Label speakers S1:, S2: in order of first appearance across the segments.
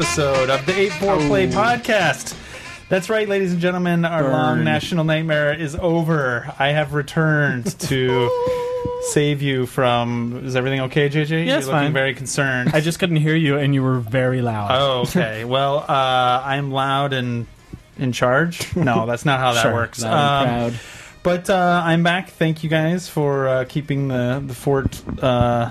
S1: of the 8 4 Play
S2: Oh.
S1: podcast. That's right, ladies and gentlemen. Our long national nightmare is over. I have returned to save you from. Is everything okay, JJ? You're
S2: Yes,
S1: looking
S2: fine.
S1: very concerned.
S2: I just couldn't hear you, and you were very loud.
S1: Oh, okay. well, uh, I'm loud and in charge. No, that's not how that
S2: Sure.
S1: works.
S2: Loud and
S1: Um, But uh, I'm back. Thank you guys for uh, keeping the the fort uh,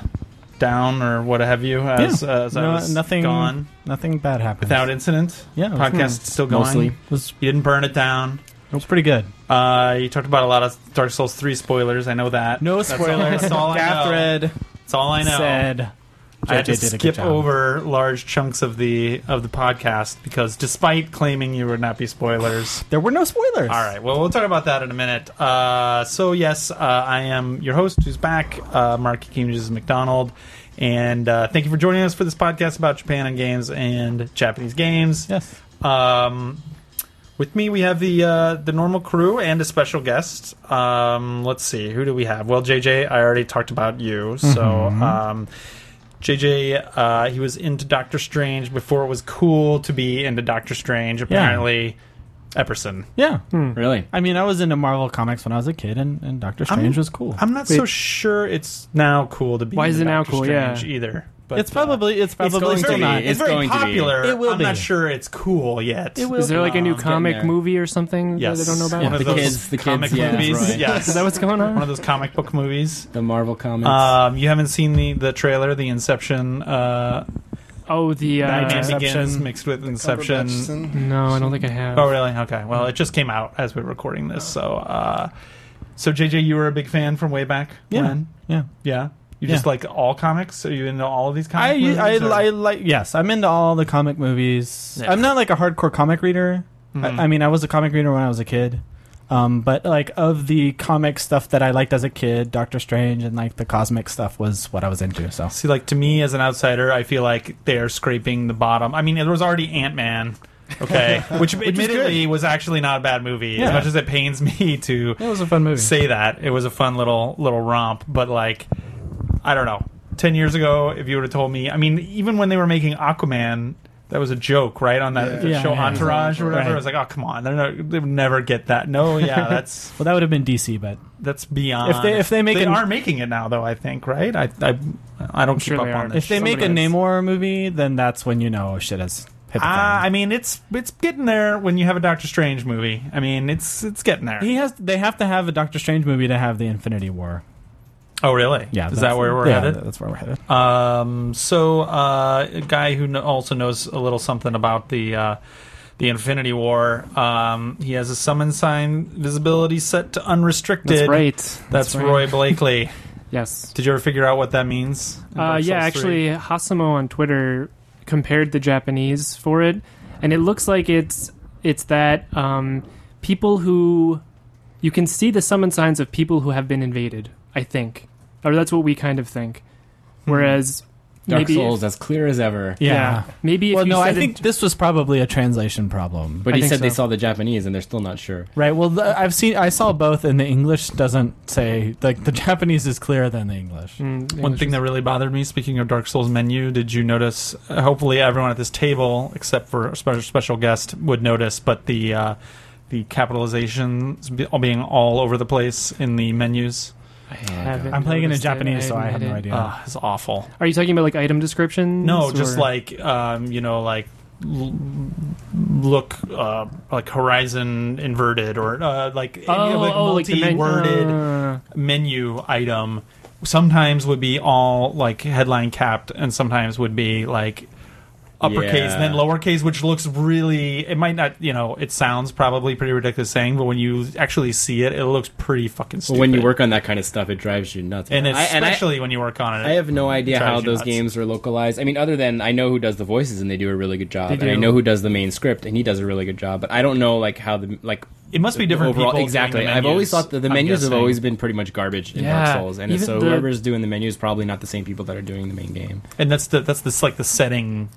S1: down or what have you. As, uh,
S2: Yeah.
S1: as I
S2: No-
S1: was
S2: nothing
S1: gone
S2: Nothing bad happened.
S1: without incident.
S2: Yeah, it was-
S1: podcast still going.
S3: Mostly.
S2: it was
S1: You didn't burn it down.
S2: it was pretty good.
S1: Uh, you talked about a lot of Dark Souls three spoilers. I know that.
S2: No
S1: That's all-
S2: spoilers.
S1: That's all, I know.
S2: Gathred
S1: That's all I know.
S2: said
S1: I had to
S2: JJ did a good
S1: skip
S2: job.
S1: over large chunks of the of the podcast because, despite claiming you would not be spoilers,
S2: there were no spoilers.
S1: all right. Well, we'll talk about that in a minute. Uh, so yes, uh, I am your host, who's back, uh, Mark Kikimujas McDonald, and uh, thank you for joining us for this podcast about Japan and games and Japanese games.
S2: Yes.
S1: Um, with me, we have the uh, the normal crew and a special guest. Um, let's see, who do we have? Well, JJ, I already talked about you. So, um, JJ, uh, he was into Doctor Strange before it was cool to be into Doctor Strange. Apparently, Epperson.
S2: Yeah.
S3: Really?
S2: I mean, I was into Marvel comics when I was a kid, and, and Doctor
S1: I'm-
S2: Strange was cool.
S1: I'm not so sure it's now cool to be.
S3: Why
S1: into
S3: is it now
S1: Doctor
S3: cool? Yeah.
S1: Strange either. But
S2: it's probably uh, it's probably
S3: going to
S2: still
S1: certainly-
S3: be.
S2: not.
S1: It's,
S3: It's
S1: very
S3: going to be.
S1: popular.
S2: It will
S1: I'm not
S2: be.
S1: sure it's cool yet.
S2: It will
S3: Is
S2: be.
S3: there like a new
S1: Um,
S3: comic
S2: there.
S3: movie or something
S1: Yes.
S3: that I don't know
S1: One
S3: about? Yeah.
S1: of
S3: Is the
S1: those
S3: kids, the kids,
S1: comic
S3: yeah,
S1: movies.
S3: right.
S1: Yes.
S3: that what's going
S1: one of
S3: on?
S1: those comic book movies.
S3: The Marvel comics.
S1: Um, you haven't seen the, the trailer, the Inception, uh,
S3: oh, the
S1: Batman
S2: Inception.
S1: Begins mixed with Inception.
S4: Cumberbatchson.
S3: no, I don't think I have.
S1: Oh, really? Okay. Well, it just came out as we're recording this, so uh, so JJ, you were a big fan from way back
S2: Yeah.
S1: when.
S2: yeah.
S1: Yeah, you just
S2: Yeah.
S1: like all comics. Are you into all of these
S2: I,
S1: comics?
S2: I, I like yes. I'm into all the comic movies.
S1: Yeah.
S2: I'm not like a hardcore comic reader.
S1: Hmm.
S3: Mm-hmm.
S2: I, I mean, I was a comic reader when I was a kid, um, but like of the comic stuff that I liked as a kid, Doctor Strange and like the cosmic stuff was what I was into. So
S1: see. Like to me, as an outsider, I feel like they are scraping the bottom. I mean, there was already Ant Man. Okay, which, admittedly was actually not a bad movie. As
S2: Yeah.
S1: much as it pains me to
S3: That was a fun movie.
S1: say that. It was a fun little little romp, but like I don't know. Ten years ago, if you would have told me, I mean, even when they were making Aquaman, that was a joke, right? On that
S4: Yeah.
S2: Yeah,
S1: show
S2: yeah.
S1: Entourage or whatever,
S2: Right.
S1: I was like, oh come on, they're no, they would never get that. No, yeah, that's
S2: well, that would have been DC, but
S1: that's beyond.
S2: If they- if they make
S1: they
S2: an-
S1: are making it now, though, I think, right? I I, I don't keep
S3: sure
S1: up
S3: they
S1: on
S3: are.
S1: this.
S2: if they make a
S3: Somebody else.
S2: Namor movie, then that's when you know shit is. hit the
S1: Ah,
S2: fan.
S1: I mean, it's it's getting there when you have a Doctor Strange movie. I mean, it's it's getting there.
S2: he has. They have to have a Doctor Strange movie to have the Infinity War.
S1: Oh, really?
S2: Yeah,
S1: Is
S2: that's-
S1: that where we're
S2: yeah,
S1: headed?
S2: That's where we're headed.
S1: Um, so uh, a guy who kn- also knows a little something about the uh, the Infinity War. Um, he has a summon sign visibility set to unrestricted.
S3: That's right.
S1: That's,
S3: right.
S1: Roy Blakely.
S3: Yes.
S1: Did you ever figure out what that means? in
S3: Uh,
S1: Dark
S3: yeah,
S1: Souls
S3: actually, Hasamo on Twitter compared the Japanese for it, and it looks like it's it's that um, people who you can see the summon signs of people who have been invaded. I think, or that's what we kind of think.
S1: Hmm.
S3: Whereas maybe maybe if-
S5: Dark Souls as clear as ever.
S3: yeah. maybe if
S2: Well,
S3: you
S2: no,
S3: said
S2: I
S3: it-
S2: think this was probably a translation problem.
S5: But
S3: I
S5: he
S3: think
S5: said they
S3: so.
S5: saw the Japanese and they're still not sure.
S2: Right. Well, the, I've seen. I saw both, and the English doesn't say like the Japanese is clearer than the English.
S3: Mm,
S1: One
S3: English
S1: thing
S3: is-
S1: that really bothered me, speaking of Dark Souls menu, did you notice? uh, Hopefully, everyone at this table, except for a spe- special guest, would notice. But the uh, the capitalizations be- all being all over the place in the menus
S3: I
S5: Oh,
S3: haven't
S2: I'm playing in a
S3: noticed it.
S2: Japanese, so I have
S3: haven't
S2: no
S3: had it.
S2: idea.
S1: uh, is awful.
S3: Are you talking about like item descriptions?
S1: No,
S3: or-
S1: just like um, you know, like l- look uh, like horizon inverted or uh, like any
S3: oh,
S1: like
S3: oh, like the men-
S1: multi-worded
S3: uh,
S1: menu item. Sometimes would be all like headline capped, and sometimes would be like uppercase
S5: Yeah.
S1: and then lowercase, which looks really. It might not, you know, it sounds probably pretty ridiculous saying, but when you actually see it, it looks pretty fucking
S5: Well,
S1: stupid.
S5: when you work on that kind of stuff, it drives you nuts.
S1: and
S5: I- I-
S1: especially when you work on it,
S5: I, have no idea
S1: drives
S5: how
S1: you
S5: those
S1: nuts.
S5: games are localized. I mean, other than I know who does the voices and they do a really good job,
S3: They
S5: and I
S3: do.
S5: know who does the main script and he does a really good job. But I don't know like how the like
S1: it must be different
S5: overall
S1: people doing
S5: exactly.
S1: the
S5: I've
S1: menus,
S5: always thought that the
S1: I'm
S5: menus have
S1: guessing.
S5: always been pretty much garbage in
S3: Yeah,
S5: Dark Souls, and
S3: even
S5: so
S3: the-
S5: whoever's doing the menu is probably not the same people that are doing the main game.
S1: and that's the that's this like the setting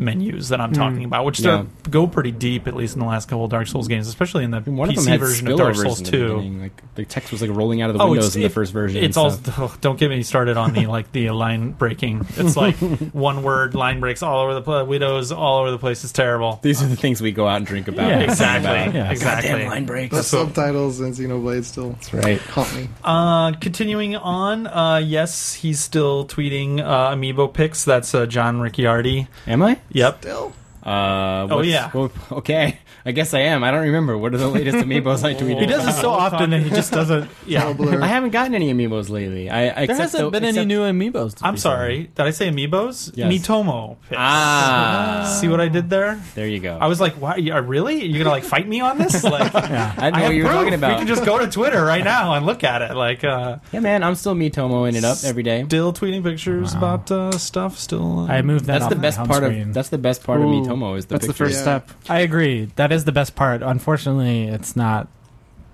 S1: menus that I'm talking about, which
S5: Mm. Yeah.
S1: they go pretty deep, at least in the last couple of Dark Souls games, especially in the
S5: And One
S1: PC
S5: of them had
S1: version of Dark
S5: spillovers
S1: Souls
S5: in the
S1: 2.
S5: beginning. Like the text was like rolling out of the
S1: Oh,
S5: windows
S1: it's-
S5: in the
S1: it-
S5: first version.
S1: It's all ugh, don't get me started on the like the line breaking. It's like one word line breaks all over the place. Widows all over the place. It's terrible.
S5: These are the things we go out and drink about.
S2: Yeah,
S5: and sing
S1: Exactly.
S5: about.
S2: Yeah.
S1: Exactly.
S5: Goddamn line breaks.
S1: That's
S4: The
S1: so-
S4: subtitles and Xenoblade still
S5: That's right.
S4: haunt me.
S1: Uh, continuing on, uh, yes, he's still tweeting uh, amiibo pics. That's uh, John Ricciardi.
S5: Am I?
S1: Yep.
S4: Still,
S5: Uh, what's-
S1: Oh, yeah.
S5: well, okay. I guess I am. I don't remember. What are the latest amiibos I tweeted?
S1: He does this so often that he just doesn't.
S4: all
S1: Yeah.
S4: blurred.
S5: I haven't gotten any amiibos lately. I
S2: There
S5: except
S2: hasn't
S5: the-
S2: been any
S5: except-
S2: new amiibos. to
S1: I'm
S2: be
S1: sorry. Did I say amiibos?
S5: Yes.
S1: Mitomo pics.
S5: Ah,
S1: See what I did there?
S5: there you go.
S1: I was like, "Why? you- uh, Really? You're gonna like fight me on this? Like,
S5: I didn't know what
S1: have
S5: you were
S1: proof.
S5: talking
S1: We
S5: about.
S1: can just go to Twitter right now and look at it. Like, uh,
S5: yeah, man. I'm still me Tomoing it up every day.
S1: still tweeting pictures about uh, stuff. Still, uh,
S2: I moved that.
S5: That's
S2: off
S5: the
S2: my
S5: best
S2: home
S5: part
S2: screen.
S5: of. That's the best part
S3: Ooh,
S5: of me Tomo is the
S3: That's the
S5: picture.
S3: first
S4: Yeah.
S3: step.
S2: I agree. That is the best part. Unfortunately, it's not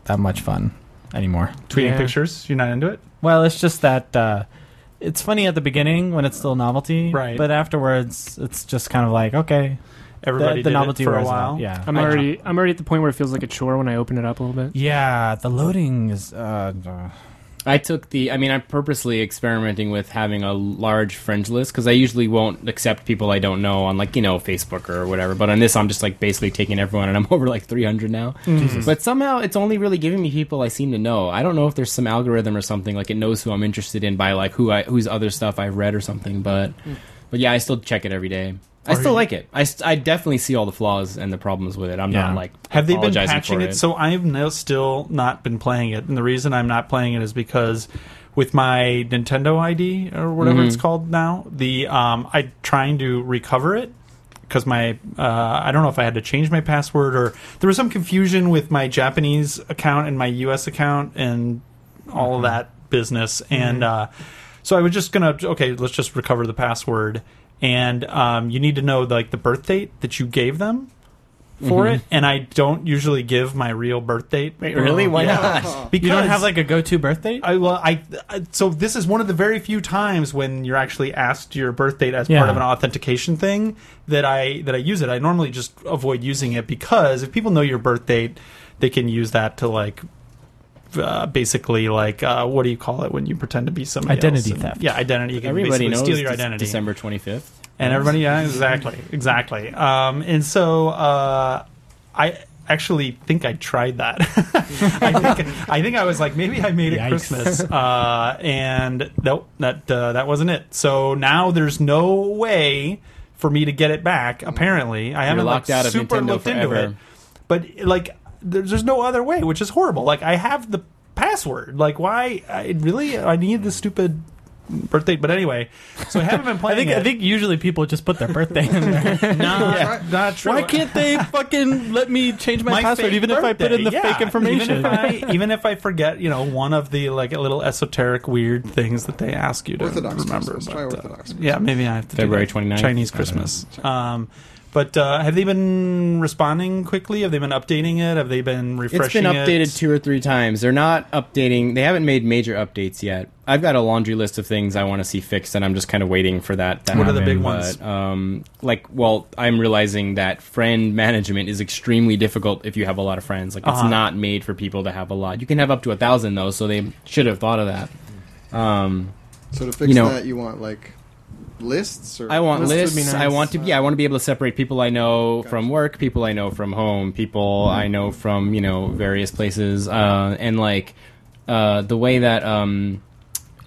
S2: that much fun anymore.
S1: tweeting
S3: Yeah.
S1: pictures. You're not into it.
S2: Well, it's just that uh, it's funny at the beginning when it's still novelty,
S1: Right.
S2: But afterwards, it's just kind of like okay,
S1: Everybody
S2: the, the
S1: did
S2: novelty
S1: it for a
S2: wears off.
S1: while.
S2: Yeah,
S3: I'm already I'm already at the point where it feels like a chore when I open it up a little bit.
S2: Yeah, the loading is. Uh, uh,
S5: I took the. I mean, I'm purposely experimenting with having a large friends list because I usually won't accept people I don't know on like you know Facebook or whatever. But on this, I'm just like basically taking everyone, and I'm over like 300 now.
S1: Hmm. Mm-hmm.
S5: But somehow, it's only really giving me people I seem to know. I don't know if there's some algorithm or something like it knows who I'm interested in by like who I whose other stuff I've read or something. But but yeah, I still check it every day. I
S1: Hmm. Are
S5: still
S1: you-
S5: like it. I, st- I definitely see all the flaws and the problems with it. I'm
S2: Yeah.
S5: not like
S1: Have they been
S5: apologizing
S1: patching
S5: for
S1: it? So I've no, still not been playing it, and the reason I'm not playing it is because with my Nintendo ID or whatever
S5: Mhm.
S1: it's called now, the um, I trying to recover it because my uh, I don't know if I had to change my password or there was some confusion with my Japanese account and my U.S. account and all
S5: Mm-hmm.
S1: of that business, and uh, so I was just gonna okay, let's just recover the password. And um, you need to know like the birth date that you gave them for
S2: Mm-hmm.
S1: it, and I don't usually give my real birth date.
S5: Wait, really? Why
S1: Yeah.
S5: not?
S1: Because
S2: you don't have like a go-to birth date.
S1: I well, I, I so this is one of the very few times when you're actually asked your birth date as part
S2: Yeah.
S1: of an authentication thing that I that I use it. I normally just avoid using it because if people know your birth date, they can use that to like. Uh, basically, like, uh, what do you call it when you pretend to be somebody
S2: Identity
S1: else?
S2: theft.
S1: Yeah, identity. You can
S5: Everybody
S1: basically
S5: knows
S1: steal your
S5: Dec-
S1: identity.
S5: December 25th.
S1: and everybody yeah exactly exactly um, and so uh, i actually think i tried that I, think, I think i was like maybe i made it
S2: Yikes.
S1: christmas uh, and nope that uh, that wasn't it so now there's no way for me to get it back apparently i haven't
S5: locked
S1: like,
S5: out of
S1: super
S5: Nintendo
S1: looked into it
S5: forever.
S1: but like there's, there's no other way which is horrible like i have the password like why i really i need this stupid birthday but anyway so i haven't been
S2: I
S1: playing
S2: think I
S1: it.
S2: think usually people just put their birthday in there.
S1: Not,
S4: Yeah.
S1: not true.
S2: Why can't they fucking let me change my, password
S1: fake
S2: even if I put in the
S1: birthday,
S2: fake
S1: yeah.
S2: information?
S1: Even if, I, even if I forget, you know, one of the like little esoteric weird things that they ask you to
S4: Orthodox
S1: remember.
S4: Christmas. Try
S1: but, uh,
S4: Orthodox Christmas.
S1: yeah, maybe I have to do
S5: February
S1: that.
S5: 29th.
S1: Chinese Christmas. Um, but uh, have they been responding quickly? Have they been updating it? Have they been
S5: It's
S1: refreshing
S5: been updated
S1: it?
S5: two or three times. They're not updating. They haven't made major updates yet. I've got a laundry list of things I want to see fixed, and I'm just kind of waiting for that. To
S1: What are the
S5: happen,
S1: big
S5: but,
S1: ones?
S5: Um, like, well, I'm realizing that friend management is extremely difficult if you have a lot of friends. Like,
S1: Uh-huh.
S5: it's not made for people to have a lot. You can have up to a thousand though, so they should have thought of that. Um,
S4: so to fix
S5: you know-
S4: that, you want like lists or
S5: I want
S3: This would
S5: lists.
S3: be nice.
S5: I want to. Yeah, I want to be able to separate people I know
S4: Gotcha.
S5: from work, people I know from home, people I know from you know various places, uh, and like uh, the way that um,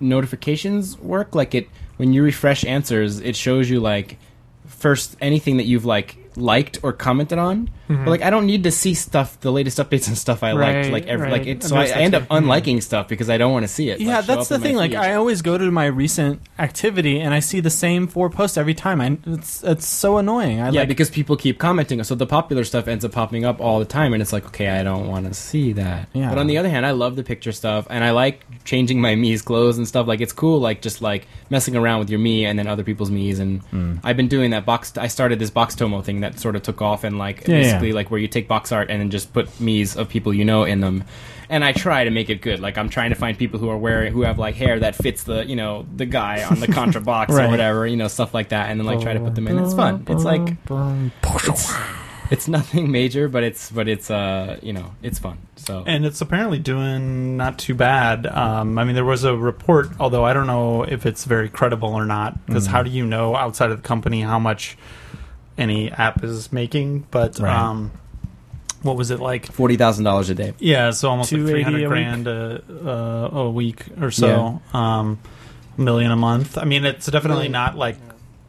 S5: notifications work. Like it when you refresh answers, it shows you like first anything that you've like liked or commented on. But like I don't need to see stuff, the latest updates and stuff I liked.
S3: Right,
S5: Like every
S3: right.
S5: like it. So I, I
S3: That's
S5: end up
S3: actually-
S5: unliking stuff because I don't want to see it.
S2: yeah,
S5: like, show
S2: that's
S5: up
S2: the
S5: in my
S2: thing. Like,
S5: feed.
S2: I always go to my recent activity and I see the same four posts every time. I it's it's so annoying. I
S5: yeah,
S2: like
S5: because people keep commenting, so the popular stuff ends up popping up all the time, and it's like, okay, I don't want to see that.
S2: Yeah.
S5: But on the other hand, I love the picture stuff, and I like changing my Mii's clothes and stuff. Like it's cool, like just like messing around with your Mii and
S2: Hmm.
S5: then other people's Mii's. And I've been doing that box. I started this box tomo thing that sort of took off, and like
S2: Yeah,
S5: this
S2: yeah.
S5: basically like where you take box art and then just put me's of people you know in them. And I try to make it good. Like I'm trying to find people who are wearing who have like hair that fits the you know the guy on the contra box
S2: Right.
S5: or whatever you know stuff like that, and then like try to put them in. It's fun. It's like it's, it's nothing major, but it's but it's uh you know it's fun. So
S1: And it's apparently doing not too bad. Um, I mean, there was a report, although I don't know if it's very credible or not, because
S2: Mm-hmm.
S1: how do you know outside of the company how much any app is making? But
S2: Right.
S1: um, what was it like?
S5: forty thousand dollars a day.
S1: Yeah, so almost like 300
S2: 280 a week?
S1: grand a, uh, a week or so, um, million a month. I mean, it's definitely not like,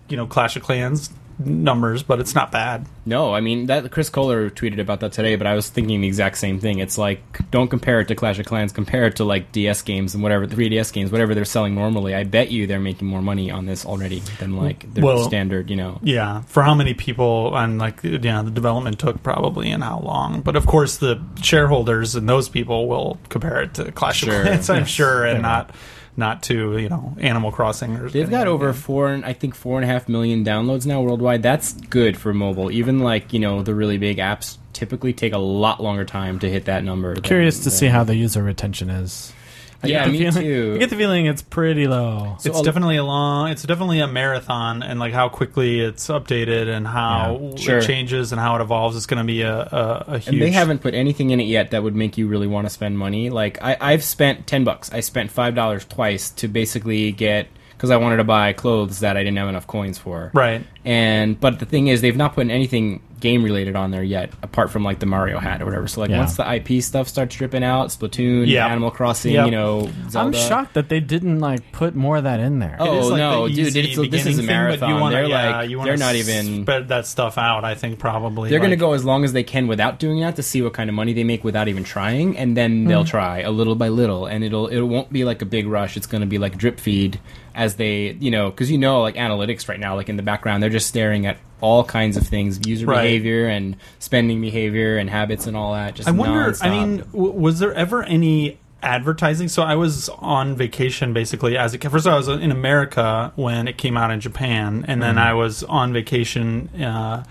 S1: you know, Clash of Clans numbers, but it's not bad.
S5: No, I mean that Chris Kohler tweeted about that today, but I was thinking the exact same thing. It's like don't compare it to Clash of Clans, compare it to like DS games and whatever 3DS games, whatever they're selling normally. I bet you they're making more money on this already than like their
S1: Well-
S5: standard, you know.
S1: Yeah, for how many people and like you know the development took probably and how long, but of course the shareholders and those people will compare it to Clash
S5: Sure.
S1: of Clans, I'm
S5: Yes,
S1: sure,
S5: they
S1: and
S5: will.
S1: not not to you know Animal Crossing. Or
S5: They've got
S1: anything.
S5: over four, and I think four and a half million downloads now worldwide. That's good for mobile. Even like you know the really big apps typically take a lot longer time to hit that number. than-
S2: Curious to
S5: than-
S2: see how the user retention is. I
S5: Yeah,
S2: get the
S5: me
S2: feeling-
S5: too.
S2: I get the feeling it's pretty low.
S5: So
S1: it's
S5: a-
S1: definitely a long. It's definitely a marathon, and like how quickly it's updated and how
S5: Yeah, sure.
S1: it changes and how it evolves is going to be a, a, a huge.
S5: And they haven't put anything in it yet that would make you really want to spend money. Like I, I've spent ten bucks. I spent five dollars twice to basically get because I wanted to buy clothes that I didn't have enough coins for.
S1: right.
S5: And but the thing is, they've not put anything game related on there yet, apart from like the Mario hat or whatever. So like
S2: Yeah.
S5: once the IP stuff starts dripping out, Splatoon,
S1: Yeah.
S5: Animal Crossing,
S1: Yep.
S5: you know,
S2: I'm
S5: Zelda.
S2: shocked that they didn't like put more of that in there.
S5: Oh,
S1: It is, like,
S5: no,
S1: the
S5: dude,
S1: easy
S5: it's- this
S1: beginning
S5: is a
S1: thing, but
S5: marathon.
S1: You wanna,
S5: They're,
S1: yeah,
S5: like-
S1: you wanna
S5: they're not even-
S1: spread that stuff out. I think probably
S5: They're going to
S1: like-
S5: go as long as they can without doing that to see what kind of money they make without even trying, and then
S1: Hmm.
S5: they'll try a little by little, and it'll it won't be like a big rush. It's going to be like drip feed as they you know because you know like analytics right now like in the background they're just staring at all kinds of things user
S1: Right.
S5: behavior and spending behavior and habits and all that. Just
S1: I wonder.
S5: nonstop.
S1: I mean, w- was there ever any advertising? So I was on vacation basically. As it, first, I was in America when it came out in Japan, and then
S5: Mm-hmm.
S1: I was on vacation. Uh,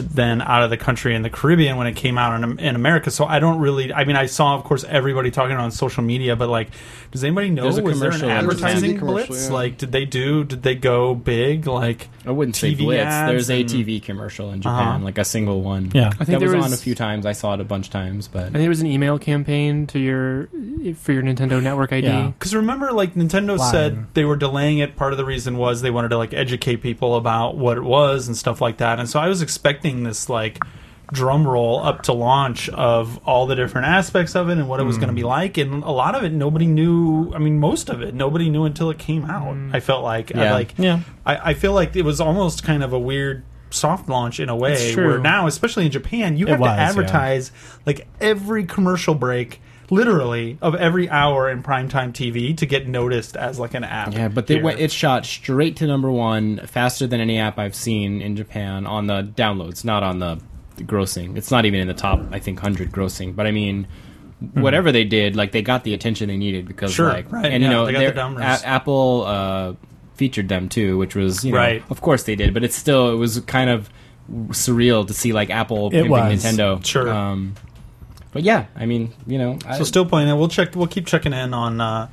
S1: then out of the country in the Caribbean when it came out in, in America. So I don't really. I mean, I saw, of course, everybody talking on social media, but like, does anybody know?
S5: There's a
S1: Was there an
S5: commercial in Japan.
S1: advertising
S4: TV commercial,
S1: blitz?
S4: yeah.
S1: Like, did they do? Did they go big? Like,
S5: I wouldn't say
S1: TV
S5: blitz.
S1: ads
S5: There's a
S1: and-
S5: TV commercial in Japan,
S1: Uh-huh.
S5: like a single one.
S2: Yeah. I
S5: I
S2: think
S5: think that
S3: there
S5: was,
S3: was-
S5: on a few times. I saw it a bunch of times, but
S3: I think it was an email campaign to your for your Nintendo Network ID.
S2: Yeah.
S1: Because remember, like Nintendo
S2: Why?
S1: said, they were delaying it. Part of the reason was they wanted to like educate people about what it was and stuff like that. And so I was expecting this like drum roll up to launch of all the different aspects of it and what it was going to
S2: Hmm.
S1: be like. And a lot of it, nobody knew. I mean, most of it, nobody knew until it came out. I felt like, I,
S5: Yeah.
S1: like,
S2: Hmm. Yeah.
S1: I, I feel like it was almost kind of a weird soft launch in a way
S3: It's true.
S1: where now especially in japan you
S2: It
S1: have
S2: was,
S1: to
S2: yeah.
S1: advertise like every commercial break literally of every hour in primetime tv to get noticed as like an app
S5: Yeah, but they
S1: here.
S5: went, it shot straight to number one faster than any app I've seen in Japan on the downloads, not on the, the grossing. It's not even in the top, I think, 100 grossing. But I mean, whatever they did, like they got the attention they needed because,
S1: Hmm. Sure,
S5: like,
S1: right,
S5: and
S1: yeah,
S5: you know,
S1: they got
S5: their-
S1: the downloads.
S5: A- Apple uh, featured them too, which was, you know,
S1: Right.
S5: of course they did, but it's still, it was kind of surreal to see like Apple
S2: It
S5: pimping
S2: was.
S5: Nintendo.
S1: Sure.
S5: Um, but yeah, I mean, you know, I,
S1: so still playing that we'll check we'll keep checking in on uh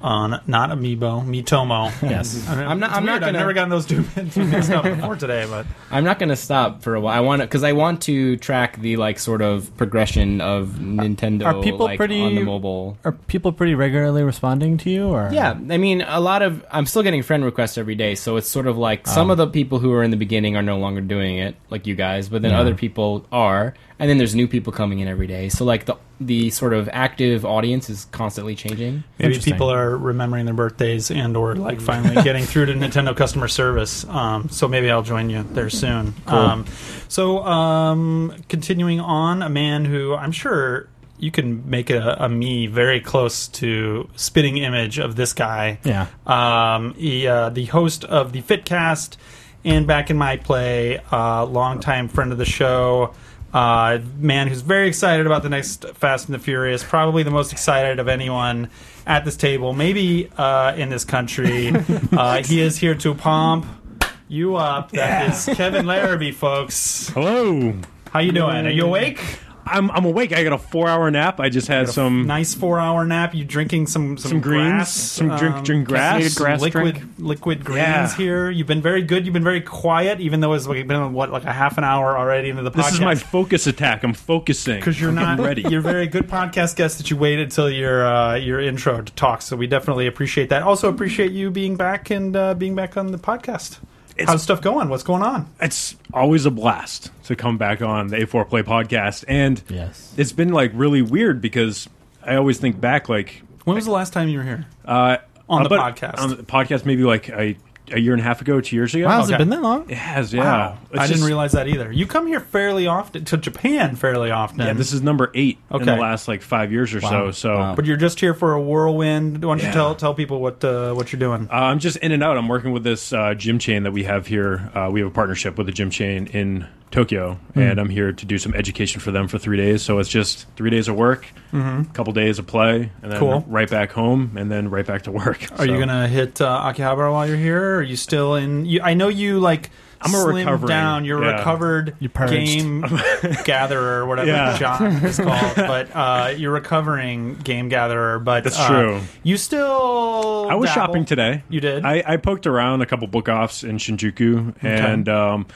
S1: on not amiibo mitomo
S2: Yes.
S1: I mean,
S5: I'm not-
S1: it's
S5: I'm not
S1: weird, i've
S5: gonna-
S1: never gotten those two two mixed up before today but
S5: I'm not gonna stop for a while. I want to because I want to track the like sort of progression of Nintendo.
S2: are people
S5: like,
S2: pretty-
S5: on the mobile?
S2: Are people pretty regularly responding to you or
S5: Yeah, I mean, a lot of I'm still getting friend requests every day, so it's sort of like some of the people who are in the beginning are no longer doing it, like you guys, but then
S2: Yeah.
S5: other people are, and then there's new people coming in every day. So like the the sort of active audience is constantly changing.
S1: Maybe
S2: Interesting.
S1: people are remembering their birthdays and or like finally getting through to Nintendo customer service. Um, so maybe I'll join you there soon. Um, so um, continuing on, a man who I'm sure you can make a, a me very close to spitting image of this guy.
S2: Yeah.
S1: Um, he, uh, the host of the Fitcast and back in my play, uh, longtime friend of the show, uh, man who's very excited about the next Fast and the Furious, probably the most excited of anyone at this table, maybe uh, in this country. uh, he is here to pump you up. That is Kevin Larrabee, folks.
S6: Hello.
S1: How you doing? Are you awake?
S6: I'm I'm awake. I got a four hour nap. I just had some
S1: Nice four hour nap. You drinking some some,
S6: some greens,
S1: grass,
S6: some drink
S1: um,
S6: drink grass.
S3: caffeinated grass
S1: liquid
S3: drink.
S1: liquid greens
S6: Yeah.
S1: here. You've been very good. You've been very quiet, even though it's like been what like a half an hour already into the podcast.
S6: This is my focus attack. I'm focusing
S1: because you're not
S6: ready.
S1: You're a very good podcast guest that you waited till your uh, your intro to talk. So we definitely appreciate that. Also appreciate you being back and uh, being back on the podcast.
S6: It's-
S1: How's stuff going? What's going on?
S6: it's always a blast to come back on the A4 Play podcast, and
S2: Yes.
S6: it's been like really weird because I always think back like
S1: When was the last time you were here?
S6: uh,
S1: On the
S6: about-
S1: podcast.
S6: on the podcast maybe like a, a year and a half ago, two years ago.
S2: Wow, has
S1: Okay.
S2: it been that long?
S6: It has, yeah.
S1: Wow.
S6: It's
S1: I didn't
S6: just-
S1: realize that either. You come here fairly often to Japan fairly often.
S6: Yeah, this is number eight in the
S1: Okay.
S6: last like five years or so.
S2: Wow.
S6: So
S5: Wow.
S1: but you're just here for a whirlwind. Why don't
S6: Yeah.
S1: you tell tell people what uh, what you're doing?
S6: Uh, I'm just in and out. I'm working with this uh, gym chain that we have here. Uh, we have a partnership with a gym chain in Tokyo,
S1: Hmm.
S6: and I'm here to do some education for them for three days. So it's just three days of work, a couple days of play, and then
S1: Mm-hmm. Cool.
S6: right back home, and then right back to work.
S1: Are you
S6: So-
S1: gonna hit uh, Akihabara while you're here? Or are you still in? You, I know you like.
S6: I'm a
S1: slimmed
S6: recovering-
S1: down. You're
S6: yeah.
S1: a recovered
S2: You purged.
S1: game gatherer, or whatever
S6: Yeah.
S1: the job is called. But uh, you're recovering game gatherer. But
S6: That's
S1: uh,
S6: true.
S1: You still.
S6: I was
S1: dabble.
S6: shopping today.
S1: You did?
S6: I, I poked around a couple book offs in Shinjuku, and um,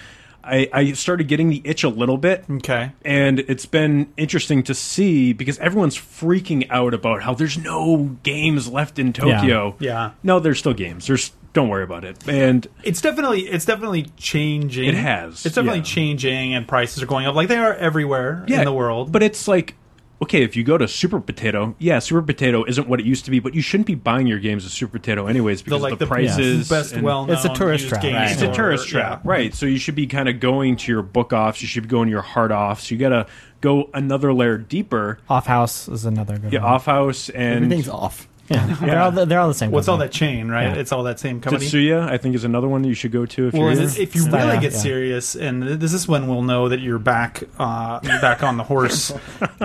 S6: I, I started getting the itch a little bit.
S1: Okay.
S6: and it's been interesting to see because everyone's freaking out about how there's no games left in Tokyo.
S1: Yeah.
S6: No, there's still games. There's don't worry about it. And
S1: It's definitely it's definitely changing.
S6: It has,
S1: It's definitely
S6: yeah.
S1: changing, and prices are going up. Like they are everywhere
S6: yeah,
S1: in the world.
S6: But it's like okay, if you go to Super Potato, yeah, Super Potato isn't what it used to be, but you shouldn't be buying your games at Super Potato anyways because
S1: the like
S6: the, prices
S1: best
S6: and-
S1: well
S2: It's a tourist trap. Right.
S6: it's a tourist trap, right? So you should be kind of going to your book offs. You should be going to your hard offs. You got to go another layer deeper.
S2: Off House is another good
S6: Yeah,
S2: one.
S6: off house and
S5: Everything's off.
S2: Yeah. They're, all the, they're all the same.
S1: What's all
S2: company.
S1: that chain, right?
S2: Yeah.
S1: It's all that same company.
S6: Tetsuya, I think, is another one you should go to if
S1: Well,
S6: you're
S1: and
S6: here.
S1: if you
S2: Style,
S1: really get
S2: yeah.
S1: serious, and th- this is when we'll know that you're back, uh, you're back on the horse,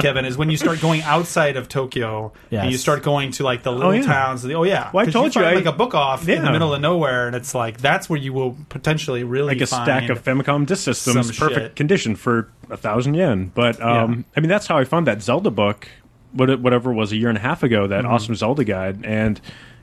S1: Kevin, is when you start going outside of Tokyo and you
S2: Yes.
S1: start going to like the little
S6: yeah.
S1: towns. The, oh yeah,
S6: Well, I
S1: 'Cause
S6: told you,
S1: find,
S6: I-
S1: like a book off in
S6: Yeah.
S1: the middle of nowhere, and it's like that's where you will potentially really
S6: like a
S1: find
S6: stack of Famicom disc systems,
S1: some
S6: perfect
S1: shit.
S6: condition for a thousand yen. But um, I mean, that's how I found that Zelda book, what- whatever it was a year and a half ago, that
S1: Mm-hmm.
S6: awesome Zelda guide. And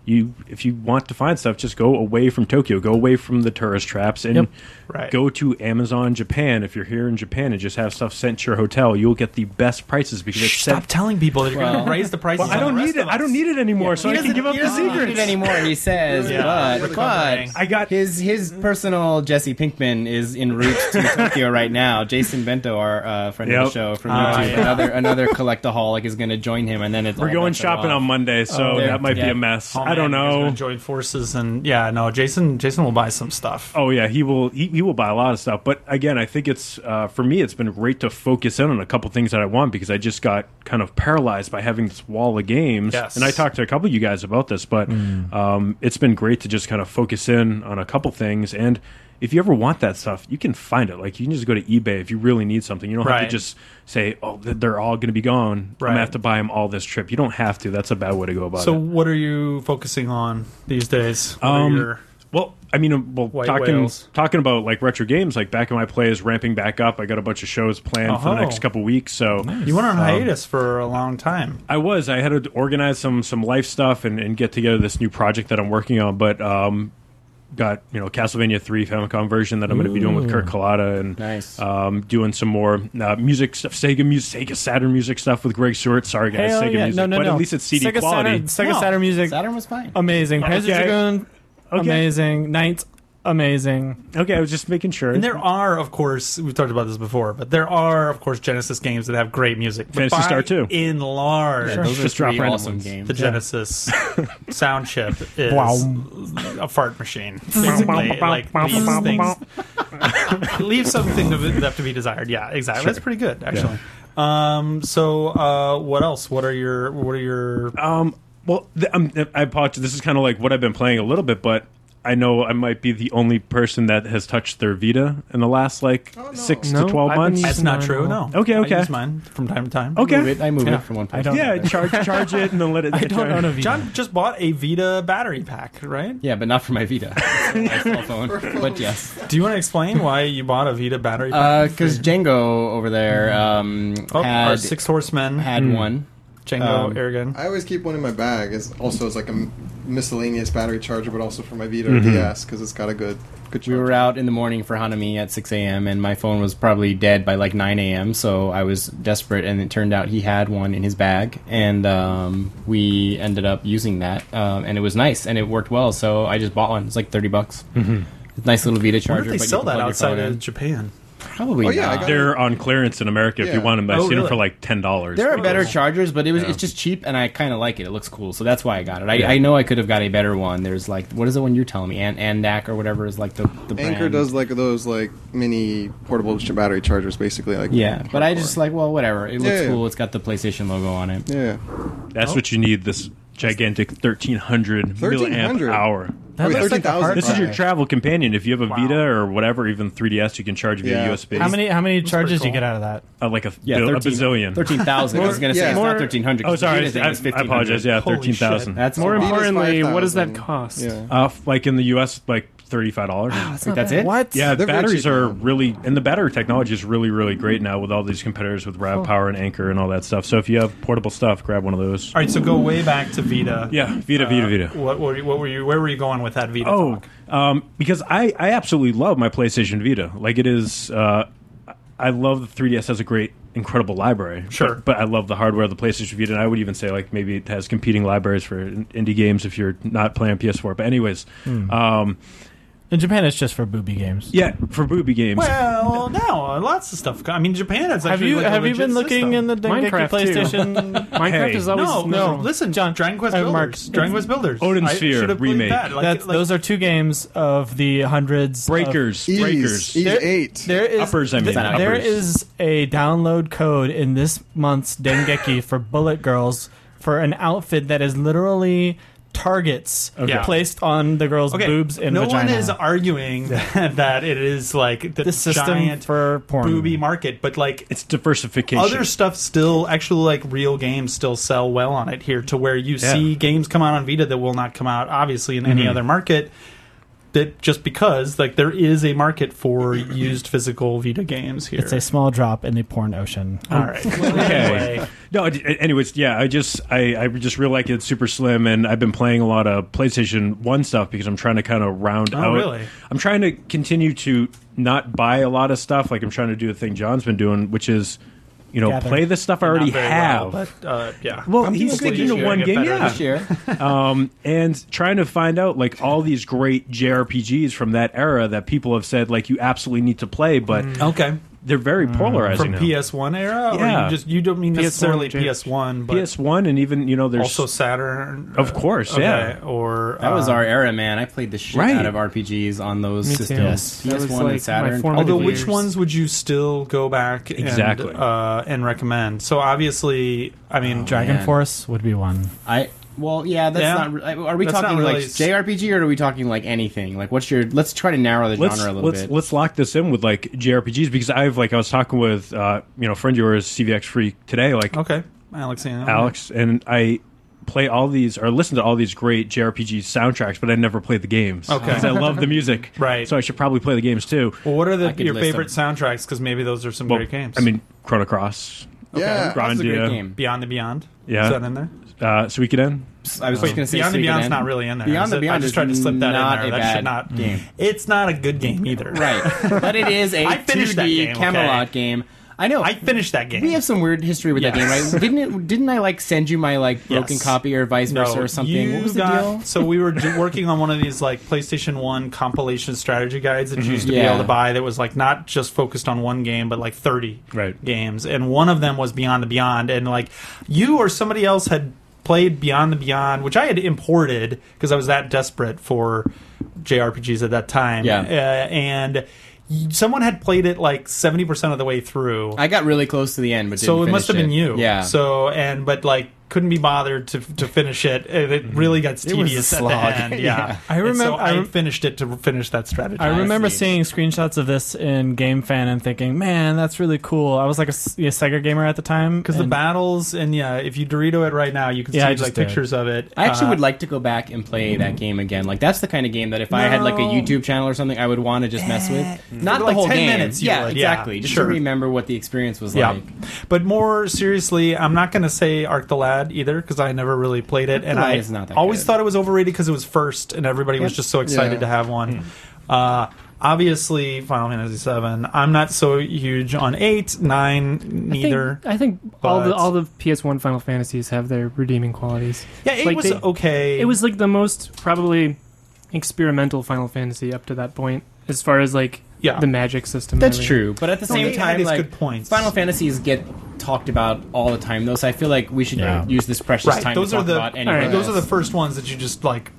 S6: you, if you want to find stuff, just go away from Tokyo, go away from the tourist traps, and
S2: Yep.
S1: Right.
S6: go to Amazon Japan. If you're here in Japan and just have stuff sent to your hotel, you'll get the best prices because it's
S1: Stop
S6: sent.
S1: telling people that you're going
S5: Well-
S1: to raise the prices.
S6: Well, I
S1: on the
S6: don't
S1: rest
S6: need it.
S1: of
S6: I don't
S1: us.
S6: need it anymore, so
S1: He
S6: I can
S1: doesn't-
S6: give up
S1: he
S6: the
S1: doesn't need
S5: Not
S6: secrets.
S5: it anymore, and he says,
S1: Yeah,
S5: but,
S1: recovering.
S5: but
S6: I got
S5: his his personal Jesse Pinkman is en route to Tokyo right now. Jason Bento, our uh, friend of
S6: Yep.
S5: the show from
S1: Ah,
S5: YouTube,
S1: yeah.
S5: another another collectaholic is going to join him, and then it's
S6: We're
S5: all
S6: going
S5: bets are
S6: shopping
S5: off.
S6: on Monday, so
S5: there.
S6: that might be
S5: Yeah.
S6: a mess.
S1: Oh,
S6: I don't
S1: man, you guys
S6: know.
S1: gotta Join forces and yeah, no, Jason. Jason will buy some stuff.
S6: Oh yeah, he will. He, he will buy a lot of stuff. But again, I think it's uh, for me. It's been great to focus in on a couple things that I want because I just got kind of paralyzed by having this wall of games.
S1: Yes. Hmm.
S6: And I talked to a couple of you guys about this, but um, it's been great to just kind of focus in on a couple things. And if you ever want that stuff, you can find it. Like you can just go to eBay if you really need something. You don't have
S1: Right.
S6: to just say, "Oh, th- they're all going to be gone. I'm
S1: Right.
S6: gonna have to buy them all this trip." You don't have to. That's a bad way to go about
S1: So,
S6: it.
S1: what are you focusing on these days? What are
S6: Um,
S1: your-
S6: Well, I mean, uh, well,
S1: White
S6: talking
S1: whales.
S6: talking about like retro games, like back in my play is ramping back up. I got a bunch of shows planned for the
S1: Oh.
S2: Uh-huh.
S6: next couple weeks, so
S1: you went on hiatus for a long time.
S6: I was I had to organize some some life stuff and, and get together this new project that I'm working on, but um, got you know Castlevania three Famicom version that I'm going to be doing with Kurt Collada and
S5: Nice.
S6: um, doing some more uh, music stuff, Sega music, Sega Saturn music stuff with Greg Stewart. Sorry guys,
S2: Hell
S6: Sega
S2: yeah.
S6: music,
S2: no, no,
S6: but
S2: no.
S6: at least it's CD
S2: Sega
S6: quality.
S2: Saturn, Sega
S5: No.
S2: Saturn music,
S5: Saturn was fine.
S2: amazing. Panzer
S6: Okay.
S2: Dragoon,
S6: Okay.
S2: amazing. Knights, amazing.
S6: Okay, I was just making sure.
S1: And there are, of course, we've talked about this before, but there are, of course, Genesis games that have great music. But
S6: Phantasy
S1: by
S6: Star 2.
S1: In large,
S5: Those are
S6: Just drop
S5: three
S6: random
S5: awesome
S6: ones.
S5: games.
S1: the Genesis sound chip is
S2: Wow.
S1: a fart machine. Basically, like leaves things, leaves something to be, left to be desired. Yeah, exactly. That's pretty good, actually. Um, so, uh, what else? What are your? What are your?
S6: Uh, Um, well, th- um, I apologize. This is kind of like what I've been playing a little bit, but I know I might be the only person that has touched their Vita in the last like
S4: Oh, no.
S6: six
S3: No,
S6: to twelve
S3: I've been
S6: months.
S3: using-
S1: That's not
S3: mine
S1: true.
S3: all.
S1: No.
S6: Okay, okay.
S1: I use mine from time to time.
S5: Move
S6: Okay,
S5: it, I move
S2: Yeah.
S5: it from one
S2: I
S5: place.
S2: don't.
S6: yeah,
S2: know that.
S6: charge charge it and then let it.
S2: I don't own a Vita.
S1: John just bought a Vita battery pack, right?
S5: Yeah, but not for my Vita. my cell phone. But yes.
S1: Do you want to explain why you bought a Vita battery
S5: Uh,
S1: pack?
S5: Because Django over there um,
S1: oh, our
S5: had,
S1: six horsemen,
S5: had one.
S1: Django,
S5: um,
S1: Aragon.
S4: I always keep one in my bag. It's also as like a m- miscellaneous battery charger, but also for my Vita or DS because it's got a good good
S5: Mm-hmm. We
S4: charger.
S5: were out in the morning for Hanami at 6 a.m., and my phone was probably dead by like 9 a.m., so I was desperate, and it turned out he had one in his bag, and um, we ended up using that, um, and it was nice, and it worked well, so I just bought one. It's like 30 bucks. Mm-hmm. Nice little Vita
S1: I
S5: charger.
S1: wonder if they
S5: but you
S1: sell
S5: can
S1: that
S5: plug your
S1: outside
S5: phone in.
S1: of Japan.
S5: Probably
S4: Oh, yeah, I
S5: not.
S4: got it.
S6: They're on clearance in America if you
S4: Yeah.
S6: want them. I
S1: Oh,
S6: seen them for
S1: really?
S6: like ten dollars.
S5: There are better chargers, but it was
S6: Yeah.
S5: it's just cheap, and I kind of like it. It looks cool, so that's why I got it. I, I know I could have got a better one. There's like what is the one you're telling me? An- Andak or whatever is like the, the brand.
S4: Anchor does like those like mini portable ch- battery chargers, basically. Like
S5: Yeah, but I
S4: hardcore.
S5: just like well, whatever. It looks
S4: Yeah.
S5: cool. It's got the PlayStation logo on it.
S4: yeah.
S6: That's what you need. This gigantic thirteen hundred milliamp
S4: 1300?
S6: hour.
S2: That
S4: Wait,
S2: looks like a
S4: 13,000?
S2: hard
S6: This is your
S2: drive.
S6: travel companion. If you have a
S1: Wow.
S6: Vita or whatever, even 3DS, you can charge via
S4: Yeah.
S6: USB.
S2: How many how many
S1: pretty
S2: charges do you
S1: cool.
S2: get out of that?
S6: Uh, like a,
S5: Yeah,
S6: bil-
S5: 13
S6: a bazillion.
S5: Thirteen thousand. I was gonna say
S4: Yeah.
S5: it's
S3: More-
S5: not thirteen hundred.
S6: Oh, sorry. I, I apologize. Yeah,
S1: Holy
S6: thirteen thousand.
S5: that's
S3: More
S5: more.
S4: Vita's
S3: importantly, what does that
S4: 5,000.
S3: cost?
S4: Yeah.
S6: Uh, f- like in the U.S., like thirty-five dollars.
S5: That's it.
S2: What?
S6: Yeah,
S4: They're very
S6: batteries
S4: cheap
S6: are
S4: now.
S6: really, and the battery technology is really, really great now with all these competitors with Rav Power and Anchor and all that stuff. So if you have portable stuff, grab one of those.
S1: All right, so go way back to Vita.
S6: Yeah, Vita, Vita, Vita.
S1: What, were you, what were you? Where were you going with that Vita?
S6: Oh,
S1: talk?
S6: um, because I, I absolutely love my PlayStation Vita. Like it is, uh, I love the 3DS has a great, incredible library.
S1: Sure.
S6: but, but I love the hardware of the PlayStation Vita, and I would even say like maybe it has competing libraries for in- indie games if you're not playing PS4. But anyways,
S1: Hmm.
S6: um,
S2: In Japan, it's just for booby games.
S6: yeah, for booby games.
S1: well, no, lots of stuff. I mean, Japan has
S2: Have
S1: actually
S2: you
S1: like a
S2: have you
S1: legit
S2: been looking
S1: system.
S2: in the Dengeki
S3: Minecraft,
S2: PlayStation?
S3: Minecraft
S6: Hey.
S3: is always
S1: No, no,
S3: no.
S1: listen, John. Dragon Quest
S2: Uh,
S1: Builders.
S2: Mark,
S1: Dragon Quest Builders.
S6: Odin
S1: I
S6: Sphere
S1: should have played
S6: remake.
S1: That. Like,
S2: That's,
S1: like,
S2: those are two games of the hundreds. of-
S6: breakers,
S4: Ease,
S6: breakers,
S4: Ease
S2: There-
S4: eight.
S2: there is
S6: uppers. I mean,
S5: That's not
S6: uppers.
S2: There is a download code in this month's Dengeki for Bullet Girls for an outfit that is literally targets
S1: Okay.
S2: placed on the girls'
S1: okay.
S2: boobs and
S1: no
S2: vagina.
S1: one is arguing that, that it is like the,
S2: the system
S1: giant
S2: for porn.
S1: booby market, but like
S6: It's diversification.
S1: other stuff still actually like real games still sell well on it here to where you
S6: Yeah.
S1: see games come out on Vita that will not come out obviously in any other market that just because like there is a market for used physical Vita games here.
S2: It's a small drop in the porn ocean. Oh,
S1: All right. Anyway,
S6: No, it- it- anyways, yeah, I just I, I just really like it's super slim, and I've been playing a lot of PlayStation One stuff because I'm trying to kind of round
S1: Oh,
S6: out.
S1: really?
S6: I'm trying to continue to not buy a lot of stuff. Like I'm trying to do the thing John's been doing, which is, you know,
S2: Gather.
S6: play the stuff I already
S1: not very
S6: have.
S1: well, but uh, yeah.
S6: Well, he's
S1: doing good
S6: sticking
S1: this
S6: to
S1: year.
S6: one
S1: Get
S6: game,
S1: better
S6: yeah.
S5: This year.
S6: Um, and trying to find out like all these great JRPGs from that era that people have said like you absolutely need to play, but
S1: Okay.
S6: they're very polarizing.
S1: Mm. From
S6: now.
S1: PS1 era, or
S6: Yeah.
S1: you just you don't mean
S3: PS1,
S1: necessarily
S3: Jake.
S1: PS1, but
S6: PS1 and even you know there's
S1: also Saturn. uh,
S6: Of course,
S1: Okay,
S6: yeah.
S1: Or
S5: That was
S1: um,
S5: our era, man. I played the shit
S6: Right.
S5: out of RPGs on those
S3: Uh, Me too.
S5: systems.
S3: Yes. That was,
S5: PS1
S3: like, my
S5: and Saturn.
S3: formative
S1: Although,
S3: Probably
S1: which
S3: years.
S1: ones would you still go back and,
S6: Exactly. Um,
S1: uh, and recommend? So obviously, I mean,
S2: Dragon
S5: man.
S2: Force would be one.
S5: I well, yeah. That's
S1: Yeah.
S5: not. re- Are we
S1: That's
S5: talking
S1: not really
S5: like
S1: s-
S5: JRPG or are we talking like anything? Like, what's your? Let's try to narrow the
S6: let's
S5: genre a little
S6: let's
S5: bit.
S6: let's lock this in with like JRPGs because I've like I was talking with uh, you know a friend of yours CVX Freak today like
S1: okay, Alex, yeah.
S6: Alex and I play all these or listen to all these great JRPG soundtracks, but I never played the games.
S1: Okay.
S6: 'Cause I love the music,
S1: Right.
S6: So I should probably play the games too.
S1: Well, what are the,
S5: I could
S1: your
S5: list
S1: favorite soundtracks? Because maybe those are some
S6: Well,
S1: great games.
S6: I mean, Chrono Cross,
S4: yeah.
S5: That's a great
S6: Grandia.
S5: game.
S1: Beyond the Beyond.
S6: Yeah.
S1: is that in there?
S6: uh, Suikoden.
S5: I was just gonna say
S1: Beyond the
S5: Suikoden.
S1: Beyond's not really in there.
S5: Beyond
S1: is
S5: the
S1: it?
S5: Beyond
S1: I
S5: is
S1: just tried to slip that in
S5: not a
S1: there. That should
S5: bad
S1: not.
S5: game.
S1: It's not a good game either.
S5: right, but it is a
S1: I finished that
S5: 2D
S1: game,
S5: Camelot
S1: okay?
S5: game. I know.
S1: I finished that game.
S5: we have some weird history with
S1: Yes.
S5: that game, right? Didn't it, didn't I like send you my like broken
S1: Yes.
S5: copy or vice
S1: No,
S5: versa or something?
S1: you
S5: What was the
S1: got-
S5: deal?
S1: So we were do- working on one of these like PlayStation One compilation strategy guides that you used to be
S5: Mm-hmm. Yeah.
S1: able to buy. That was like not just focused on one game, but like thirty
S6: Right.
S1: games, and one of them was Beyond the Beyond, and like you or somebody else had played Beyond the Beyond, which I had imported because I was that desperate for JRPGs at that time.
S5: Yeah.
S1: uh, and. y- Someone had played it like seventy percent of the way through,
S5: I got really close to the end, but
S1: so
S5: didn't
S1: it must have
S5: finish
S1: been you.
S5: Yeah.
S1: So and but like couldn't be bothered to to finish it. and It really got
S2: was a
S1: tedious at the
S2: slog.
S1: end. Yeah,
S5: Yeah.
S2: I
S1: And
S2: remember-
S1: so
S2: I
S1: I,
S2: rem-
S1: finished it to finish that strategy.
S2: I remember
S5: see.
S2: seeing screenshots of this in Game Fan and thinking, "Man, that's really cool." I was like a, S- a Sega gamer at the time
S1: because the
S2: and-
S1: battles and yeah, if you Dorito it right now, you can
S2: Yeah, I
S1: see
S2: just
S1: like
S2: did.
S1: pictures of it.
S5: I
S1: Uh,
S5: actually
S1: Mm.
S5: would like to go back and play that game again. Like that's the kind of game that if I had like a
S1: No.
S5: YouTube channel or something, I would want to just mess with. Not
S1: For
S5: the
S1: like
S5: whole
S1: 10
S5: game.
S1: minutes you
S5: yeah,
S1: would, yeah,
S5: exactly. Just
S1: sure.
S5: to remember what the experience was like.
S1: But more seriously, I'm not going to say Arc the Lad either because I never really played it, and
S5: the Lad
S1: I
S5: is not that
S1: always
S5: good.
S1: thought it was overrated because it was first, and everybody was
S5: Yep. Hmm.
S1: just so excited
S4: Yeah.
S1: to have one. Uh, obviously, Final Fantasy VII. I'm not so huge on eight, nine, neither.
S3: I think, I think all the
S1: but-
S3: all the PS1 Final Fantasies have their redeeming qualities.
S1: yeah, it
S3: like
S1: was
S3: they-
S1: okay.
S3: It was like the most probably experimental Final Fantasy up to that point, as far as like
S1: Yeah.
S3: the magic system. and
S5: That's
S3: everything.
S5: true. But at the
S1: No,
S5: same
S1: they had
S5: time,
S1: its
S5: like
S1: good points.
S5: Final Fantasies get talked about all the time though, so I feel like we should
S2: Yeah.
S5: use this precious
S1: right.
S5: time
S1: those
S5: to
S1: are
S5: talk
S1: the
S5: about
S3: all
S5: anything.
S3: right,
S1: those are
S5: else.
S1: the first ones that you just like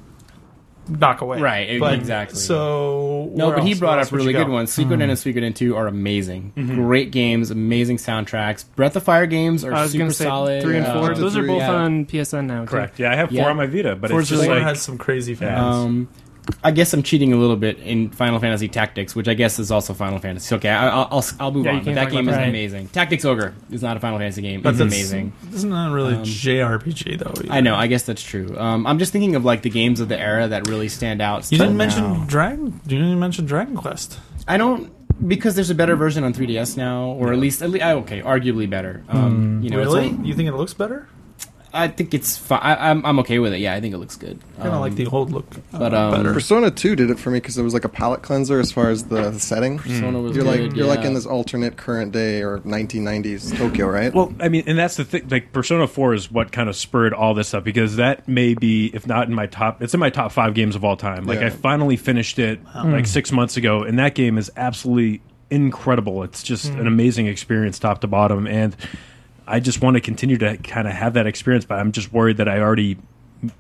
S1: knock away.
S5: Right, e-
S1: But-
S5: exactly.
S1: So
S5: No,
S1: where
S5: but he
S1: else-
S5: brought
S1: where else
S5: up
S1: would
S5: really
S1: you
S5: good
S1: go?
S5: ones.
S3: Hmm.
S5: Suikoden and Suikoden 2 are amazing.
S3: Mm-hmm.
S5: Great games, amazing soundtracks. Breath of Fire games are
S3: I was
S5: super
S3: gonna say
S5: solid.
S3: three and
S5: Uh,
S3: four.
S4: the
S3: Those are
S4: three,
S3: both
S5: yeah.
S3: on PSN now. too.
S6: Correct. Yeah, I have four
S5: Yeah.
S6: on my Vita, but
S1: Forza
S6: it's just
S1: Four
S6: like
S1: has some crazy fans.
S5: Um, I guess I'm cheating a little bit in Final Fantasy Tactics, which I guess is also Final Fantasy. Okay, I, I'll, I'll I'll move
S3: Yeah, you
S5: on. But
S3: can't
S5: that
S3: talk
S5: game
S3: about
S5: is
S3: that.
S5: amazing. Tactics Ogre is not a Final Fantasy game.
S1: But
S5: It's
S1: that's-
S5: amazing.
S1: It's not really
S5: Um,
S1: JRPG though. either.
S5: I know. I guess that's true. Um, I'm just thinking of like the games of the era that really stand out.
S1: You
S5: still
S1: didn't mention
S5: now.
S1: Dragon. You didn't mention Dragon Quest.
S5: I don't because there's a better version on 3DS now, or at least at least okay, arguably better. Um, you know, it's
S1: Hmm. really?
S5: only-
S1: you think it looks better?
S5: I think it's fine. I'm I'm okay with it. Yeah, I think it looks good.
S1: I kind of
S5: Um,
S1: like the old look. uh,
S5: but, um,
S1: better.
S4: Persona Two did it for me because it was like a palate cleanser as far as the setting.
S5: Persona was
S4: You're like
S5: good,
S4: you're like
S5: yeah.
S4: in this alternate current day or 1990s Tokyo, right?
S6: Well, I mean, and that's the thing. Like Persona Four is what kind of spurred all this up because that may be, if not in my top, it's in my top five games of all time. Like
S4: Yeah.
S6: I finally finished it like six months ago, and that game is absolutely incredible. It's just an amazing experience, top to bottom, and I just want to continue to kind of have that experience. But I'm just worried that I already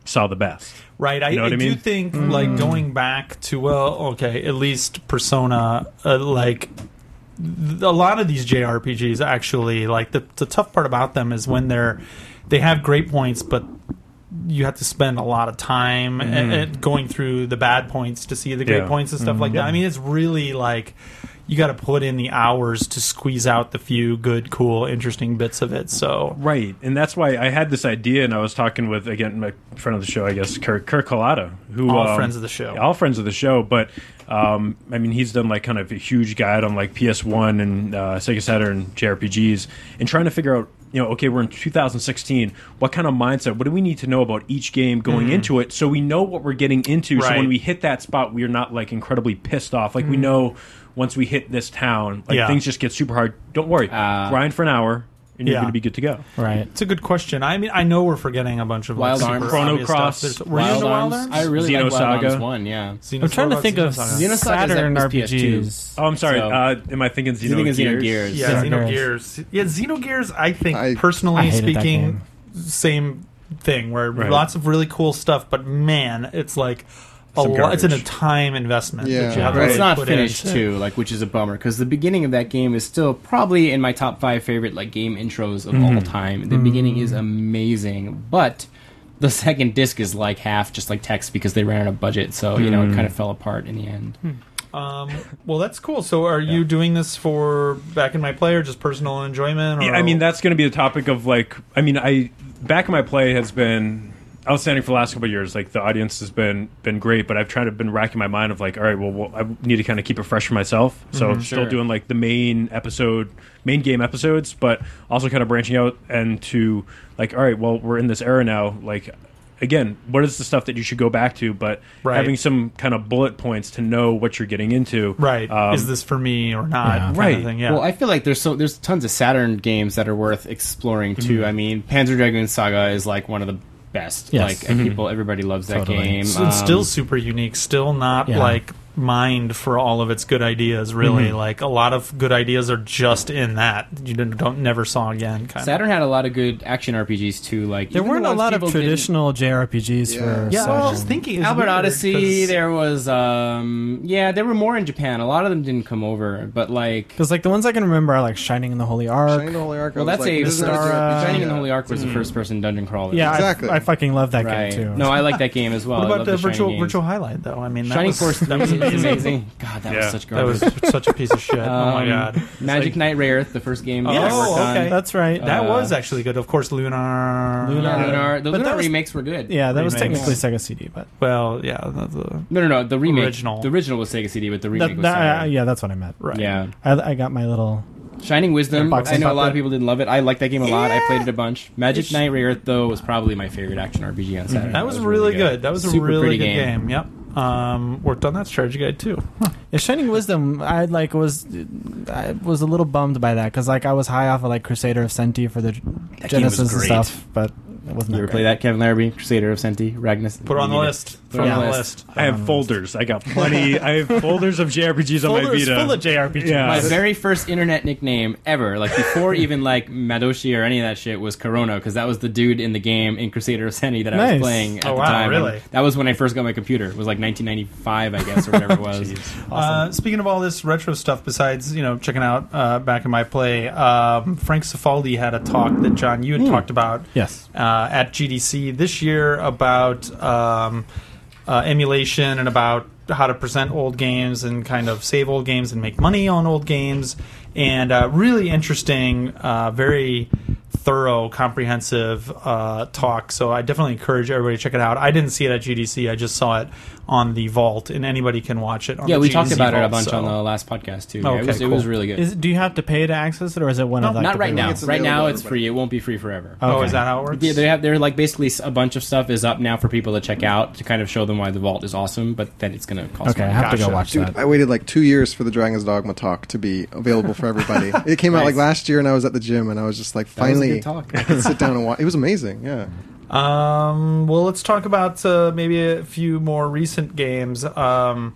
S6: saw the best.
S1: Right. I,
S6: You know
S1: I,
S6: what I
S1: do
S6: mean?
S1: think like going back to well, okay, at least Persona, uh, like th- a lot of these JRPGs actually like the the tough part about them is when they're they have great points, but you have to spend a lot of time a- at going through the bad points to see the great
S6: Mm. Yeah.
S1: points and stuff like that. I mean, it's really like you got to put in the hours to squeeze out the few good, cool, interesting bits of it. So
S6: Right, and that's why I had this idea, and I was talking with again my friend of the show, I guess Kirk, Kirk Collada, who
S1: All
S6: um,
S1: friends of the show.
S6: all friends of the show. But um, I mean, he's done like kind of a huge guide on like PS1 and uh, Sega Saturn JRPGs, and trying to figure out, you know, okay, we're in 2016. What kind of mindset? What do we need to know about each game going into it, so we know what we're getting into?
S1: Mm-hmm.
S6: So
S1: Right. Mm-hmm.
S6: when we hit that spot, we are not like incredibly pissed off. Like we know once we hit this town, like
S1: Yeah.
S6: things just get super hard. Don't worry,
S5: Uh,
S6: grind for an hour. And you're
S1: Yeah.
S6: going to be good to go.
S2: right.
S1: It's a good question. I mean, I know we're forgetting a bunch of like,
S5: Wild
S1: super
S5: Arms.
S6: Chrono
S1: obvious
S6: Cross.
S1: stuff. There's- Were you
S5: Wild
S1: into Wild
S5: Arms.
S1: Arms?
S5: I really like Wild
S6: Xenosaga.
S5: Arms one. Yeah.
S1: Xenosaga,
S2: I'm trying to think of
S1: Xenosaga.
S5: Xenosaga is that
S2: Saturn
S5: was
S2: RPGs.
S6: Oh, I'm sorry.
S5: So-
S6: uh, am I thinking
S5: You think
S6: Xenogears?
S5: it's Xenogears.
S1: Yeah,
S2: Xenogears.
S1: Xenogears. Yeah, Xenogears. I think
S4: I-
S2: I
S1: personally
S2: hated that
S1: speaking,
S2: game.
S1: same thing. Where
S6: Right.
S1: lots of really cool stuff, but man, it's like a
S6: Some
S1: lot. It's in a
S6: garbage.
S1: time investment.
S4: Yeah.
S1: that you have to
S5: Well, it's
S1: really
S5: not
S1: put
S5: finished
S1: in.
S5: too, like which is a bummer because the beginning of that game is still probably in my top five favorite like game intros of
S2: Mm-hmm.
S5: all time. The beginning
S1: Mm-hmm.
S5: is amazing, but the second disc is like half just like text because they ran out of budget, so you know it
S2: Mm.
S5: kind of fell apart in the end.
S1: Um, well, that's cool. So, are you doing this for back in my play or just personal enjoyment? Or,
S6: Yeah, I mean, that's going to be the topic of like. I mean, I back in my play has been outstanding for the last couple of years. Like the audience has been been great, but I've tried to been racking my mind of like, all right, well, well I need to kind of keep it fresh for myself. So I'm still
S5: Mm-hmm. Sure.
S6: doing like the main episode, main game episodes, but also kind of branching out and to like, all right, well, we're in this era now, like. Again, what is the stuff that you should go back to? But
S1: Right.
S6: having some kind of bullet points to know what you're getting into,
S1: right?
S6: um,
S1: is this for me or not?
S2: Yeah.
S1: kind Of
S6: Right.
S1: thing. Yeah.
S5: Well, I feel like there's so there's tons of Saturn games that are worth exploring too.
S2: Mm-hmm.
S5: I mean, Panzer Dragoon Saga is like one of the best.
S2: Yes. Mm-hmm.
S5: Like people, everybody loves that
S2: Totally.
S5: game.
S1: So it's
S5: Um,
S1: still super unique. Still not
S2: Yeah.
S1: like mind for all of its good ideas. Really, like a lot of good ideas are just in that you don't, don't never saw again. Kind of.
S5: Um, Saturn had a lot of good action RPGs too. Like
S2: There
S5: even the
S2: weren't a
S5: ones
S2: lot of
S5: people didn't-
S2: traditional JRPGs
S4: Yeah.
S2: for
S1: Yeah, I was
S2: Saturn.
S1: just thinking it's
S5: Albert
S1: weird,
S5: Odyssey.
S1: 'cause-
S5: There was, um, yeah, there were more in Japan. A lot of them didn't come over, but like,
S2: Because like the ones I can remember are like Shining in the Holy Ark.
S1: uh,
S4: Shining the Holy Ark. I
S5: well,
S4: was
S5: that's
S4: like,
S5: a
S4: this is not
S5: Star,
S4: a
S5: Shining in the
S4: RPG.
S5: Holy Ark was
S1: Mm.
S5: the first person dungeon crawler.
S2: yeah, I-
S4: Exactly.
S2: I, fucking love that
S5: right.
S2: game too.
S5: No, I like that game as well.
S1: What
S5: Oh, I
S1: about
S5: love
S1: the,
S5: Shining
S1: virtual
S5: games.
S1: virtual highlight though? I mean, that
S5: Shining
S1: was,
S5: Force?
S1: that was
S5: amazing.
S1: amazing.
S5: God, that
S6: Yeah.
S5: was such
S1: That was
S5: garbage.
S1: such a piece of shit. oh my
S5: Um,
S1: god.
S5: Magic
S6: like-
S5: Knight Ray Earth, the first game.
S1: Yes.
S5: I worked
S1: Oh, okay.
S5: On.
S2: That's right.
S1: That
S5: Uh,
S1: was actually good. Of course, Lunar.
S5: Lunar,
S2: Yeah.
S5: Lunar. The
S2: But
S5: Lunar
S2: that was-
S5: remakes were good.
S2: yeah, that was
S1: Remakes.
S2: technically Sega CD, but
S1: Well, yeah. The, the,
S5: No, no, no. The remake.
S1: Original.
S5: The original was Sega CD, but the remake
S2: that,
S5: was.
S2: that, uh,
S5: Saturn.
S2: yeah, that's what I meant.
S1: right.
S5: Yeah.
S2: I, I got my little.
S5: Shining Wisdom.
S2: Box
S5: I know a lot of
S2: Puppet.
S5: people didn't love it. I liked that game a lot. I played it a bunch. Magic Knight Ray Earth though was probably my favorite action RPG on
S2: Mhm.
S5: Saturn.
S1: That was, really good. That was a
S5: Super
S1: really
S5: pretty
S1: good
S5: game.
S1: game. Yep. Um, worked on that strategy guide too.
S2: Yeah, Shining Wisdom, I like was I was a little bummed by that because like I was high off of like Crusader of Senti for the
S5: game was
S2: Genesis and
S5: great.
S2: stuff, but it wasn't.
S5: You ever
S2: that
S5: play
S2: great.
S5: that Kevin Larrabee, Crusader of Senti, Ragnus?
S1: Put it on the
S5: Need it.
S1: list.
S5: Put it on the list.
S6: I have folders. I got plenty. I have folders of JRPGs on my
S2: Folders
S6: Vita.
S2: full of JRPGs.
S5: My
S6: yeah.
S5: very first internet nickname ever, like before even like Madoshi or any of that shit, was Corona because that was the dude in the game in Crusader of Senti that I
S2: Nice.
S5: was playing at
S1: Oh,
S5: the
S1: wow,
S5: time.
S1: really?
S5: That was when I first got my computer. It was like 1995, I guess, or whatever it was.
S1: Uh, speaking of all this retro stuff, besides you know checking out uh, back in my play, um, Frank Cifaldi had a talk that John
S2: Hmm.
S1: you had talked about
S2: Yes.
S1: uh, at GDC this year about um, uh, emulation and about how to present old games and kind of save old games and make money on old games. And uh, really interesting, uh, very thorough, comprehensive uh, talk. So I definitely encourage everybody to check it out. I didn't see it at GDC, I just saw it on the Vault, and anybody can watch it. On
S5: Yeah,
S1: the
S5: we
S1: GDC
S5: talked about it a
S1: Vault,
S5: bunch
S1: so-
S5: on the last podcast too. Yeah, it
S1: Okay,
S5: was it was
S1: cool.
S5: really good.
S2: Is, do you have to pay to access it, or is it one of like,
S5: Not
S2: the
S5: right
S2: free
S5: now.
S2: ones?
S4: It's
S5: Right now,
S4: available to
S5: it's free. It won't be free forever.
S1: Oh,
S2: Okay.
S1: is that how it works?
S5: Yeah, they have. They're like basically s- a bunch of stuff is up now for people to check out to kind of show them why the vault is awesome, but that it's going to cost.
S2: Okay, I
S5: money.
S2: have to go
S1: Gotcha.
S2: watch
S4: Dude,
S2: that.
S4: I waited like two years for the Dragon's Dogma talk to be available for everybody. it came out like last year, and I was at the gym, and I was just like,
S5: That was a
S4: finally,
S5: good talk.
S4: I could sit down and watch. It was amazing. Yeah,
S1: Um, well, let's talk about uh, maybe a few more recent games. Um,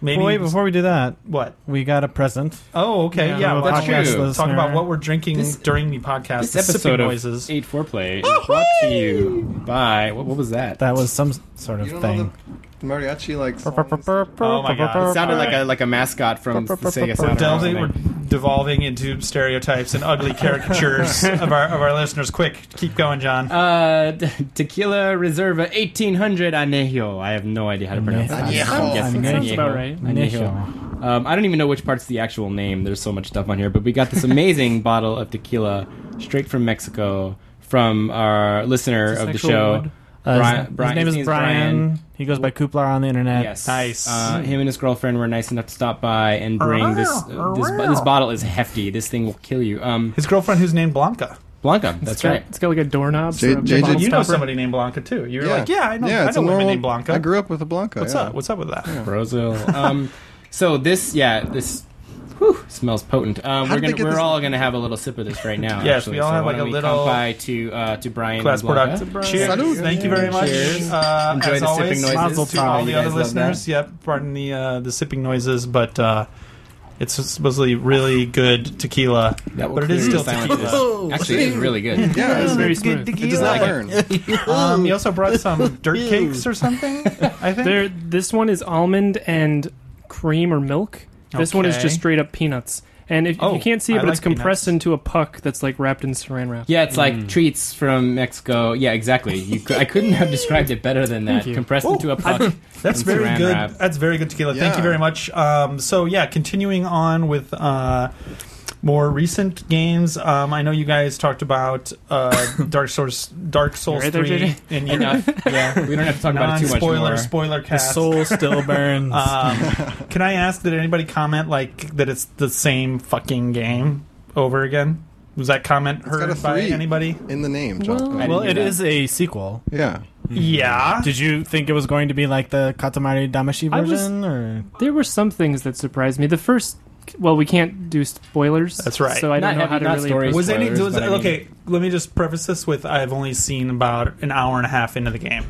S1: maybe
S2: Well, wait, before we do that,
S1: what?
S2: we got a present.
S1: Oh, okay,
S2: Yeah,
S1: yeah.
S2: I'm a
S1: well, that's
S5: podcast
S1: true.
S2: listener.
S1: Talk about what we're drinking
S5: This-
S1: during the podcast.
S5: This
S1: the
S5: episode
S1: sipping
S5: of
S1: noises.
S5: Eight Foreplay is brought to you by what, what was that?
S2: That was some sort of
S4: you don't
S2: thing.
S4: know the mariachi like.
S1: Oh my God.
S5: It sounded like a like a mascot from the Sega
S1: We're
S5: Saturn.
S1: delving,
S5: or
S1: we're
S5: something.
S1: devolving into stereotypes and ugly caricatures of our of our listeners. Quick, keep going, John.
S5: Uh, t- tequila Reserva 1800 Añejo. I have no idea how to pronounce that.
S2: Añejo.
S5: I'm guessing
S2: Añejo.
S5: it's
S2: Sounds
S3: about right.
S5: Añejo. Um, I don't even know which part's the actual name. There's so much stuff on here, but we got this amazing bottle of tequila straight from Mexico from our
S3: Is
S5: listener
S3: this
S5: of the
S3: actual
S5: show.
S3: wood?
S2: Uh,
S5: Brian-
S2: his, his
S5: Brian-
S2: name
S5: his
S2: is
S5: name's
S2: Brian.
S5: Brian.
S2: He goes by Kuplar on the internet.
S5: Yes.
S1: Nice.
S5: Uh, him and his girlfriend were nice enough to stop by and bring this. This, this bottle is hefty. This thing will kill you. Um,
S1: His girlfriend, who's named Blanca.
S5: Blanca. That's
S3: got-
S5: right.
S3: It's got like a doorknob.
S4: J-
S3: for a
S4: J-
S3: bottle
S4: J-
S1: You know
S3: stopper.
S1: somebody named Blanca too. You're like, yeah, I know.
S4: Yeah,
S1: I
S4: it's
S1: know
S4: a
S1: women
S4: normal-
S1: named Blanca.
S4: I grew up with a Blanca.
S1: What's
S4: yeah.
S1: up? What's up with that?
S5: Brazil. Um, so this, yeah, this whew, smells potent. Um,
S4: How
S5: we're
S4: did they
S5: gonna,
S4: get
S5: we're
S4: this-
S5: all gonna have a little sip of this right now.
S1: Yes,
S5: actually.
S1: we all
S5: So
S1: have,
S5: why
S1: like,
S5: don't
S1: a
S5: we
S1: little-
S5: come by to uh, to Brian.
S1: Class
S5: and Blanca.
S1: productive. Cheers.
S4: Salud.
S1: Thank you very much.
S5: Cheers.
S1: Uh,
S5: Enjoy
S1: as
S5: the
S1: always,
S5: sipping noises.
S1: mazel
S5: Too.
S1: to all the
S5: You guys
S1: other
S5: love
S1: listeners. Yep, pardon the uh, the sipping noises, but uh, it's supposedly really good tequila.
S5: That will
S1: But it is
S5: clear
S1: still
S5: the silence.
S1: tequila.
S5: Actually, it is really good.
S4: Yeah, it's
S3: very
S4: very.
S3: smooth.
S4: It does not burn.
S1: Um, you also brought some dirt cakes or something. I think.
S3: There, this one is almond and cream or milk. This one is
S1: Okay.
S3: just straight up peanuts. And if, if
S1: Oh,
S3: you can't see it,
S1: I
S3: but it's
S1: like peanuts.
S3: compressed into a puck that's like wrapped in saran wrap.
S5: Yeah, it's like treats from Mexico. Yeah, exactly. You cou- I couldn't have described it better than that. Compressed into a puck.
S1: That's
S5: and
S1: very
S5: saran
S1: good.
S5: wrap.
S1: That's very good tequila. Thank
S4: Yeah.
S1: you very much. Um, so yeah, continuing on with uh, more recent games. Um, I know you guys talked about uh, Dark Souls, Dark Souls
S3: right there,
S1: Three,
S3: JJ?
S1: in your
S5: Enough. Yeah, we don't have to talk about it too much
S1: non-spoiler
S5: more.
S1: spoiler
S2: The
S1: cast.
S2: soul still burns.
S1: Um, can I ask? Did anybody comment like that? It's the same fucking game over again. Was that comment
S4: got a
S1: heard by
S4: three.
S1: anybody?
S4: in the name, John.
S5: I
S2: well,
S5: didn't
S2: it
S5: do that.
S2: is a sequel.
S4: Yeah,
S5: Mm-hmm.
S1: Yeah.
S2: Did you think it was going to be like the Katamari Damashi
S3: I was-
S2: version, or
S3: There were some things that surprised me. The first, well, we can't do spoilers.
S1: That's right.
S3: So I
S5: Not
S3: don't know
S5: heavy-
S3: how to
S5: not
S3: really.
S5: stories.
S3: approach-
S1: Was any
S5: Spoilers,
S1: was,
S5: but I mean-
S1: okay? Let me just preface this with I've only seen about an hour and a half into the game,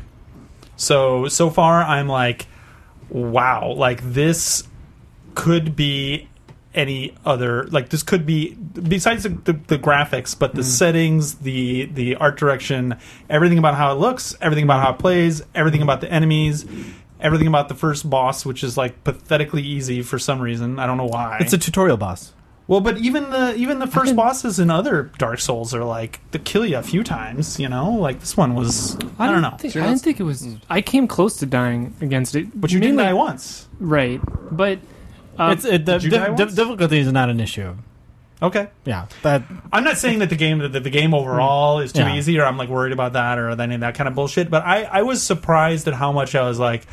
S1: so so far I'm like, wow, like this could be any other like this could be besides the, the, the graphics but the
S5: Mm.
S1: settings the the art direction everything about how it looks everything about how it plays everything about the enemies everything about the first boss which is like pathetically easy for some reason i don't know why
S2: It's a tutorial boss.
S1: well but even the even the first bosses in other dark souls are like they kill you a few times you know like this one was i don't
S3: didn't
S1: know
S3: think-
S4: So you're
S3: I
S4: not-
S3: didn't think it was. I came close to dying against it,
S1: Hmm. but you didn't
S3: mainly-
S1: die once
S3: right? But um,
S2: it's it, the
S1: did you
S2: dif-
S1: die
S2: dif-
S1: once?
S2: difficulty is not an issue.
S1: okay
S2: Yeah, that
S1: I'm not saying that the game that the game overall is too
S2: Yeah.
S1: easy, or I'm like worried about that, or any of that kind of bullshit. But I I was surprised at how much I was like,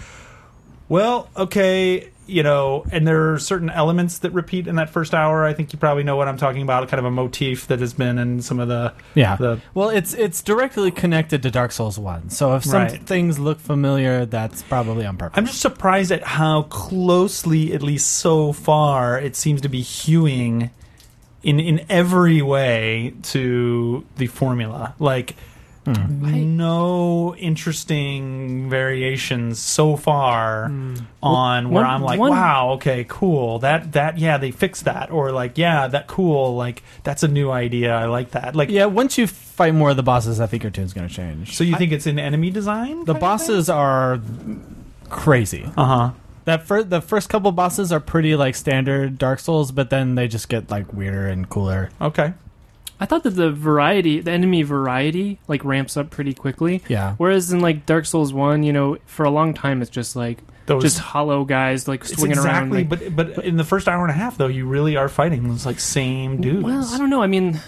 S1: well, okay, you know. And there are certain elements that repeat in that first hour. I think you probably know what I'm talking about, kind of a motif that has been in some of the
S2: yeah.
S1: the
S2: well, it's it's directly connected to Dark Souls One. So if some
S1: Right.
S2: things look familiar, that's probably on purpose.
S1: I'm just surprised at how closely, at least so far, it seems to be hewing in in every way to the formula. Like no interesting variations so far on where
S3: one-
S1: I'm like,
S3: one-
S1: wow, okay, cool. That that yeah, they fixed that, or like yeah, that cool. Like that's a new idea. I like that. Like
S2: yeah, once you fight more of the bosses, I think your tune's going to change.
S1: so, you think it's in enemy design?
S2: the bosses are crazy.
S1: Uh huh.
S2: That fir- the first couple bosses are pretty like standard Dark Souls, but then they just get like weirder and cooler.
S1: Okay.
S3: I thought that the variety, the enemy variety, like ramps up pretty quickly.
S2: Yeah.
S3: Whereas in like Dark Souls One, you know, for a long time it's just like
S1: Those
S3: just hollow guys like
S1: It's
S3: swinging around.
S1: exactly,
S3: like-
S1: but but in the first hour and a half, though, you really are fighting those like same dudes.
S3: well, I don't know. I mean, uh,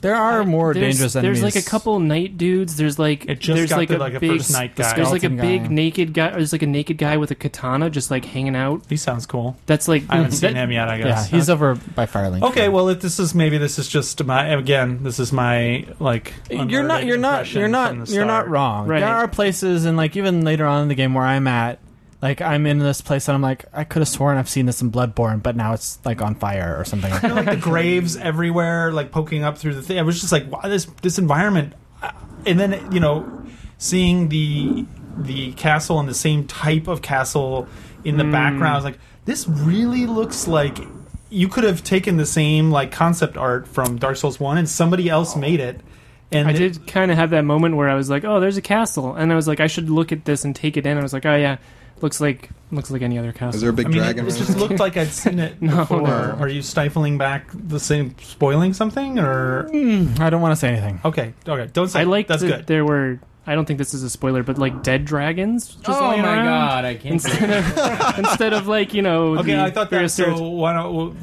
S2: There are more
S3: there's,
S2: dangerous
S3: there's
S2: enemies.
S3: like a couple night dudes. There's like
S1: It just
S3: there's
S1: got
S3: like
S1: the,
S3: a
S1: like, a
S3: big
S1: first night guy.
S3: There's like a
S2: Skeleton
S3: big
S2: guy.
S3: naked guy. Or there's like a naked guy with a katana just like hanging out.
S1: he sounds cool.
S3: That's like
S1: I haven't seen
S3: Hmm. that-
S1: him yet. I
S2: Yeah,
S1: guess. Uh,
S2: he's over by Firelink.
S1: okay. Well, if this is maybe this is just my again. This is my like.
S2: you're not
S1: unlearned
S2: you're not
S1: impression
S2: you're
S1: from the
S2: not you're not
S1: start.
S2: wrong
S3: Right.
S2: there are places and like even later on in the game where i'm at like i'm in this place and i'm like i could have sworn i've seen this in bloodborne but now it's like on fire or something like
S1: You know,
S2: that
S1: like the graves everywhere, like poking up through the thing. I was just like, wow, this this environment, Uh, and then you know, seeing the the castle and the same type of castle in
S3: Hmm.
S1: the background. I was like, this really looks like you could have taken the same like concept art from Dark Souls One, and somebody else made it. And
S3: Oh. I
S1: it-
S3: did kind of have that moment where I was like, "Oh, there's a castle," and I was like, "I should look at this and take it in." I was like, "Oh yeah, looks like looks like any other
S4: Is
S3: castle."
S4: there a big
S1: I mean, it,
S4: dragon?
S1: it
S4: or
S1: just
S4: anything?
S1: looked like I'd seen it
S3: No,
S1: before.
S4: no.
S1: Are you stifling back the same, spoiling something, or
S2: i don't want to say anything
S1: okay, okay, don't say.
S3: Hmm. I like
S1: that's
S3: that
S1: good.
S3: there were. I don't think this is a spoiler, but like dead dragons. Just
S5: oh my
S3: laying around
S5: god, I can't.
S3: Instead of, instead of like you know.
S1: Okay,
S3: the
S1: I thought that.
S3: various
S1: So
S3: sorts-
S1: why don't? well,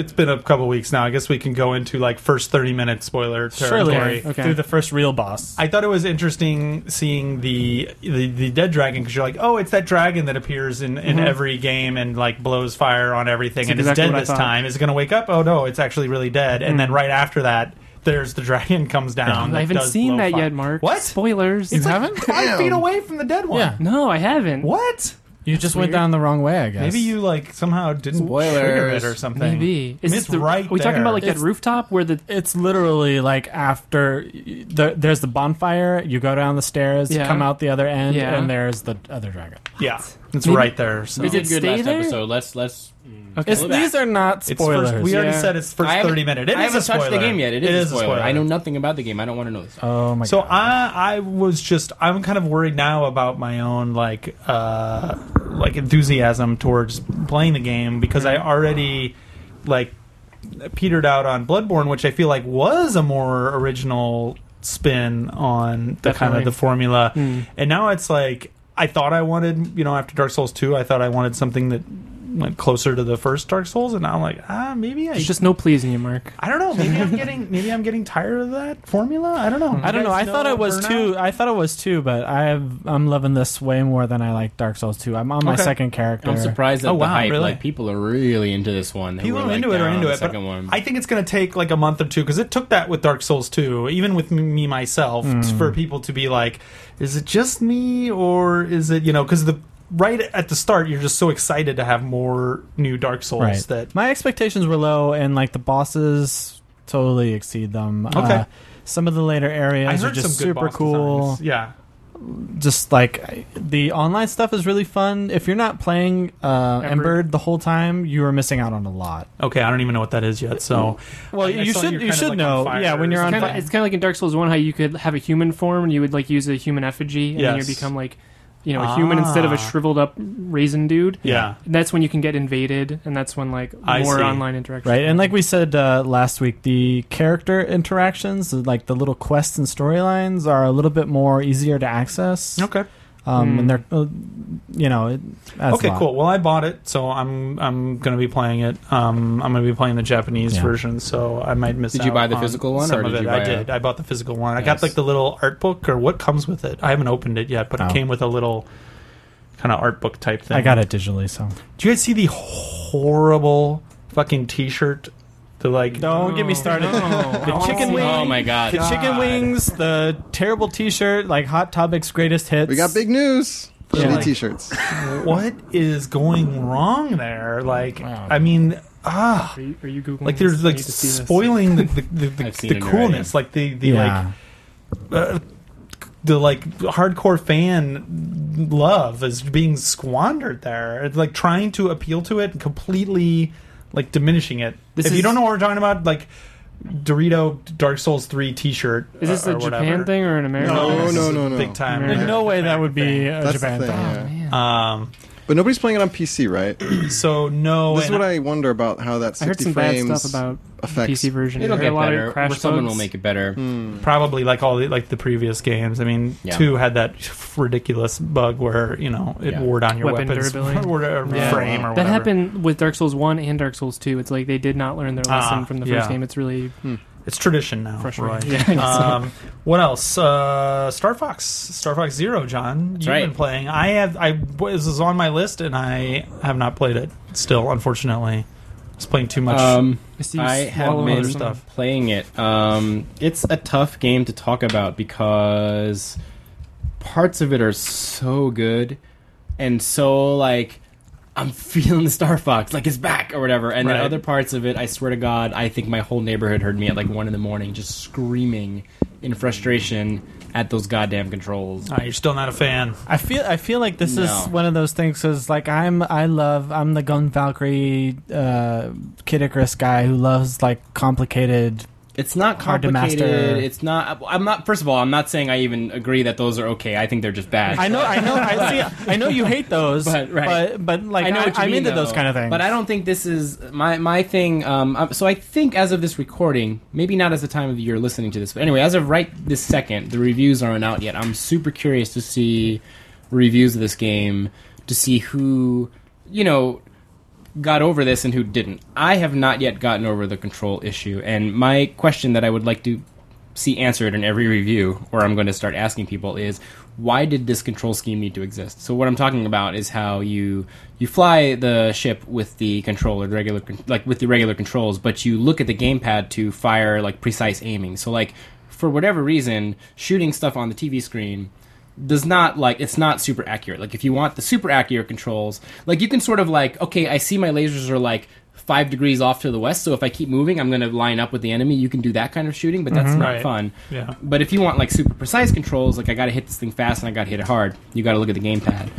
S1: It's been a couple weeks now. I guess we can go into like first thirty minute spoiler territory.
S2: surely
S3: Okay.
S2: through the first real boss
S1: I thought it was interesting seeing the the, the dead dragon because you're like, oh, it's that dragon that appears in, in
S3: Mhm.
S1: every game and like blows fire on everything
S3: That's
S1: and
S3: exactly
S1: is
S3: what I
S1: dead this
S3: thought. Mm.
S1: time. Is it going to wake up? Oh no, it's actually really dead. And then right after that, there's the dragon comes down. that
S3: I haven't
S1: does
S3: seen
S1: blow
S3: that
S1: fire.
S3: yet, Mark.
S1: What?
S3: spoilers?
S1: It's like
S2: haven't?
S1: five
S4: Damn.
S1: feet away from the dead one.
S2: yeah
S3: no, I haven't.
S1: What?
S2: you just went
S3: weird.
S2: down the wrong way i guess
S1: Maybe you like somehow didn't trigger
S5: Spoilers.
S1: it or something.
S3: Maybe
S1: It's
S3: is this the,
S1: right
S3: Are we talking
S1: there.
S3: about like
S2: It's-
S3: that rooftop where the
S2: it's literally like after the, there's the bonfire you go down the stairs
S3: Yeah.
S2: come out the other end
S3: Yeah.
S2: and there's the other dragon
S1: Yeah, it's
S3: Maybe-
S1: right there. So.
S5: We
S3: Is it
S5: did good
S3: stay
S5: last
S3: there? Mm.
S5: episode. Let's let's.
S2: It's-
S5: Pull it back.
S2: these are not
S1: It's first-
S2: spoilers
S1: we already
S3: Yeah.
S1: said it's first
S5: I haven't-
S1: thirty minute. It is a
S5: I haven't touched the
S1: spoiler.
S5: game yet. It is, a, spoiler. I know nothing about the game. I don't want to know this.
S2: oh my
S1: So
S2: god
S1: I I was just I'm kind of worried now about my own like uh like enthusiasm towards playing the game because I already like petered out on Bloodborne, which I feel like was a more original spin on the kind
S3: Definitely.
S1: of the formula.
S3: Hmm.
S1: And now it's like I thought I wanted, you know, after Dark Souls 2, I thought I wanted something that went closer to the first Dark Souls and now I'm like, ah, maybe I
S3: There's just no pleasing you, Mark.
S1: I don't know. Maybe I'm getting maybe I'm getting tired of that formula. I don't know.
S2: I don't know. I thought I
S1: I
S2: was too. I thought I was too, but I've, I'm loving this way more than I like Dark Souls 2. I'm on my
S1: Okay.
S2: second character.
S5: I'm surprised at
S1: Oh,
S5: the
S1: wow,
S5: hype.
S1: really?
S5: Like people are really into this one. They
S1: People
S5: were,
S1: are
S5: like,
S1: into it
S5: down
S1: or
S5: on
S1: into
S5: the
S1: it, but
S5: Second one.
S1: I think it's going to take like a month or two because it took that with Dark Souls 2, even with me myself,
S2: Mm.
S1: for people to be like, is it just me or is it you know? Because the right at the start, you're just so excited to have more new Dark Souls
S2: Right.
S1: that
S2: my expectations were low, and like the bosses totally exceed them. Uh,
S1: Okay.
S2: some of the later areas
S1: I
S2: are
S1: heard
S2: just
S1: some good
S2: super
S1: boss
S2: cool.
S1: designs. Yeah,
S2: just like I- the online stuff is really fun. If you're not playing uh,
S3: Embered.
S2: Embered the whole time, you are missing out on a lot.
S1: Okay, I don't even know what that is yet. So,
S2: Well,
S1: I- I
S2: you
S1: saw
S2: should
S1: you're
S2: you
S1: kind of,
S2: should
S1: like, on
S2: know.
S1: fire
S2: Yeah, when
S1: or
S2: you're on
S3: Kinda,
S2: fire.
S3: it's kind of like in Dark Souls One, how you could have a human form and you would like use a human effigy, and then you
S1: Yes.
S3: become like, you know, a human instead of
S1: Ah.
S3: a shriveled up raisin dude.
S1: yeah,
S3: And that's when you can get invaded, and that's when like
S1: I
S3: more
S1: see.
S3: online interaction.
S2: Right, and like we said uh, last week, the character interactions, like the little quests and storylines, are a little bit more easier to access.
S1: okay,
S2: Um,
S3: Hmm.
S2: And they're, uh, you know, it adds a
S1: okay,
S2: lot.
S1: cool. Well, I bought it, so I'm I'm gonna be playing it. Um, I'm gonna be playing the Japanese
S2: Yeah.
S1: version, so I might miss.
S5: Did you
S1: out
S5: buy the
S1: on
S5: physical one,
S1: Some
S5: or
S1: of
S5: did
S1: it,
S5: you
S1: I
S5: buy a-
S1: did. I bought the physical one. I got
S5: Nice.
S1: like the little art book or what comes with it. I haven't opened it yet, but
S2: Oh.
S1: it came with a little kind of art book type thing.
S2: I got it digitally, so
S1: Do you guys see the horrible fucking T-shirt? The like
S2: don't get me
S3: No,
S2: started.
S3: no. I
S2: The
S3: wanna
S2: chicken
S3: see-
S2: wing.
S5: Oh my
S2: The
S5: god!
S2: chicken wings, the terrible T-shirt, like Hot Topic's greatest hits.
S4: We got big news.
S1: Yeah.
S4: Shitty
S1: Like-
S4: t-shirts.
S1: what is going wrong there? Like, I mean, ah,
S3: Are you, are you googling?
S1: like they're
S3: this? I
S1: like
S3: need to see this.
S1: spoiling the the, the, the,
S5: I've seen
S1: the
S5: it already.
S1: coolness, like the the
S2: yeah.
S1: like uh, the like hardcore fan love is being squandered there. It's like trying to appeal to it and completely like diminishing it.
S3: This
S1: if
S3: is-
S1: you don't know what we're talking about, like Dorito Dark Souls Three T-shirt.
S3: Is this
S1: uh,
S3: a
S1: or
S3: Japan
S1: whatever.
S3: thing or an American?
S4: No,
S1: this
S3: thing?
S4: no,
S1: is a
S4: no, no.
S1: Big time.
S3: American
S2: No way that would be a
S4: That's
S2: Japan
S4: the
S2: thing.
S4: thing.
S3: Oh,
S4: yeah.
S3: man.
S1: Um.
S4: But nobody's playing it on PC, right?
S1: So no.
S4: this is
S1: and
S4: what I wonder about how that
S3: I heard
S4: 60
S3: some bad
S4: frames
S3: stuff about
S4: affects.
S3: PC version.
S5: It'll
S3: I heard
S5: get
S3: a lot of
S5: better.
S3: Crash
S5: Or someone
S3: bugs.
S5: will make it better.
S1: probably like all the, like the previous games. I mean,
S5: Yeah.
S1: two had that ridiculous bug where you know it
S5: Yeah.
S1: wore down your
S3: Weapon
S1: weapons
S3: durability.
S1: or a
S3: Yeah.
S1: frame or whatever.
S3: That happened with Dark Souls 1 and Dark Souls 2. It's like they did not learn their
S1: Ah,
S3: lesson from the first
S1: yeah.
S3: game. It's really
S1: It's tradition now.
S3: frustrating.
S1: Roy.
S3: Yeah, I guess so.
S1: Um, what else? Uh, Star Fox, Star Fox Zero, John. You've
S5: right.
S1: been playing. I have. I was this is on my list, and I have not played it still. Unfortunately, I was playing too much.
S5: Um,
S3: I see you
S5: I have
S3: swallow
S5: been
S3: other
S1: stuff.
S5: playing it. Um, it's a tough game to talk about because parts of it are so good and so like I'm feeling the Star Fox like it's back or whatever, and
S1: Right.
S5: then other parts of it, I swear to God, I think my whole neighborhood heard me at like one in the morning just screaming in frustration at those goddamn controls.
S1: Ah, you're still not a fan.
S2: I feel I feel like this
S5: No.
S2: is one of those things because like I'm I love I'm the Gun Valkyrie uh, Kid Icarus guy who loves like complicated.
S5: It's not
S2: Hard to master.
S5: complicated. It's not. I'm not. First of all, I'm not saying I even agree that those are okay. I think they're just bad.
S2: I know I know I see I know you hate those,
S5: But, right.
S2: but but like I
S5: I know what you
S2: am
S5: mean,
S2: into
S5: though.
S2: those kind of things.
S5: But I don't think this is my my thing. Um, um, so I think as of this recording, maybe not as the time of you're listening to this, but anyway, as of right this second, the reviews aren't out yet. I'm super curious to see reviews of this game to see who you know got over this and who didn't. I have not yet gotten over the control issue, and my question that I would like to see answered in every review, or I'm going to start asking people is why did this control scheme need to exist? So what I'm talking about is how you you fly the ship with the controller, the regular con- like with the regular controls, but you look at the gamepad to fire like precise aiming. So like for whatever reason, shooting stuff on the TV screen does not like it's not super accurate. Like if you want the super accurate controls, like you can sort of like okay, I see my lasers are like five degrees off to the west, so if I keep moving, I'm going to line up with the enemy. You can do that kind of shooting, but that's not
S1: Mm-hmm. Right.
S5: fun.
S1: Yeah.
S5: But if you want like super precise controls, like I got to hit this thing fast and I got to hit it hard, you got to look at the gamepad.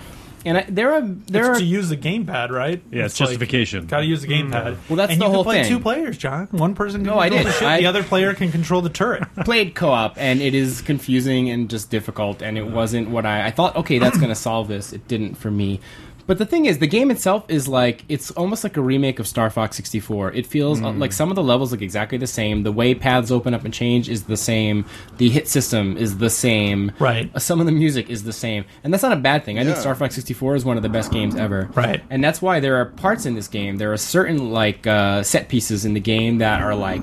S5: And I, there are there
S1: It's
S5: are Hmm.
S1: to use the gamepad, right?
S6: Yeah, it's justification.
S1: Got to use the gamepad.
S5: Well, that's
S1: and
S5: the
S1: you
S5: whole
S1: can play
S5: thing.
S1: Two players, John. One person. Can
S5: No, I
S1: control
S5: did.
S1: The, ship,
S5: I-
S1: the other player can control the turret.
S5: played co-op and it is confusing and just difficult and it wasn't what I I thought okay that's going to solve this it didn't for me but the thing is the game itself is like it's almost like a remake of Star Fox 64 it feels uh, like some of the levels look exactly the same the way paths open up and change is the same the hit system is the same
S1: Right.
S5: Uh, some of the music is the same and that's not a bad thing I think
S4: Yeah.
S5: Star Fox 64 is one of the best games ever
S1: Right.
S5: and that's why there are parts in this game there are certain like uh, set pieces in the game that are like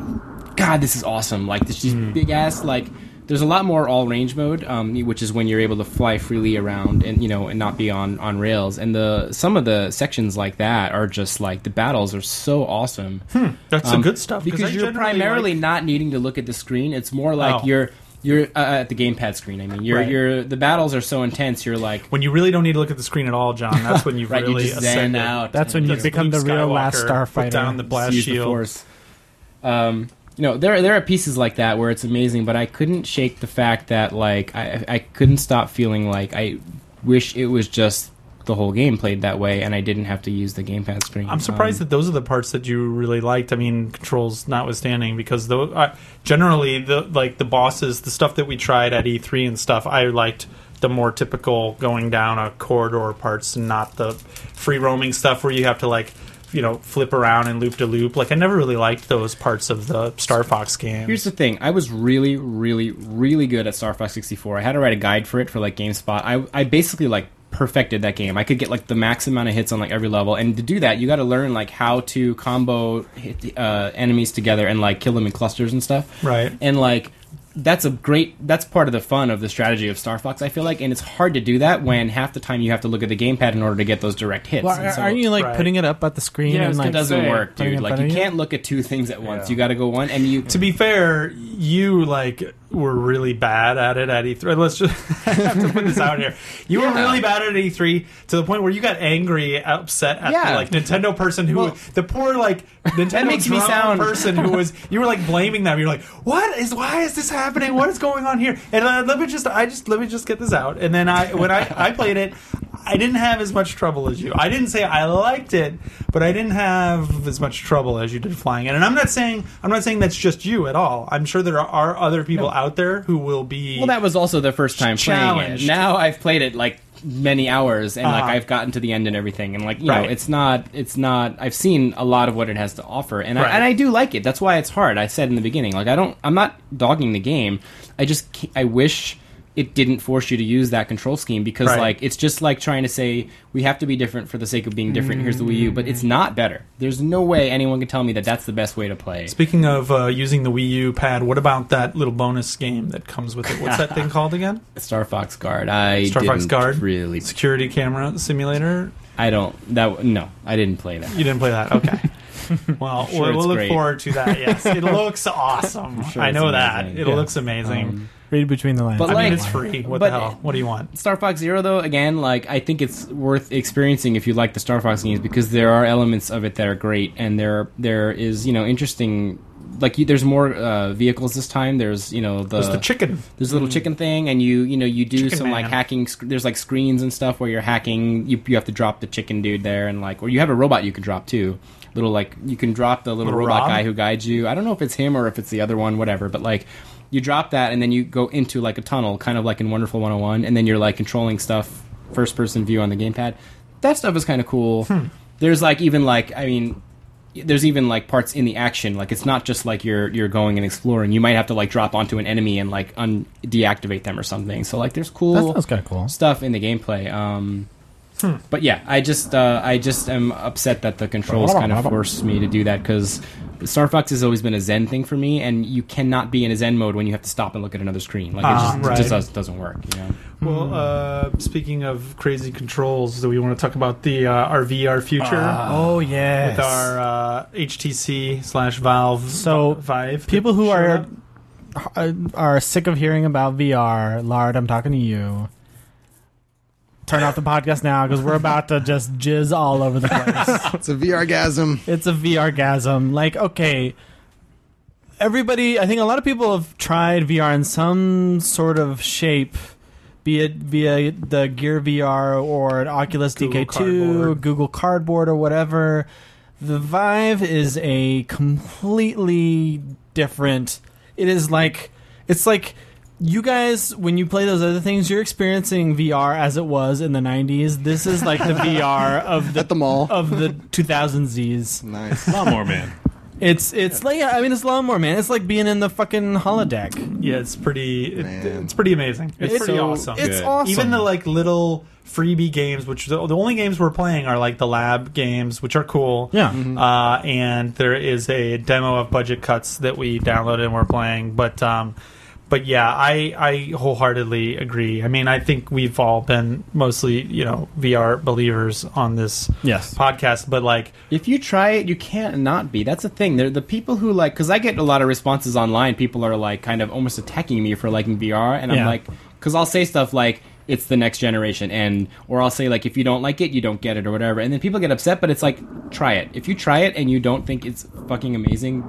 S5: god this is awesome like this just
S1: Hmm.
S5: big ass like there's a lot more all range mode um, which is when you're able to fly freely around and you know and not be on on rails and the some of the sections like that are just like the battles are so awesome
S1: That's the
S5: um,
S1: Hmm. good stuff I
S5: because you're
S1: generally
S5: primarily
S1: like-
S5: not needing to look at the screen. It's more like
S1: Oh.
S5: you're you're uh, at the gamepad screen. I mean, you're
S1: Right.
S5: you're the battles are so intense. You're like
S1: when you really don't need to look at the screen at all, John. That's when you've
S5: right,
S1: really
S5: you just zen
S1: ascended.
S5: out.
S2: That's when
S5: and
S2: you
S5: just
S2: become
S1: Luke
S2: the real
S1: Skywalker,
S2: last
S1: put
S2: starfighter.
S1: down the blast
S5: use the
S1: shield.
S5: force. Um, you know there there are pieces like that where it's amazing, but I couldn't shake the fact that like I I couldn't stop feeling like I wish it was just the whole game played that way, and I didn't have to use the gamepad screen.
S1: I'm surprised
S5: Um,
S1: that those are the parts that you really liked. I mean, controls notwithstanding, because though I generally the like the bosses, the stuff that we tried at E3 and stuff, I liked the more typical going down a corridor parts, and not the free roaming stuff where you have to like you know flip around and loop to loop. Like I never really liked those parts of the Star Fox game.
S5: Here's the thing. I was really, really, really good at Star Fox 64. I had to write a guide for it for like GameSpot. I, I basically like perfected that game. I could get like the max amount of hits on like every level, and to do that, you got to learn like how to combo hit the, uh, enemies together and like kill them in clusters and stuff.
S1: Right.
S5: And like that's a great. That's part of the fun of the strategy of Star Fox. I feel like, and it's hard to do that when half the time you have to look at the gamepad in order to get those direct hits.
S2: Well,
S5: And
S2: are,
S5: so-
S2: aren't you like
S1: right.
S2: putting it up at the screen?
S3: Yeah, I
S2: and,
S3: was
S2: like,
S5: it doesn't
S3: say,
S5: work,
S2: putting it
S5: dude.
S2: in
S5: Like
S2: front
S5: you
S2: of you?
S5: can't look at two things at once. You got to go one, and you
S1: to be fair, you like were really bad at it at E3. Let's just I have to put this out here. You were
S5: Yeah.
S1: really bad at E3 to the point where you got angry, upset at
S5: Yeah.
S1: the, like Nintendo person who
S5: Well-
S1: the poor like Nintendo
S5: makes me
S1: drama
S5: sound-
S1: person who was you were like blaming them. You're like, what is why is this happening? What is going on here? And uh, let me just I just let me just get this out. And then I when I I played it. I didn't have as much trouble as you. I didn't say I liked it, but I didn't have as much trouble as you did flying it. And I'm not saying I'm not saying that's just you at all. I'm sure there are other people out there who will be
S5: Well, that was also the first time playing it.
S1: Challenged.
S5: Now I've played it like many hours, and like
S1: Uh-huh.
S5: I've gotten to the end and everything, and like you know,
S1: Right.
S5: it's not, it's not. I've seen a lot of what it has to offer, and
S1: Right.
S5: I and I do like it. That's why it's hard. I said in the beginning, like I don't, I'm not dogging the game. I just, ca- I wish. It didn't force you to use that control scheme because,
S1: Right.
S5: like, it's just like trying to say we have to be different for the sake of being different. Here's the Wii U, but
S1: Mm.
S5: it's not better. There's no way anyone can tell me that that's the best way to play.
S1: Speaking of uh, using the Wii U pad, what about that little bonus game that comes with it? What's that thing called again?
S5: Star Fox Guard, I
S1: Star
S5: didn't
S1: Fox Guard?
S5: really.
S1: Security camera simulator.
S5: I don't that no, I didn't play that.
S1: You didn't play that, okay? Well,
S5: sure
S1: we'll,
S5: it's
S1: we'll look
S5: great.
S1: forward to that. Yes, it looks awesome.
S5: sure
S1: I
S5: it's
S1: know that
S5: amazing.
S1: it
S2: Yeah.
S1: looks amazing.
S5: Um,
S2: Read between the lines.
S5: But,
S1: I
S5: like-
S1: mean, it's free. What
S5: but-
S1: the hell? What do you want?
S5: Star Fox Zero, though, again, like I think it's worth experiencing if you like the Star Fox games because there are elements of it that are great, and there there is you know interesting. Like you, there's more uh, vehicles this time. There's you know the
S1: It's the chicken.
S5: there's a little chicken thing, and you you know you do
S1: Mm. Chicken
S5: some like
S1: man.
S5: hacking. sc- There's like screens and stuff where you're hacking. You you have to drop the chicken dude there, and like or you have a robot you can drop too. Little like you can drop the little
S1: Little
S5: robot
S1: Rob?
S5: guy who guides you. I don't know if it's him or if it's the other one, whatever. But like you drop that, and then you go into like a tunnel, kind of like in Wonderful 101, and then you're like controlling stuff first person view on the gamepad. That stuff is kind of cool.
S1: Hmm.
S5: There's like even like I mean there's even like parts in the action like it's not just like you're you're going and exploring you might have to like drop onto an enemy and like un deactivate them or something so like there's
S2: that
S5: cool
S2: sounds kind of cool.
S5: stuff in the gameplay um
S1: Hmm.
S5: but yeah i just uh i just am upset that the controls kind of forced me to do that because star fox has always been a zen thing for me and you cannot be in a zen mode when you have to stop and look at another screen like it
S1: Ah,
S5: just, it
S1: right.
S5: just does, doesn't work you know
S1: Well, uh, speaking of crazy controls, do we want to talk about the uh, our VR future
S2: oh yeah.
S1: with our uh, HTC slash Valve?
S2: So,
S1: Vive
S2: people who
S1: showed
S2: are-
S1: up?
S2: are, are sick of hearing about VR, Lard, I'm talking to you. Turn off the podcast now because we're about to just jizz all over the place.
S4: It's a VRgasm.
S2: it's a VR gasm. Like, okay, everybody, I think a lot of people have tried VR in some sort of shape, be it via the Gear VR or an Oculus
S1: Google
S2: DK2,
S1: Cardboard.
S2: Google Cardboard, or whatever. The Vive is a completely different. It is like it's like you guys when you play those other things, you're experiencing VR as it was in the '90s. This is like the VR of the Oh.
S4: At the mall.
S2: of the 2000s.
S4: Nice.
S6: Lawnmower Man.
S2: It's it's like I mean it's lawnmower man. It's like being in the fucking holodeck.
S1: Yeah, it's pretty. It,
S4: Man.
S1: it's pretty amazing. It's,
S2: It's
S1: pretty
S5: so-
S1: awesome.
S2: It's
S5: Good.
S2: awesome.
S1: Even the like little freebie games, which the, the only games we're playing are like the lab games, which are cool.
S2: yeah.
S1: Uh, and there is a demo of budget cuts that we downloaded and we're playing, but um, but yeah, I I wholeheartedly agree. I mean, I think we've all been mostly you know VR believers on this
S2: Yes.
S1: podcast, but like
S5: If you try it, you can't not be. That's the thing. They're the people who like because I get a lot of responses online. People are like kind of almost attacking me for liking VR, and
S2: Yeah.
S5: I'm like, because I'll say stuff like. it's the next generation, and or I'll say like if you don't like it, you don't get it or whatever, and then people get upset. But it's like try it. If you try it and you don't think it's fucking amazing,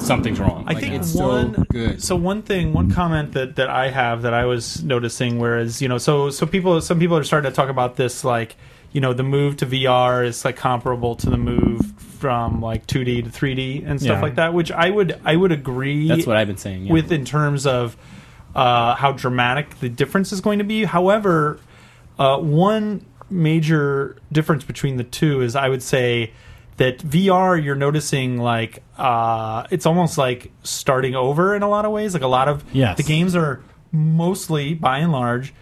S5: something's wrong.
S1: I
S5: Like,
S1: think
S5: it's
S1: one.
S5: so good.
S1: So one thing, one comment that that I have that I was noticing, whereas you know, so so people, some people are starting to talk about this, like you know, the move to VR is like comparable to the move from like 2D to 3D and stuff
S2: Yeah.
S1: like that, which I would I would agree.
S5: That's what I've been saying. Yeah.
S1: with in terms of uh, how dramatic the difference is going to be. However, uh, one major difference between the two is I would say that VR you're noticing like uh, it's almost like starting over in a lot of ways. Like a lot of
S2: Yes.
S1: the games are mostly by and large.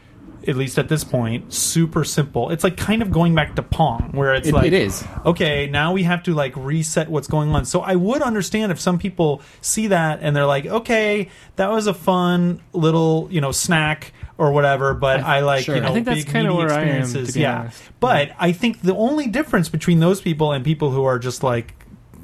S1: At least at this point, super simple. It's like kind of going back to Pong, where it's
S5: It-
S1: like
S5: it is.
S1: okay, now we have to like reset what's going on. So I would understand if some people see that and they're like, okay, that was a fun little, you know, snack or whatever, but I, like,
S5: sure.
S1: you know,
S3: I think that's
S1: big
S3: kinda
S1: meaty
S3: where I am, to
S1: experiences.
S3: be
S1: yeah.
S3: honest.
S1: But I think the only difference between those people and people who are just like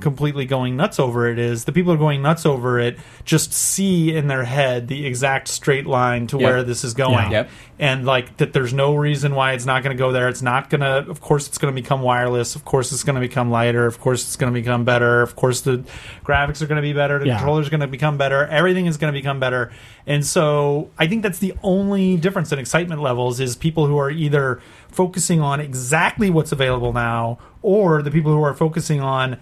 S1: completely going nuts over it is the people who are going nuts over it just see in their head the exact straight line to
S5: Yep.
S1: where this is going
S5: Yep.
S1: and like that there's no reason why it's not going to go there it's not going to of course it's going to become wireless of course it's going to become lighter of course it's going to become better of course the graphics are going to be better the
S2: Yeah.
S1: controller's going to become better everything is going to become better and so i think that's the only difference in excitement levels is people who are either focusing on exactly what's available now or the people who are focusing on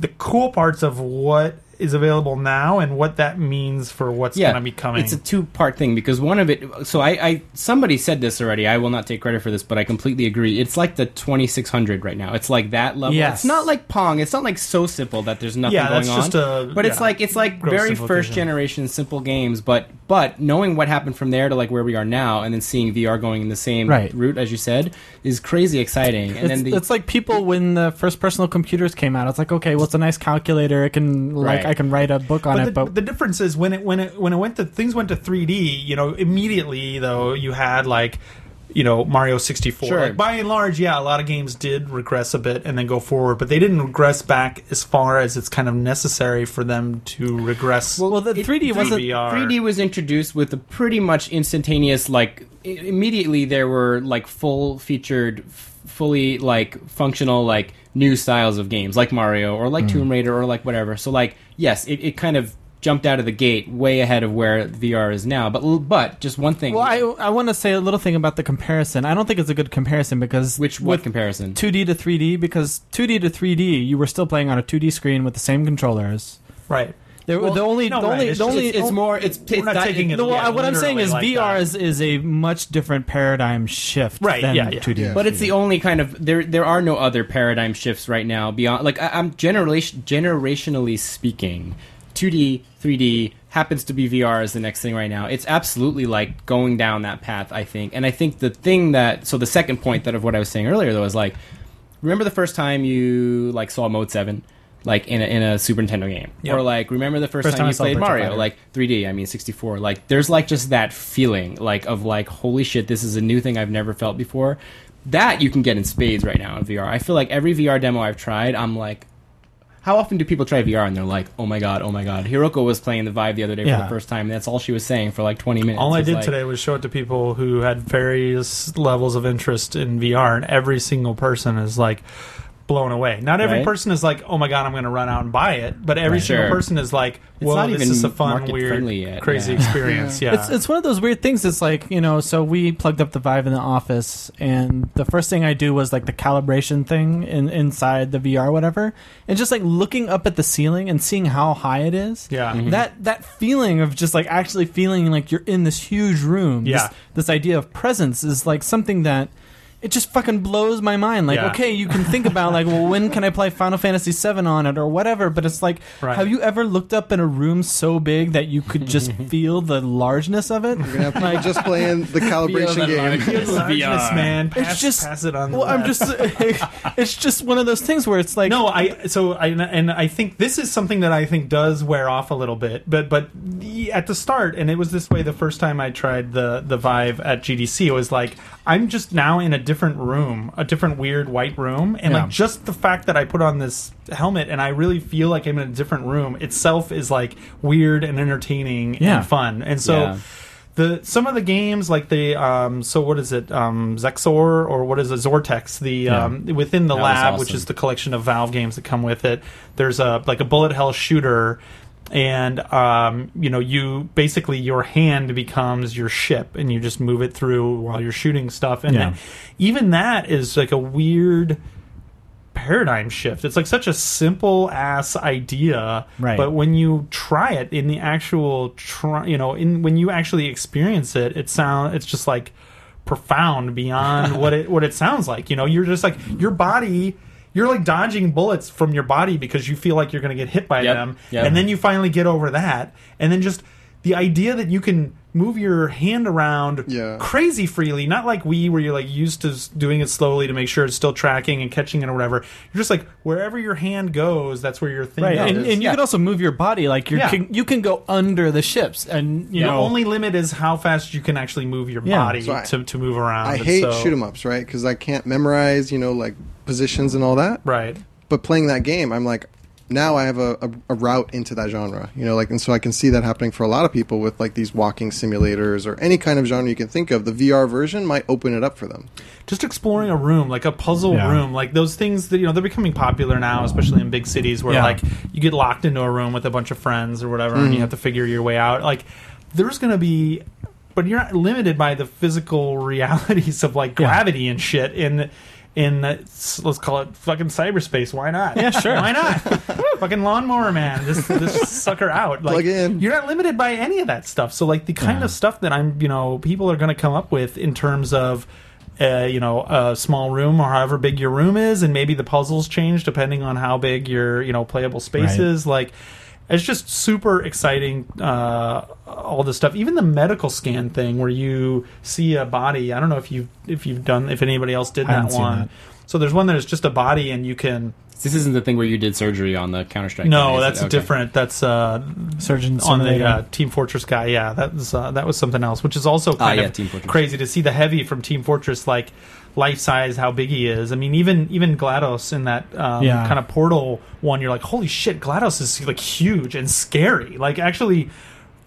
S1: the cool parts of what is available now and what that means for what's going to be coming
S5: It's a two part thing because one of it. So I, I somebody said this already. I will not take credit for this, but I completely agree. It's like the 2600 right now. It's like that level.
S2: Yes.
S5: It's not like Pong. It's not like so simple that there's nothing
S1: Yeah,
S5: going
S1: that's
S5: on.
S1: just a-
S5: but it's
S1: yeah.
S5: like it's like
S1: Gross
S5: very
S1: simplification.
S5: first generation simple games. But but knowing what happened from there to like where we are now, and then seeing VR going in the same
S2: Right.
S5: route as you said is crazy exciting. And
S2: it's,
S5: then the
S2: it's like people when the first personal computers came out. It's like okay, well, it's a nice calculator. It can like
S5: Right.
S2: I can write a book on
S1: but
S2: it,
S1: the,
S2: but
S1: the difference is when it when it when it went to things went to 3D. You know, immediately though you had like you know Mario 64.
S5: Sure.
S1: Like, by and large, yeah, a lot of games did regress a bit and then go forward, but they didn't regress back as far as it's kind of necessary for them to regress.
S2: well, the 3D
S1: through
S2: wasn't.
S1: VR.
S5: 3D was introduced with a pretty much instantaneous, like i- immediately there were like full featured, f- fully like functional, like new styles of games, like Mario or
S2: Hmm.
S5: like Tomb Raider or like whatever. So like yes, it, it kind of jumped out of the gate way ahead of where VR is now. But l- but just one thing,
S2: Well, I I want to say a little thing about the comparison. I don't think it's a good comparison because
S5: which what
S2: with
S5: comparison?
S2: 2D to 3D because 2D to 3D you were still playing on a 2D screen with the same controllers.
S1: right.
S2: There,
S1: Well,
S2: the only
S1: no,
S2: the
S1: right,
S2: only
S1: it's
S2: the
S1: just-
S2: only
S5: it's, it's more it's it's
S1: not
S5: not-
S1: taking it-
S2: No, well,
S1: yeah,
S2: what I'm saying is
S1: literally like
S2: VR
S1: that.
S2: is is a much different paradigm shift
S1: Right,
S2: than
S1: yeah, yeah.
S2: 2D.
S4: Yeah.
S5: But it's the only kind of there. There are no other paradigm shifts right now beyond. Like I, I'm generation generationally speaking, 2D, 3D happens to be VR is the next thing right now. It's absolutely like going down that path. I think, and I think the thing that so the second point that of what I was saying earlier though is like, remember the first time you like saw Mode Seven. Like in a, in a Super Nintendo game,
S1: Yep.
S5: or like remember the first,
S1: First time
S5: time,
S1: I
S5: you
S1: saw
S5: played
S1: Virtua
S5: Mario,
S1: Fighter.
S5: like 3D, I mean 64. Like there's like just that feeling like of like holy shit, this is a new thing I've never felt before. That you can get in spades right now in VR. I feel like every VR demo I've tried, I'm like how often do people try VR and they're like, "Oh my god, oh my god." Hiroko was playing the Vive the other day for
S2: Yeah.
S5: the first time. And that's all she was saying for like 20 minutes.
S1: All I
S5: It's
S1: did
S5: like-
S1: today was show it to people who had various levels of interest in VR, and every single person is like blown away. Not every
S5: Right.
S1: person is like, "Oh my god, I'm going to run out and buy it," but every
S5: Right.
S1: single
S5: Sure.
S1: person is like,
S5: It's
S1: "Well,
S5: not
S1: this
S5: even
S1: is a fun,
S5: market
S1: weird,
S5: friendly yet,
S1: crazy
S5: yeah.
S1: experience." Yeah,
S2: It's it's one of those weird things. It's like you know, so we plugged up the Vive in the office, and the first thing I do was like the calibration thing in, inside the VR, whatever, and just like looking up at the ceiling and seeing how high it is.
S1: yeah.
S2: That that feeling of just like actually feeling like you're in this huge room.
S1: Yeah.
S2: This, this idea of presence is like something that it just fucking blows my mind. Like,
S1: Yeah.
S2: okay, you can think about like, well, when can I play Final Fantasy VII on it or whatever? But it's like,
S1: Right.
S2: have you ever looked up in a room so big that you could just feel the largeness of it?
S4: You're gonna have people just playing the calibration game.
S1: Good largeness, man.
S2: It's
S1: Pass,
S2: just-
S1: pass it on. the
S2: Well, I'm
S1: left.
S2: just, it's just one of those things where it's like,
S1: no i so i and i think this is something that i think does wear off a little bit but but the- at the start and it was this way the first time i tried the the vive at gdc it was like i'm just now in a different room a different weird white room and
S2: Yeah.
S1: like just the fact that i put on this helmet and i really feel like i'm in a different room itself is like weird and entertaining
S2: Yeah.
S1: and fun and so
S5: Yeah.
S1: the some of the games like the um, so what is it um, Zexor or what is it Zortex the um, within the
S5: That was
S1: lab which
S5: awesome.
S1: is the collection of Valve games that come with it there's a like a bullet hell shooter and um, you know you basically your hand becomes your ship and you just move it through while you're shooting stuff and
S2: Yeah.
S1: that- even that is like a weird paradigm shift. It's like such a simple ass idea,
S2: Right.
S1: but when you try it in the actual try, you know, in when you actually experience it, it sound it's just like profound beyond what it what it sounds like. You know, you're just like your body you're like dodging bullets from your body because you feel like you're going to get hit by
S5: Yep,
S1: them.
S5: yep.
S1: And then you finally get over that and then just the idea that you can move your hand around
S4: Yeah.
S1: crazy freely, not like we where you're like used to s- doing it slowly to make sure it's still tracking and catching it or whatever. You're just like wherever your hand goes, that's where your thing
S2: Right,
S1: goes.
S2: and,
S4: it is.
S2: and you
S5: Yeah.
S2: can also move your body. Like you
S1: Yeah.
S2: can, you can go under the ships, and you
S1: the
S2: know,
S1: only limit is how fast you can actually move your
S2: Yeah.
S1: body
S4: So I-
S1: to, to move around.
S4: I
S1: And
S4: hate
S1: so,
S4: shoot 'em ups, right? Because I can't memorize, you know, like positions and all that.
S1: Right.
S4: But playing that game, I'm like, now I have a, a, a route into that genre, you know, like, and so I can see that happening for a lot of people with like these walking simulators or any kind of genre you can think of. The VR version might open it up for them.
S1: Just exploring a room, like a puzzle
S2: Yeah.
S1: room, like those things that you know they're becoming popular now, especially in big cities where
S2: Yeah. Mm-hmm.
S1: like you get locked into a room with a bunch of friends or whatever, and you have to figure your way out. Like there's going to be, but you're not limited by the physical realities of like gravity and shit in in uh, s- let's call it fucking cyberspace. Why not? Yeah,
S2: sure.
S1: Why not? fucking lawnmower man, this this sucker out. Like
S4: Plug in.
S1: you're not limited by any of that stuff. So like the kind
S2: Yeah.
S1: of stuff that I'm, you know, people are going to come up with in terms of. Uh, you know, a small room or however big your room is, and maybe the puzzles change depending on how big your you know playable space
S2: Right.
S1: is. Like, it's just super exciting. Uh, all this stuff, even the medical scan thing where you see a body. I don't know if you if you've done if anybody else did
S2: I haven't
S1: that
S2: seen
S1: one.
S2: that.
S1: So there's one that is just a body, and you can
S5: This isn't the thing where you did surgery on the Counter Strike.
S1: no, that's different. That's uh,
S2: surgeon
S1: on the
S2: simulator.
S1: uh, Team Fortress guy. Yeah, that was uh, that was something else, which is also
S5: Ah,
S1: kind
S5: yeah,
S1: of
S5: Team Fortress.
S1: crazy to see the heavy from Team Fortress like life size, how big he is. I mean, even even Glados in that um,
S2: Yeah.
S1: kind of Portal one, you're like, holy shit, Glados is like huge and scary. Like actually.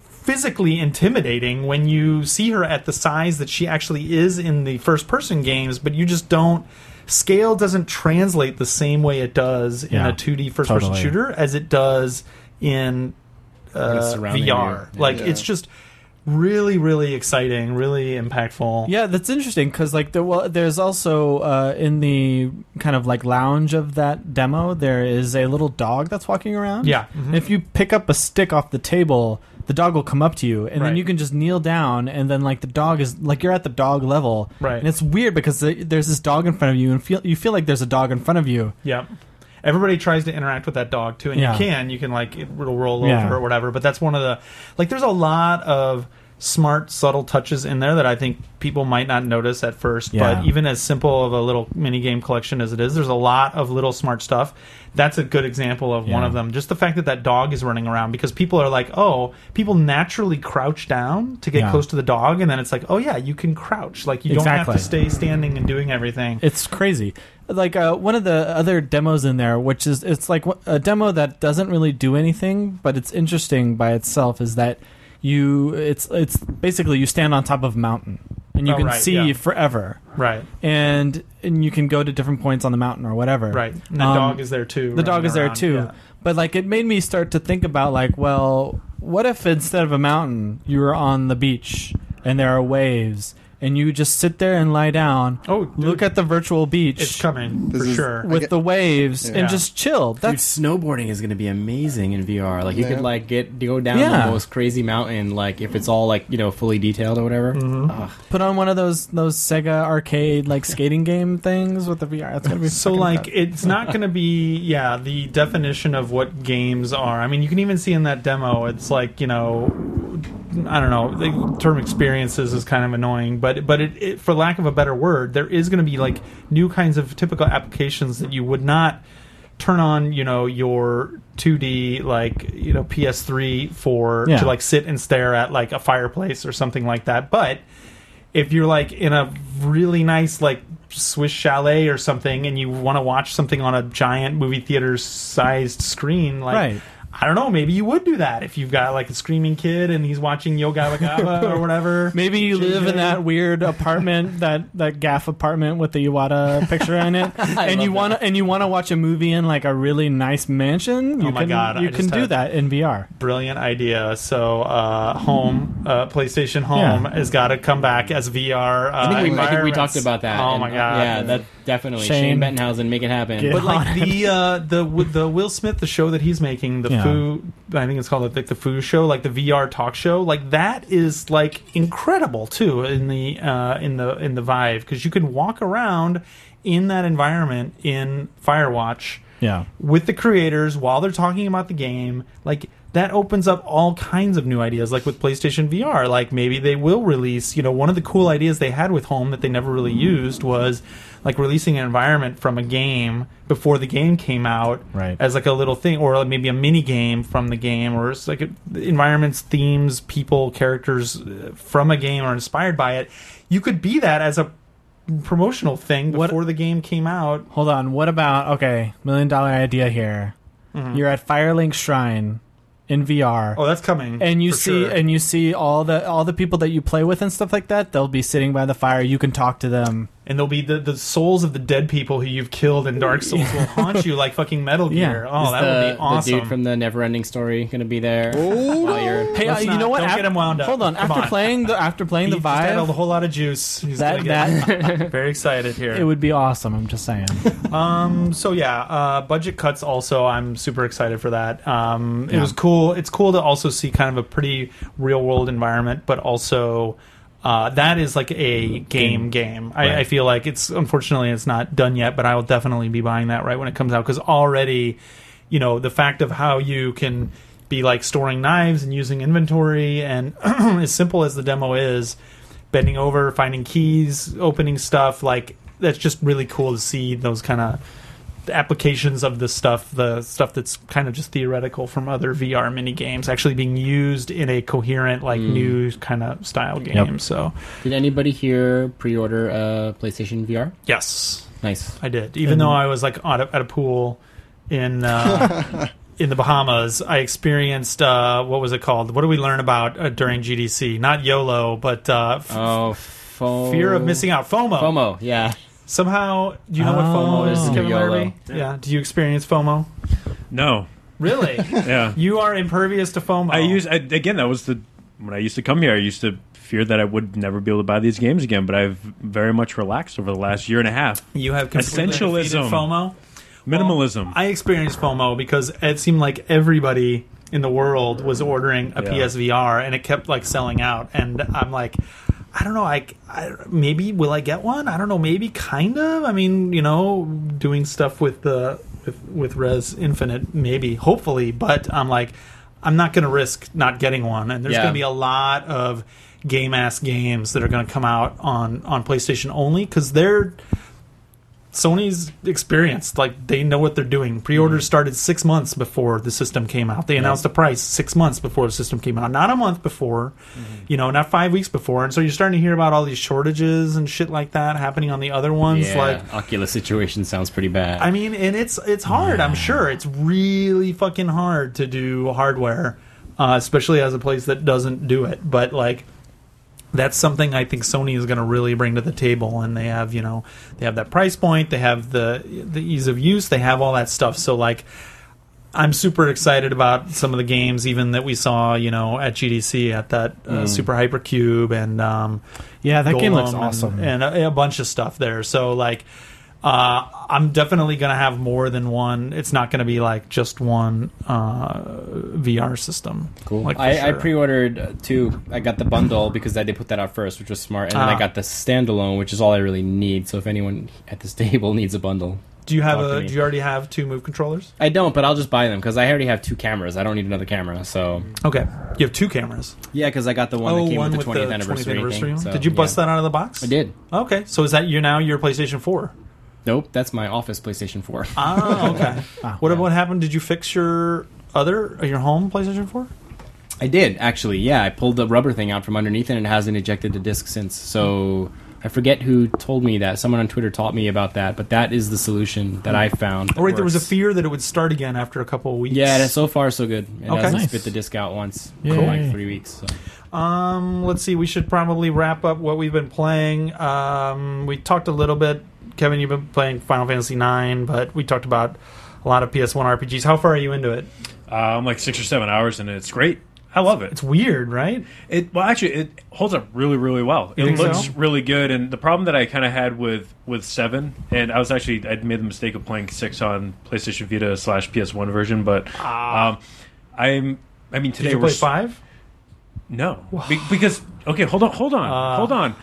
S1: Physically intimidating when you see her at the size that she actually is in the first person games, but you just don't. Scale doesn't translate the same way it does in
S2: Yeah,
S1: a 2D first person
S2: totally.
S1: shooter as it does in
S5: It's
S1: uh,
S5: surrounding
S1: VR.
S5: you.
S1: Like
S4: Yeah.
S1: it's just really, really exciting, really impactful.
S2: Yeah, that's interesting because like there, well, there's also uh, in the kind of like lounge of that demo, there is a little dog that's walking around.
S1: Yeah.
S5: Mm-hmm.
S1: Mhm.
S2: If you pick up a stick off the table, the dog will come up to you, and
S1: Right.
S2: then you can just kneel down, and then like the dog is like you're at the dog level,
S1: Right.
S2: And it's weird because the, there's this dog in front of you, and feel you feel like there's a dog in front of you.
S1: Yep. Everybody tries to interact with that dog too, and
S2: Yeah.
S1: you can. You can like it, will roll
S2: Yeah.
S1: over or whatever. But that's one of the like. There's a lot of smart, subtle touches in there that I think people might not notice at first.
S2: Yeah.
S1: But even as simple of a little mini game collection as it is, there's a lot of little smart stuff. That's a good example of one
S2: Yeah.
S1: of them. Just the fact that that dog is running around because people are like, oh, people naturally crouch down to get
S2: Yeah.
S1: close to the dog, and then it's like, oh yeah, you can crouch. Like you don't have
S2: Exactly.
S1: to stay standing and doing everything.
S2: It's crazy. Like uh, one of the other demos in there, which is it's like wh- a demo that doesn't really do anything, but it's interesting by itself. Is that you? It's it's basically you stand on top of a mountain and you
S1: Oh,
S2: can
S1: right,
S2: see
S1: yeah.
S2: forever,
S1: right.
S2: and and you can go to different points on the mountain or whatever.
S1: Right. And the
S2: Um,
S1: dog is there too.
S2: The dog
S1: running
S2: is there
S1: around.
S2: too.
S1: Yeah.
S2: But like it made me start to think about like, well, what if instead of a mountain, you were on the beach and there are waves, and you just sit there and lie down.
S1: Oh, dude,
S2: Look at the virtual beach.
S1: it's coming
S4: This
S1: for
S4: is-
S1: sure.
S2: with
S4: get-
S2: the waves
S1: Yeah.
S2: and just chill.
S5: Dude,
S2: That's
S5: snowboarding is going to be amazing in VR. Like you
S4: Yeah.
S5: could like get go down
S2: Yeah.
S5: the most crazy mountain. Like if it's all like you know fully detailed or whatever.
S1: Mm-hmm.
S5: Ugh.
S2: put on one of those those Sega arcade like skating game things with the VR. That's gonna be
S1: So
S2: fucking
S1: like
S2: fun.
S1: it's not going to be yeah the definition of what games are. I mean you can even see in that demo it's like you know I don't know the term experiences is kind of annoying but but it, it for lack of a better word there is going to be like new kinds of typical applications that you would not turn on you know your 2D like you know PS3 for
S2: Yeah.
S1: to like sit and stare at like a fireplace or something like that but if you're like in a really nice like Swiss chalet or something and you want to watch something on a giant movie theater sized screen like
S2: Right.
S1: I don't know. Maybe you would do that if you've got like a screaming kid and he's watching Yo Gabba Gabba or whatever.
S2: Maybe you live in that weird apartment, that that gaff apartment with the Iwata picture in it, and you
S5: love
S2: want to and you want to watch a movie in like a really nice mansion. You
S1: my
S2: can,
S1: God,
S2: you
S1: I
S2: can
S1: just
S2: do
S1: had-
S2: that in VR.
S1: Brilliant idea. So uh, home, uh, PlayStation Home
S2: Yeah.
S1: has got to come back as VR. Uh,
S5: I think we, I think we
S1: environments.
S5: talked about that.
S1: Oh
S5: and,
S1: my
S5: uh,
S1: god!
S5: Yeah, that definitely
S2: Shane.
S5: Shane, Bettenhausen, make it happen.
S2: Get
S5: But
S1: But like the uh, the w- the Will Smith the show that he's making the
S2: Yeah.
S1: Foo I think it's called like the Foo show like the VR talk show like that is like incredible too in the uh, in the in the Vive because you can walk around in that environment in Firewatch
S2: Yeah.
S1: with the creators while they're talking about the game like that opens up all kinds of new ideas like with PlayStation VR like maybe they will release you know one of the cool ideas they had with home that they never
S2: Mm-hmm.
S1: really used was like releasing an environment from a game before the game came out
S2: Right.
S1: as like a little thing or like maybe a mini game from the game or it's like environments themes people characters uh, from a game are inspired by it you could be that as a promotional thing
S2: What-
S1: before the game came out
S2: Hold on. What about okay? Million dollar idea here. You're at Firelink Shrine in VR.
S1: oh that's coming
S2: and you
S1: for
S2: see
S1: sure.
S2: and you see all the all the people that you play with and stuff like that they'll be sitting by the fire you can talk to them
S1: and they'll be the, the souls of the dead people who you've killed in Dark Souls will haunt you like fucking Metal
S2: Yeah.
S1: Gear. Oh,
S5: is
S1: that
S5: the,
S1: would be awesome.
S5: the dude from the Neverending Story going to be there? While you're-
S2: hey
S1: Let's
S2: uh, you
S1: not-
S2: know what
S1: don't
S2: Af-
S1: get 'em wound up.
S2: hold on
S1: Come
S2: after
S1: on.
S2: playing the after playing
S1: he
S2: the
S1: just added a
S2: vibe
S1: whole lot of juice. He's
S2: that
S1: gonna
S2: that
S1: get very excited here.
S2: it would be awesome i'm just saying
S1: Um, so yeah, uh, budget cuts. Also, I'm super excited for that. Um, It
S2: Yeah.
S1: was cool. It's cool to also see kind of a pretty real world environment, but also uh, that is like a game game. I, I feel like it's unfortunately it's not done yet, but I will definitely be buying that right when it comes out because already, you know, the fact of how you can be like storing knives and using inventory and as simple as the demo is bending over, finding keys, opening stuff. Like that's just really cool to see those kind of applications of the stuff, the stuff that's kind of just theoretical from other VR mini games, actually being used in a coherent, like new kind of style game.
S2: Yep.
S1: So
S5: Did anybody here pre-order uh, PlayStation VR?
S1: yes,
S5: Nice.
S1: I did. Even though I was like on a, at a pool in. Uh, In the Bahamas, I experienced uh, what was it called? What did we learn about uh, during GDC? Not YOLO, but uh, f-
S5: Oh, fo-
S1: fear of missing out,
S5: FOMO. Yeah.
S1: Somehow, do you know what FOMO
S2: Oh.
S1: is, Kevin
S5: YOLO.
S1: Larrabee? Yeah. Do you experience FOMO?
S6: No,
S1: Really?
S6: yeah.
S1: you are impervious to FOMO.
S6: I used I, again. That was the when I used to come here. I used to fear that I would never be able to buy these games again. But I've very much relaxed over the last year and a half.
S1: You have completely
S6: Essentialism.
S1: defeated FOMO.
S6: Minimalism.
S1: I experienced FOMO because it seemed like everybody in the world was ordering a
S6: Yeah.
S1: PSVR, and it kept like selling out. And I'm like, I don't know. I, I maybe will I get one? I don't know. Maybe kind of. I mean, you know, doing stuff with the with with Res Infinite, maybe, hopefully. But I'm like, I'm not going to risk not getting one. And there's
S5: Yeah.
S1: going to be a lot of game ass games that are going to come out on on PlayStation only because they're Sony's experienced. Like they know what they're doing. Pre-orders started six months before the system came out. They announced a price six months before the system came out, not a month before, you know, not five weeks before. And so you're starting to hear about all these shortages and shit like that happening on the other ones.
S5: Yeah.
S1: Like
S5: Oculus situation sounds pretty bad.
S1: I mean, and it's it's hard. I'm sure it's really fucking hard to do hardware, uh, especially as a place that doesn't do it. But like, that's something I think Sony is going to really bring to the table. And they have you know they have that price point, they have the the ease of use, they have all that stuff. So like. I'm super excited about some of the games, even that we saw, you know, at GDC at that uh, Super Hypercube and um,
S2: yeah that game looks
S1: Golem
S2: awesome
S1: and, uh, and a, a bunch of stuff there. So like, uh, I'm definitely gonna have more than one. It's not gonna be like just one uh, VR system.
S5: Cool.
S1: Like, for
S5: I, I
S1: sure.
S5: pre-ordered uh, two. I got the bundle because I did put that out first, which was smart, and then
S1: Ah.
S5: I got the standalone, which is all I really need. So if anyone at this table needs a bundle,
S1: Do you have
S5: Talk to
S1: a?
S5: me.
S1: Do you already have two move controllers?
S5: I don't, but I'll just buy them because I already have two cameras. I don't need another camera. So
S1: Okay, you have two cameras.
S5: yeah, because I got the one
S1: Oh,
S5: that came with the 20th anniversary. thing, so,
S1: Did you bust
S5: yeah.
S1: that out of the box?
S5: I did.
S1: Okay, so is that your now your PlayStation Four?
S5: Nope, that's my office PlayStation 4.
S1: Ah, okay. what
S5: yeah.
S1: what happened? Did you fix your other your home PlayStation Four?
S5: I did actually. Yeah, I pulled the rubber thing out from underneath it, and it hasn't ejected the disc since. So I I forget who told me that. Someone on Twitter taught me about that, but that is the solution that I found. that
S1: Oh, right, there was a
S5: works.
S1: fear that it would start again after a couple of weeks.
S5: Yeah, and so far so good. It
S1: Okay.
S5: hasn't
S1: Nice.
S5: spit the disc out once
S2: Cool.
S5: in like three weeks. So.
S1: Um, let's see. We should probably wrap up what we've been playing. Um, we talked a little bit. Kevin, you've been playing Final Fantasy Nine, but we talked about a lot of PS1 RPGs. How far are you into it?
S6: Uh, I'm like six or seven hours, and it's great. I love it.
S1: It's weird, right?
S6: It well, actually, it holds up really, really well.
S1: You
S6: It
S1: think
S6: looks
S1: so?
S6: really good. And the problem that I kind of had with with seven, and I was actually I'd made the mistake of playing six on PlayStation Vita slash PS One version, but um, I'm
S1: Ah.
S6: I mean
S1: Did
S6: today
S1: you
S6: we're
S1: play
S6: s-
S1: five?
S6: no Be- because okay, hold on, hold on,
S1: Uh,
S6: hold on.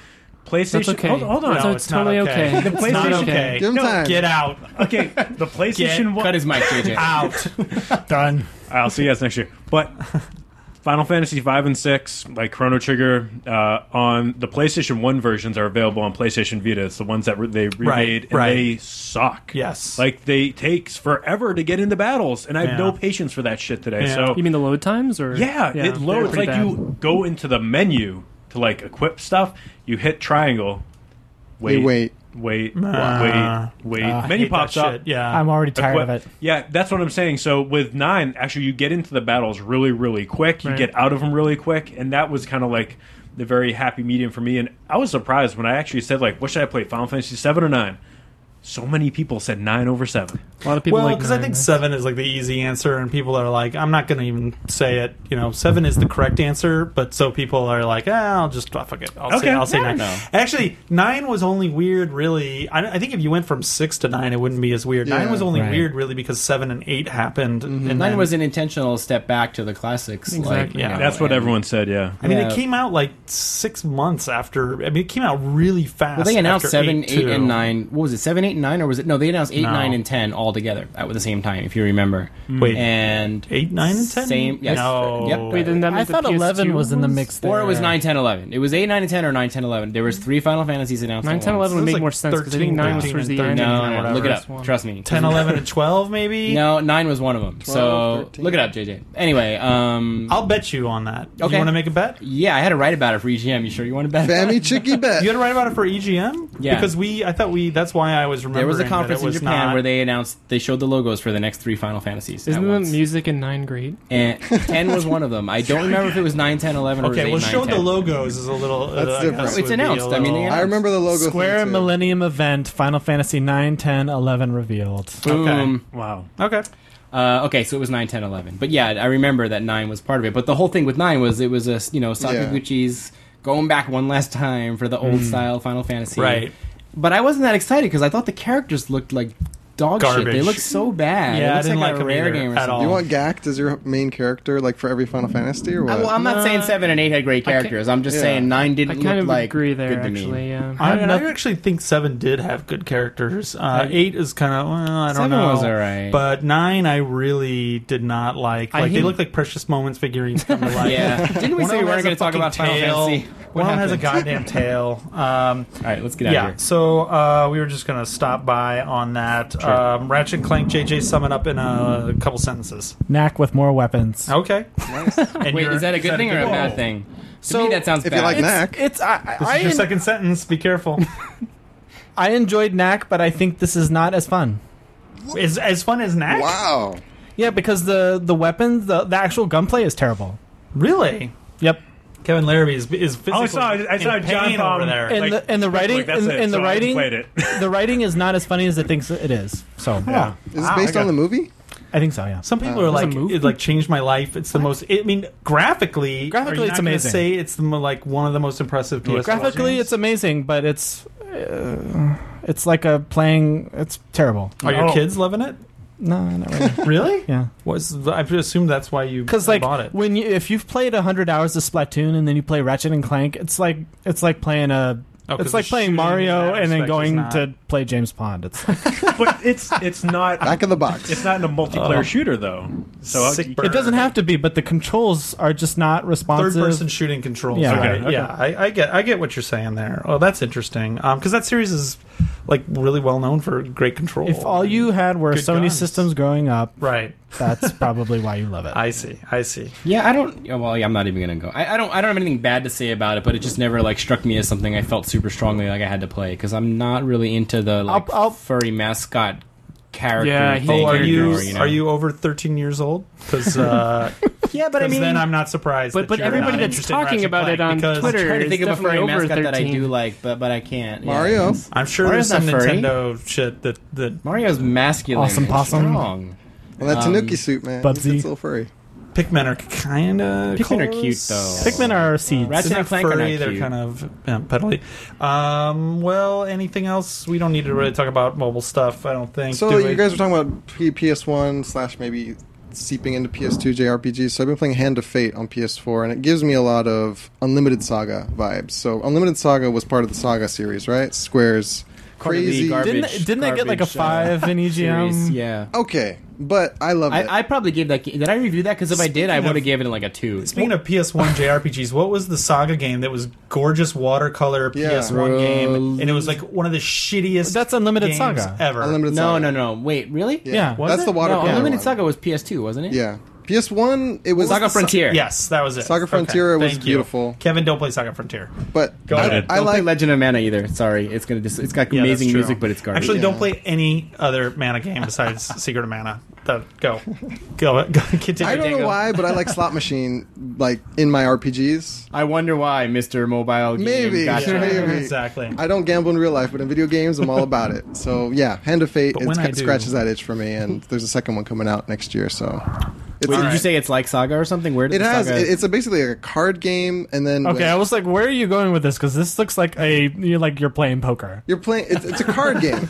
S6: PlayStation,
S3: That's okay.
S6: hold, hold on.
S3: That's
S1: No,
S3: it's totally
S1: not okay.
S3: okay.
S1: The
S3: It's not
S6: PlayStation-
S1: okay.
S4: Give him
S6: No,
S4: time.
S1: Get out,
S6: Okay, the PlayStation One.
S5: Cut his mic, JJ.
S1: out.
S7: Done.
S6: I'll see you guys next year. But Final Fantasy five and six, like Chrono Trigger, uh, on the PlayStation One versions are available on PlayStation Vita. It's the ones that re- they remade,
S1: Right,
S6: and
S1: right.
S6: they suck.
S1: Yes.
S6: like they takes forever to get into battles, and I have
S1: Yeah.
S6: no patience for that shit today.
S1: Yeah.
S6: So
S3: You mean the load times or
S6: yeah, it
S3: they're
S6: loads.
S3: pretty
S6: Like
S3: bad.
S6: you go into the menu to like equip stuff, you hit triangle,
S4: They
S6: wait,
S4: wait.
S6: wait,
S1: Nah.
S6: wait, wait.
S7: Ah, I
S6: menu
S1: Hate that
S6: pops up.
S1: shit, Yeah.
S7: I'm already tired of
S6: Equip-
S7: it.
S6: Yeah, that's what I'm saying. So with nine, actually, you get into the battles really, really quick. You
S3: Right.
S6: get out of them really quick, and that was kind of like the very happy medium for me. And I was surprised when I actually said like, "What should I play? Final Fantasy seven or nine? So many people said nine over seven.
S3: a lot of people
S1: well,
S3: like
S1: because I
S3: nine,
S1: think
S3: right?
S1: seven is like the easy answer, and people are like, I'm not going to even say it. You know, seven is the correct answer, but so people are like, ah, I'll just oh, fuck it. I'll say,
S6: Okay.
S1: I'll say
S6: I
S1: nine.
S6: don't
S5: know.
S1: Actually, nine was only weird, really. I, I think if you went from six to nine, it wouldn't be as weird. Nine
S4: Yeah.
S1: was only
S7: Right.
S1: weird, really, because seven and eight happened, and
S5: Mm-hmm. Nine
S1: then-
S5: was an intentional step back to the classics. Like,
S3: Exactly.
S5: you
S1: Yeah.
S5: know,
S6: That's what
S5: and-
S6: everyone said. Yeah.
S1: I mean, it
S5: Yeah.
S1: came out like six months after. I mean, it came out really fast.
S5: Well, they announced
S1: after
S5: seven, eight,
S1: too.
S5: and nine. What was it? Seven, eight, and nine, or was it? No, they announced eight,
S1: No. Hmm.
S5: nine, and ten all together at the same time, if you remember.
S1: Wait.
S5: and
S1: Eight, nine, and ten.
S5: Same. Yes.
S1: No.
S5: Yep.
S3: Wait, then that
S2: I
S3: means the
S2: thought
S3: PS2
S2: eleven was in the
S3: ones?
S2: mix. There.
S5: or it was 9, 10, 11. It was 8, 9, and 10, or 9, 10, 11. There was three Final Fantasies announced.
S3: 9,
S5: at
S3: 10,
S5: once.
S3: 11 would make
S1: Sounds
S3: more
S1: like
S3: sense because I
S1: 13,
S3: think 9 was towards the
S1: 13,
S3: end.
S1: or
S5: No, no,
S1: whatever.
S5: look it
S3: First
S5: up.
S3: one.
S5: Trust me.
S1: 10, 11, and 12, maybe?
S5: No, 9 was one of them.
S4: 12,
S5: so
S4: 13.
S5: look it up, JJ. Anyway, um,
S1: I'll bet you on that. Do You
S5: Okay.
S1: want to make a bet?
S5: yeah, I had to write about it for EGM. You sure you want to bet?
S4: Fammy Chicky Bet.
S1: You had to write about it for EGM?
S5: Yeah.
S1: Because we, I thought we, that's why I was
S5: There
S1: remembering.
S5: was a
S1: that
S5: conference
S1: it
S5: in
S1: was
S5: Japan
S1: not-
S5: where they announced they showed the logos for the next three Final Fantasies.
S3: Isn't
S5: at
S3: the
S5: once.
S3: music in 9 great?
S5: And 10 was one of them. I don't remember if it was 9, 10, 11, or
S1: Okay,
S5: it
S1: well,
S5: was 8, 9,
S1: show the
S5: 10.
S1: logos is a little.
S4: That's
S1: uh, I
S4: different.
S1: guess
S4: It's
S1: would be a
S5: announced. I mean,
S1: little-
S5: they
S4: I remember the logo.
S7: Square
S4: thing, too.
S7: Millennium Event, Final Fantasy 9, 10, 11 revealed.
S5: Boom.
S6: Wow.
S1: Okay.
S5: Uh, okay, so it was 9, 10, 11. But yeah, I remember that 9 was part of it. But the whole thing with 9 was it was, a, you know, Sakaguchi's going back one last time for the old style Final Fantasy.
S1: Hmm. Right.
S5: But I wasn't that excited because I thought the characters looked like dog shit.
S1: Garbage.
S5: They looked so bad.
S1: Yeah,
S5: it
S1: I
S5: looks
S1: didn't
S5: like,
S1: like
S5: a
S1: 'em
S5: rare
S1: either
S5: game or
S1: at
S5: something.
S1: all.
S4: You want Gact as your main character, like for every Final Fantasy, or
S5: I,
S4: what?
S5: well, I'm not
S3: Nah.
S5: saying 7 and 8 had great
S3: I can't-
S5: characters. I'm just
S4: Yeah.
S5: saying 9
S3: I
S5: didn't
S3: kind
S5: look
S3: of
S5: like
S3: agree there,
S5: good to me.
S3: actually. Yeah.
S1: I,
S7: I'm not-
S1: I actually think seven did have good characters. Uh,
S5: I-
S1: eight is kind of well, I don't
S5: Seven
S1: know.
S5: was all right.
S1: but nine I really did not like.
S3: I
S1: Like they
S3: hate-
S1: look like precious moments figurines come to life.
S5: Yeah. Didn't we
S1: One
S5: say
S1: of them
S5: we weren't
S1: has a
S5: going to talk
S1: fucking
S5: about Final
S1: tail.
S5: Fantasy?
S1: One
S5: What
S1: of them
S5: happened?
S1: has a goddamn tail. Um,
S5: All right, let's get out of
S1: yeah,
S5: here.
S1: so uh, we were just gonna stop by on that. Um, Ratchet and Clank JJ sum it up in a couple sentences.
S7: Knack with more weapons.
S1: Okay.
S4: Nice.
S1: And
S5: Wait,
S1: you're-
S5: is that a good thing or a
S1: whoa.
S5: bad thing?
S1: So,
S5: to me, that sounds
S4: if
S5: bad.
S4: you like
S5: It's-
S4: Knack,
S2: It's I
S1: This
S2: I,
S1: is your
S2: en-
S1: second sentence. Be careful.
S2: I enjoyed Knack, but I think this is not as fun.
S1: is as fun as Knack?
S4: wow.
S2: Yeah, because the the weapons, the, the actual gunplay is terrible.
S1: Really?
S2: Yep,
S1: Kevin Larrabee is is physically
S6: Oh, I saw. I saw
S1: in
S6: John
S1: pain
S6: Baum,
S1: over there.
S2: And
S6: like,
S2: the- and the
S6: quick,
S2: writing-
S6: like, that's
S2: and-
S6: it,
S2: and the
S6: so I
S2: writing-
S6: played it.
S2: the writing is not as funny as it thinks it is. So
S6: yeah.
S4: Is this
S1: Wow,
S4: based
S6: I
S4: on the movie?
S2: I think so. Yeah.
S1: Some people
S4: Uh,
S1: are
S4: It
S3: was a
S1: like,
S3: movie?
S1: it like changed my life. It's the most. I mean, graphically,
S2: Graphically,
S1: are you
S2: it's
S1: not gonna
S2: amazing.
S1: Say it's the mo- like one of the most impressive PS.
S2: Graphically, it's amazing, but it's uh, it's like a playing. It's terrible.
S1: Are your
S6: Oh.
S1: kids loving it?
S2: No, not really.
S1: Really?
S2: yeah,
S1: Was I assume that's why you
S2: because like
S1: bought it?
S2: when you if you've played hundred hours of Splatoon and then you play Ratchet and Clank, it's like it's like playing a
S1: Oh, 'cause
S2: it's like
S1: the
S2: playing
S1: shooting
S2: Mario
S1: aspect
S2: and then
S1: is
S2: going
S1: not-
S2: to play James Bond. It's
S6: but it's it's not
S4: Back of the box.
S6: it's not in a multiplayer shooter though. So I-
S1: Sick
S2: it doesn't have to be, but the controls are just not responsive.
S1: third person shooting controls.
S2: Yeah.
S1: right?
S6: Okay, okay.
S1: yeah. I, I get I get what you're saying there. Oh, that's interesting. Um, because that series is like really well known for great control.
S2: If all you had were
S1: Good
S2: Sony
S1: guns.
S2: systems growing up,
S1: right,
S2: that's probably why you love it.
S1: I see, I see.
S5: Yeah, I don't. yeah, Well, yeah, I'm not even gonna go. I, I don't. I don't have anything bad to say about it, but it just never like struck me as something I felt super strongly like I had to play because I'm not really into the like
S2: I'll- I'll-
S5: furry mascot character.
S3: Yeah, he-
S5: thing
S1: Oh, are you,
S5: anymore, know?
S1: are you over thirteen years old? Because uh,
S5: Yeah, but I
S1: 'cause
S5: mean,
S1: then I'm not surprised.
S3: But-
S1: that
S3: but
S1: you're
S3: everybody
S1: not
S3: that's
S1: interested in
S3: talking
S1: Ratchet
S3: about it
S1: Clank
S3: on
S1: because
S3: Twitter-
S5: trying to think
S3: is
S5: of a furry
S3: definitely over
S5: mascot that I
S3: 13.
S5: do like, but but I can't. Yeah,
S4: Mario.
S5: it's-
S1: I'm sure
S5: Mario's
S1: there's some
S5: not furry.
S1: Nintendo shit that that
S5: Mario's masculine.
S2: Awesome
S5: and
S2: possum.
S5: Strong.
S4: Well, that
S5: Um,
S4: Tanuki suit, man.
S2: Bubsy.
S4: It's a little furry.
S1: Pikmin are kind of
S5: Pikmin are cute though.
S2: Pikmin are seeds.
S5: Ratchet
S1: They're
S5: and
S1: not
S5: Clank are
S1: furry,
S5: not
S1: they're
S5: cute.
S1: kind of yeah, pedally. Um, well, anything else? We don't need to really talk about mobile stuff. I don't think.
S4: So
S1: do
S4: you
S1: we?
S4: guys were talking about P- PS1 slash maybe seeping into PS2 JRPGs. So I've been playing Hand of Fate on PS4, and it gives me a lot of Unlimited Saga vibes. So Unlimited Saga was part of the Saga series, right? Squares
S5: Part of the
S4: crazy.
S5: garbage-
S2: didn't didn't I get like a
S5: garbage, uh,
S2: five in EGM?
S5: series, Yeah.
S4: Okay, but I love it.
S5: I, I probably gave that. Did I review that? Because if I did, I
S1: Speaking
S5: would have
S1: of-
S5: gave it like a two.
S1: Speaking of PS1 JRPGs, what was the Saga game that was gorgeous watercolor
S4: Yeah.
S1: PS1 game,
S5: Rel-
S1: and it was like one of the shittiest.
S2: That's Unlimited
S1: games
S2: Saga.
S1: ever.
S4: Unlimited
S5: No,
S4: Saga.
S5: no, no. Wait, really?
S2: Yeah.
S1: Was
S4: that's
S1: it?
S4: the water.
S5: No,
S4: color
S5: Unlimited
S4: one.
S5: Saga was PS2, wasn't it?
S4: Yeah, PS1. It was
S5: Saga Frontier.
S1: Yes, that was it.
S4: Saga
S1: Okay,
S4: Frontier was
S1: thank you.
S4: beautiful.
S1: Kevin, don't play Saga Frontier.
S4: But
S1: Go
S4: I,
S1: ahead.
S4: I
S5: I like
S4: like
S5: Legend of Mana either. Sorry, it's gonna. Dis- it's got
S1: Yeah, that's
S5: amazing
S1: true.
S5: music, but it's garbage.
S1: Actually, don't
S4: Yeah.
S1: play any other mana game besides Secret of Mana. That, go, go, go, continue.
S4: I don't know
S1: Diego.
S4: why, but I like slot machine like in my RPGs.
S5: I wonder why, Mister Mobile. Game
S4: Maybe,
S5: got
S1: Yeah,
S5: you.
S4: maybe.
S1: exactly.
S4: I don't gamble in real life, but in video games, I'm all about it. So yeah, Hand of Fate
S1: But
S4: it's,
S1: when I
S4: it
S1: do-
S4: scratches that itch for me, and there's a second one coming out next year. So it's,
S5: Did
S1: Alright.
S5: you say it's like Saga or something? Where did
S4: it
S5: the
S4: has
S5: Saga?
S4: it- it's a basically like a card game, and then
S7: Okay,
S4: with-
S7: I was like, where are you going with this? Because this looks like a you're like you're playing poker.
S4: you're playing. It's, it's a card game,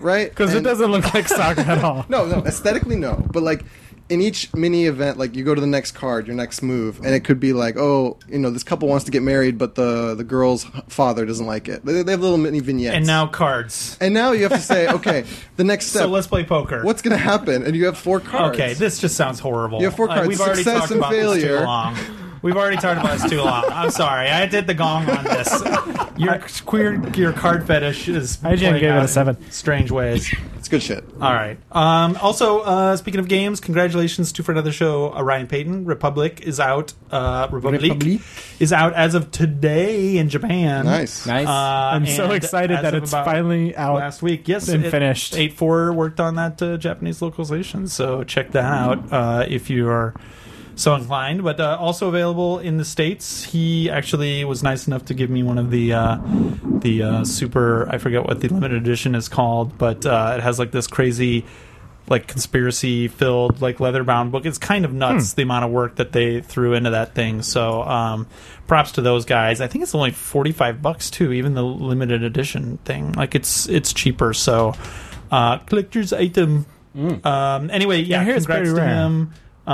S4: right?
S7: Because it
S4: And-
S7: doesn't look like soccer at
S2: Uh,
S7: all.
S4: No, no, aesthetically no, but like in each mini event, like you go to the next card, your next move, and it could be like, oh, you know, this couple wants to get married, but the the girl's father doesn't like it. They, they have little mini vignettes,
S1: And now cards.
S4: and now you have to say, okay, the next step.
S1: So let's play poker.
S4: What's going to happen? And you have four cards.
S1: Okay, this just sounds horrible.
S4: You have four
S1: Uh,
S4: cards,
S1: we've already
S4: success
S1: talked
S4: and
S1: about this
S4: failure.
S1: too long. We've already talked about this too long. I'm sorry. I did the gong on this. Your queer, your card fetish is.
S7: IGN
S1: playing
S7: gave it
S1: out
S7: a seven.
S1: in Strange ways.
S4: It's good shit.
S1: All right. Um, also, uh, speaking of games, congratulations to for another show, uh, Ryan Payton. Republic is out. Uh, Republic,
S5: Republic.
S1: is out as of today in Japan.
S4: Nice.
S5: nice.
S1: Uh,
S7: I'm so
S1: and
S7: excited
S1: as
S7: that
S1: of
S7: it's
S1: about
S7: finally out.
S1: last week. Yes,
S7: and finished.
S1: Eight four worked on that uh, Japanese localization, so check that
S7: Mm-hmm.
S1: out uh, if you are so inclined. But uh, also available in the states. He actually was nice enough to give me one of the uh, the uh, super. I forget what the limited edition is called, but uh, it has like this crazy. Like conspiracy filled, like leather bound book. It's kind of nuts the amount of work that they threw into that thing. So, um, props to those guys. I think it's only forty five bucks too, even the limited edition thing. Like it's it's cheaper. So, uh, collector's item. Um, anyway, yeah,
S7: I hear it's
S1: congrats
S7: pretty
S1: to
S7: rare.
S1: him.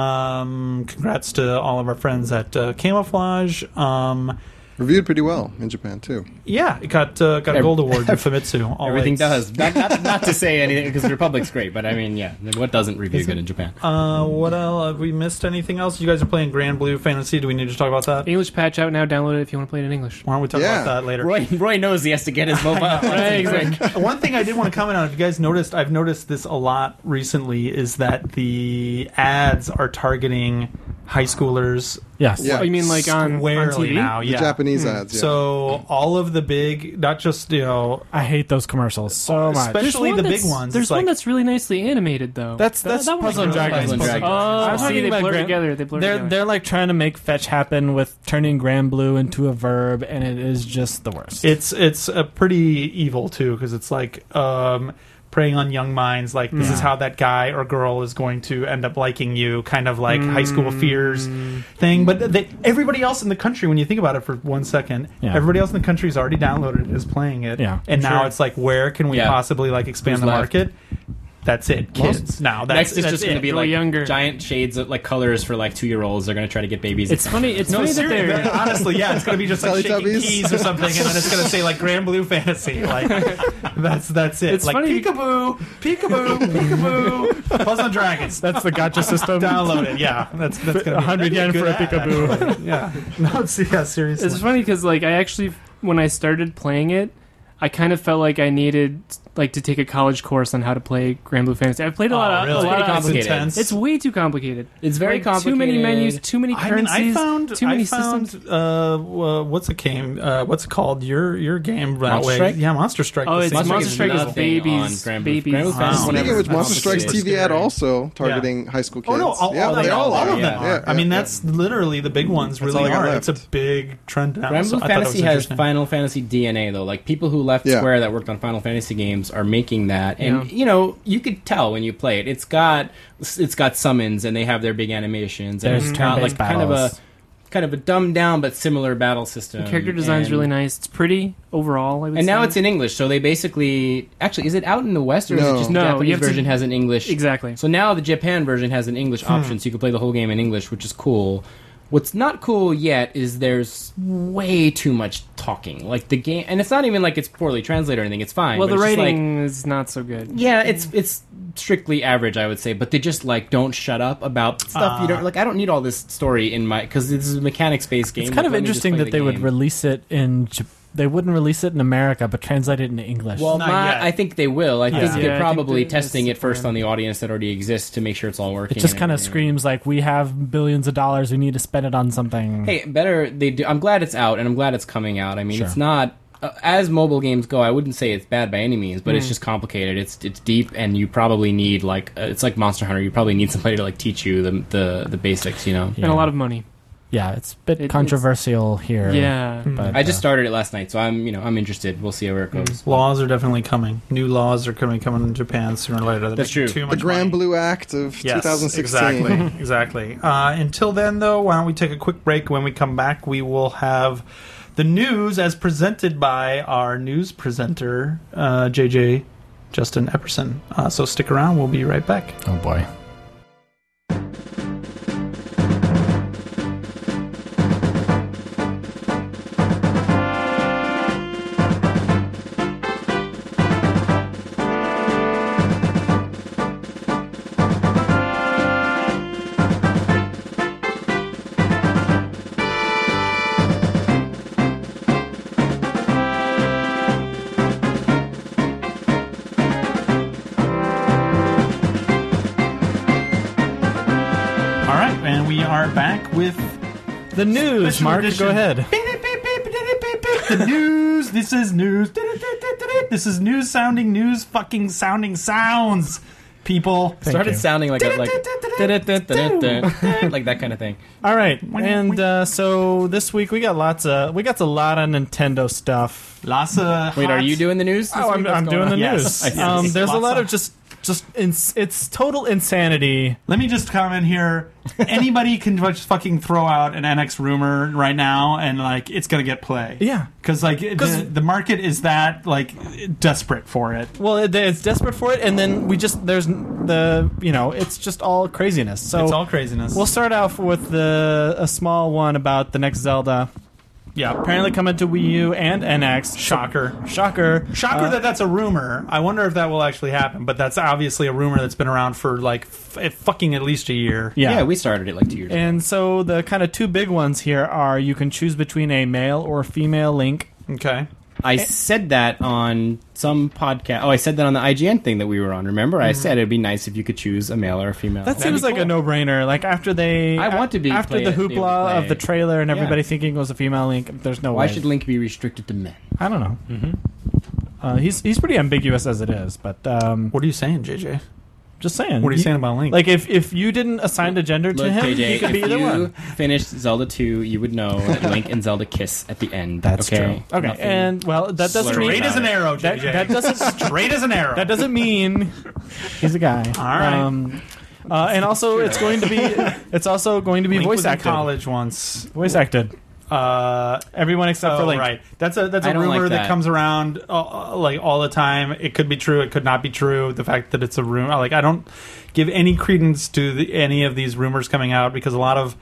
S1: Um, congrats to all of our friends at uh, Camouflage. Um,
S4: Reviewed pretty well in Japan too.
S1: yeah, it got uh, got a
S5: Ev-
S1: gold award in Famitsu. All
S5: Everything
S1: rights.
S5: does. Not, not, not to say anything because Republic's great, but I mean, yeah, what doesn't review good in Japan?
S1: Uh, what else? Have we missed anything else? You guys are playing Grand Blue Fantasy. Do we need to talk about that?
S3: English patch out now. Download it if you want to play it in English.
S1: Why don't we talk
S4: Yeah.
S1: about that later?
S5: Roy, Roy knows he has to get his mobile.
S3: Right,
S5: quick.
S3: exactly.
S1: One thing I did want to comment on, if you guys noticed, I've noticed this a lot recently, is that the ads are targeting high schoolers
S7: Yes.
S4: Yeah.
S3: Oh, you mean like on, on
S1: squarely
S3: TV?
S1: now.
S4: The
S1: Yeah. Hmm.
S4: Japanese ads. Yeah.
S1: So all of the big, not just you know,
S7: I hate those commercials so much.
S3: There's
S1: especially
S3: one
S1: the
S3: that's-
S1: big ones.
S3: There's
S1: it's
S3: one
S1: like,
S3: that's really nicely animated though.
S7: That's
S3: That-
S7: that's
S3: that one I
S7: Puzzle and
S3: really like.
S7: Dragons.
S5: Puzzle and
S7: Puzzle-
S5: Dragons.
S3: Oh,
S7: I'm
S3: see,
S7: talking
S3: they
S7: about
S3: blur
S7: Grand-
S3: together. They blur
S7: They're
S3: together.
S7: they're like trying to make fetch happen with turning Grand Blue into a verb, and it is just the worst.
S1: it's it's a pretty evil too because it's like um, preying on young minds. Like this is how that guy or girl is going to end up liking you, kind of like high school
S5: Mm.
S1: fears thing. But they, everybody else in the country, when you think about it for one second,
S7: Yeah.
S1: everybody else in the country has already downloaded it, is playing it,
S7: Yeah.
S1: and now
S3: Sure.
S1: it's like where can we
S5: Yeah.
S1: possibly like expand
S5: Who's
S1: the
S5: left?
S1: market? That's it, kids. now that's,
S5: Next is
S1: that's
S5: just
S1: it.
S5: going to be
S3: Go
S5: like
S3: younger.
S5: giant shades of like colors for like two year olds. They're going to try to get babies.
S3: It's funny. It's funny that
S1: Seriously,
S3: they're.
S1: honestly, yeah, it's gonna be just like shaking
S4: Teletubbies.
S1: keys or something, and then it's gonna say like Grand Blue Fantasy. Like that's that's it.
S3: It's
S1: like
S3: funny-
S1: peekaboo, peekaboo, peekaboo. Puzzle and Dragons.
S7: that's the gotcha system.
S1: Download it. Yeah, that's that's gonna
S7: 100
S1: be that'd be
S7: yen for a
S1: good ad,
S7: peekaboo.
S1: actually. Yeah, no, it's, yeah, seriously.
S3: It's funny because like I actually when I started playing it, I kind of felt like I needed like to take a college course on how to play Grand Blue Fantasy. I've played
S5: Oh,
S3: a lot of a lot
S5: pretty
S3: of
S5: complicated.
S1: Oh, It's intense.
S3: It's way too complicated.
S5: It's very
S3: Like, Too many
S5: complicated.
S3: menus, too many
S1: I mean,
S3: currencies,
S1: I found
S3: too many
S1: I found
S3: systems.
S1: uh, wha- what's a game? Uh, what's it called your your game that
S5: Monster
S1: way?
S5: Strike?
S1: Yeah, Monster Strike.
S3: Oh,
S1: the
S3: it's
S1: same
S3: Monster
S1: thing.
S3: Strike is
S5: nothing
S3: babies-
S5: on Grand
S3: babies.
S5: Grand Blue
S3: Wow.
S5: Fantasy is
S1: Speaking
S5: one
S4: Speaking
S5: of
S4: with
S5: the
S4: Monster Strikes
S5: complicated.
S4: TV ad also targeting high school kids.
S1: Oh no! All,
S4: yeah,
S1: all,
S4: they
S1: like,
S4: all
S1: all
S4: are.
S1: of them
S4: Yeah,
S1: are. I mean,
S4: yeah.
S1: that's literally the big ones.
S4: That's
S1: Really
S4: all I got
S1: are.
S4: left.
S1: It's a big trend now.
S5: Grand
S1: so
S5: Blue
S1: I thought that
S5: Fantasy
S1: was
S5: has
S1: interesting.
S5: Final Fantasy DNA though. Like people who left
S4: Yeah.
S5: Square that worked on Final Fantasy games are making that, and
S3: Yeah.
S5: you know you could tell when you play it. It's got it's got summons, and they have their big animations. And
S2: There's
S5: it's got,
S2: turn-based
S5: like kind of a
S2: battles.
S5: kind of a dumbed down but similar battle system.
S3: Character design's
S5: Mm, and,
S3: really nice. It's pretty overall. I would
S5: And now
S3: say.
S5: it's in English, so they basically actually is it out in the West or is
S4: No.
S5: it just
S3: No,
S5: the
S3: you
S5: Japanese
S3: have to-
S5: version has an English
S3: exactly.
S5: So now the Japan version has an English
S2: Hmm.
S5: option, so you can play the whole game in English, which is cool. What's not cool yet is there's way too much talking. Like the game, and it's not even like it's poorly translated or anything. It's fine.
S3: Well,
S5: but
S3: the
S5: it's just like-
S3: writing is not so good.
S5: yeah, it's it's strictly average, I would say. But they just like don't shut up about stuff
S2: Ah.
S5: you don't like. I don't need all this story in my because this is a mechanics based game.
S2: It's kind
S5: Like,
S2: of
S5: let me just
S2: interesting
S5: play
S2: that
S5: the
S2: they would
S5: game.
S2: release it in. Jap- They wouldn't release it in America, but translate it into English.
S5: Well,
S1: Not
S5: my-
S1: yet.
S5: I think they will. I
S2: Yeah,
S5: think
S2: I
S5: they're
S3: think
S5: probably
S3: that- that's
S5: testing
S3: the
S5: it first
S3: plan.
S5: on the audience that already exists to make sure it's all working.
S2: it just
S5: and
S2: kind of
S5: everything.
S2: screams like we have billions of dollars. We need to spend it on something.
S5: Hey, better they do. I'm glad it's out, and I'm glad it's coming out. I mean,
S2: Sure.
S5: it's not uh, as mobile games go. I wouldn't say it's bad by any means, but it's just complicated. It's it's deep, and you probably need like uh, it's like Monster Hunter. You probably need somebody to like teach you the the, the basics. You know.
S2: Yeah.
S3: And a lot of money.
S2: yeah, it's a bit
S3: It- it's-
S2: controversial here.
S3: Yeah.
S2: but,
S5: I just
S2: uh,
S5: started it last night, so I'm you know I'm interested. We'll see where it goes.
S1: Laws are definitely coming. New laws are coming coming in Japan sooner or later. They
S5: That's
S1: make
S5: true.
S1: Too
S4: The
S1: much
S4: Grand
S1: money.
S4: Blue Act of 2016.
S1: Exactly, exactly. Uh, until then, though, why don't we take a quick break? When we come back, we will have the news as presented by our news presenter, uh, JJ Justin Epperson. Uh, so stick around. We'll be right back.
S2: Oh boy.
S1: All right, and we are back with
S2: uh, The news,
S1: Special
S2: Mark.
S1: edition.
S2: Go ahead.
S1: Beep, beep, beep, beep, beep, beep, beep. the news. This is news. This is news sounding news. Fucking sounding sounds, people.
S5: started
S2: you.
S5: sounding like a, like like that kind of thing.
S2: All right, and uh, so this week we got lots of we got a lot of Nintendo stuff.
S1: Lassa.
S5: Wait, are you doing the news? this
S2: Oh, I'm,
S5: week? What's
S2: I'm
S5: going
S2: doing the
S5: on?
S1: Yes.
S2: news.
S1: Yes.
S2: Um, there's a
S1: Lots
S2: lot
S1: of-
S2: of just just ins- it's total insanity.
S1: Let me just comment here. Anybody can just fucking throw out an NX rumor right now, and like it's gonna get play.
S2: Yeah.
S1: Because like the, the market is that like desperate for it.
S2: Well, it, it's desperate for it, and then we just there's n- the you know it's just all craziness. So
S1: it's all craziness.
S2: we'll start off with the a small one about the next Zelda.
S1: yeah.
S2: Apparently coming to Wii U and NX.
S1: Shocker.
S2: Shocker.
S1: Shocker
S2: Uh,
S1: that that's a rumor. I wonder if that will actually happen, but that's obviously a rumor that's been around for like f- eh, fucking at least a year.
S2: yeah.
S5: Yeah. we started it like two years. ago.
S2: and so the kind of two big ones here are you can choose between a male or female Link.
S1: Okay.
S5: I
S2: Eh.
S5: said that on some podcast. Oh, I said that on the IGN thing that we were on. Remember, I said it'd be nice if you could choose a male or a female.
S2: Mm-hmm. That seems like a no-brainer. Like after they,
S5: I want to be
S2: after
S5: play
S2: the
S5: it, be able to play
S2: hoopla of the
S5: it.
S2: trailer and
S5: Yeah.
S2: everybody thinking it was a female Link. There's no
S5: Why
S2: way.
S5: should Link Mm-hmm. be restricted to men?
S2: I don't know. Uh, he's he's pretty ambiguous as it is, but um,
S1: What are you saying, JJ?
S2: just saying.
S1: What are you saying about Link?
S2: Like if if you didn't assign a gender to
S5: Look,
S2: him,
S5: JJ,
S2: he could
S5: if
S2: be either
S5: you
S2: one.
S5: finished Zelda two, you would know that Link and Zelda kiss at the end.
S2: That's
S5: okay?
S2: true. Okay,
S5: Nothing-
S2: and well, that doesn't
S5: slurry
S2: mean
S1: straight as an arrow, JJ.
S2: that, that doesn't
S1: straight as an arrow.
S2: that doesn't mean he's a guy. All
S1: right.
S2: Um, uh, and also, it's going to be it's also going to be
S1: Link
S2: voice
S1: was in
S2: acted.
S1: college once.
S2: Voice acted.
S1: Uh,
S2: Everyone except for
S1: oh,
S2: Link.
S1: right. That's a that's a
S5: I don't
S1: rumor
S5: like
S1: that.
S5: that.
S1: comes around uh, like all the time. It could be true. It could not be true. The fact that it's a rumor, like I don't give any credence to the, any of these rumors coming out because a lot of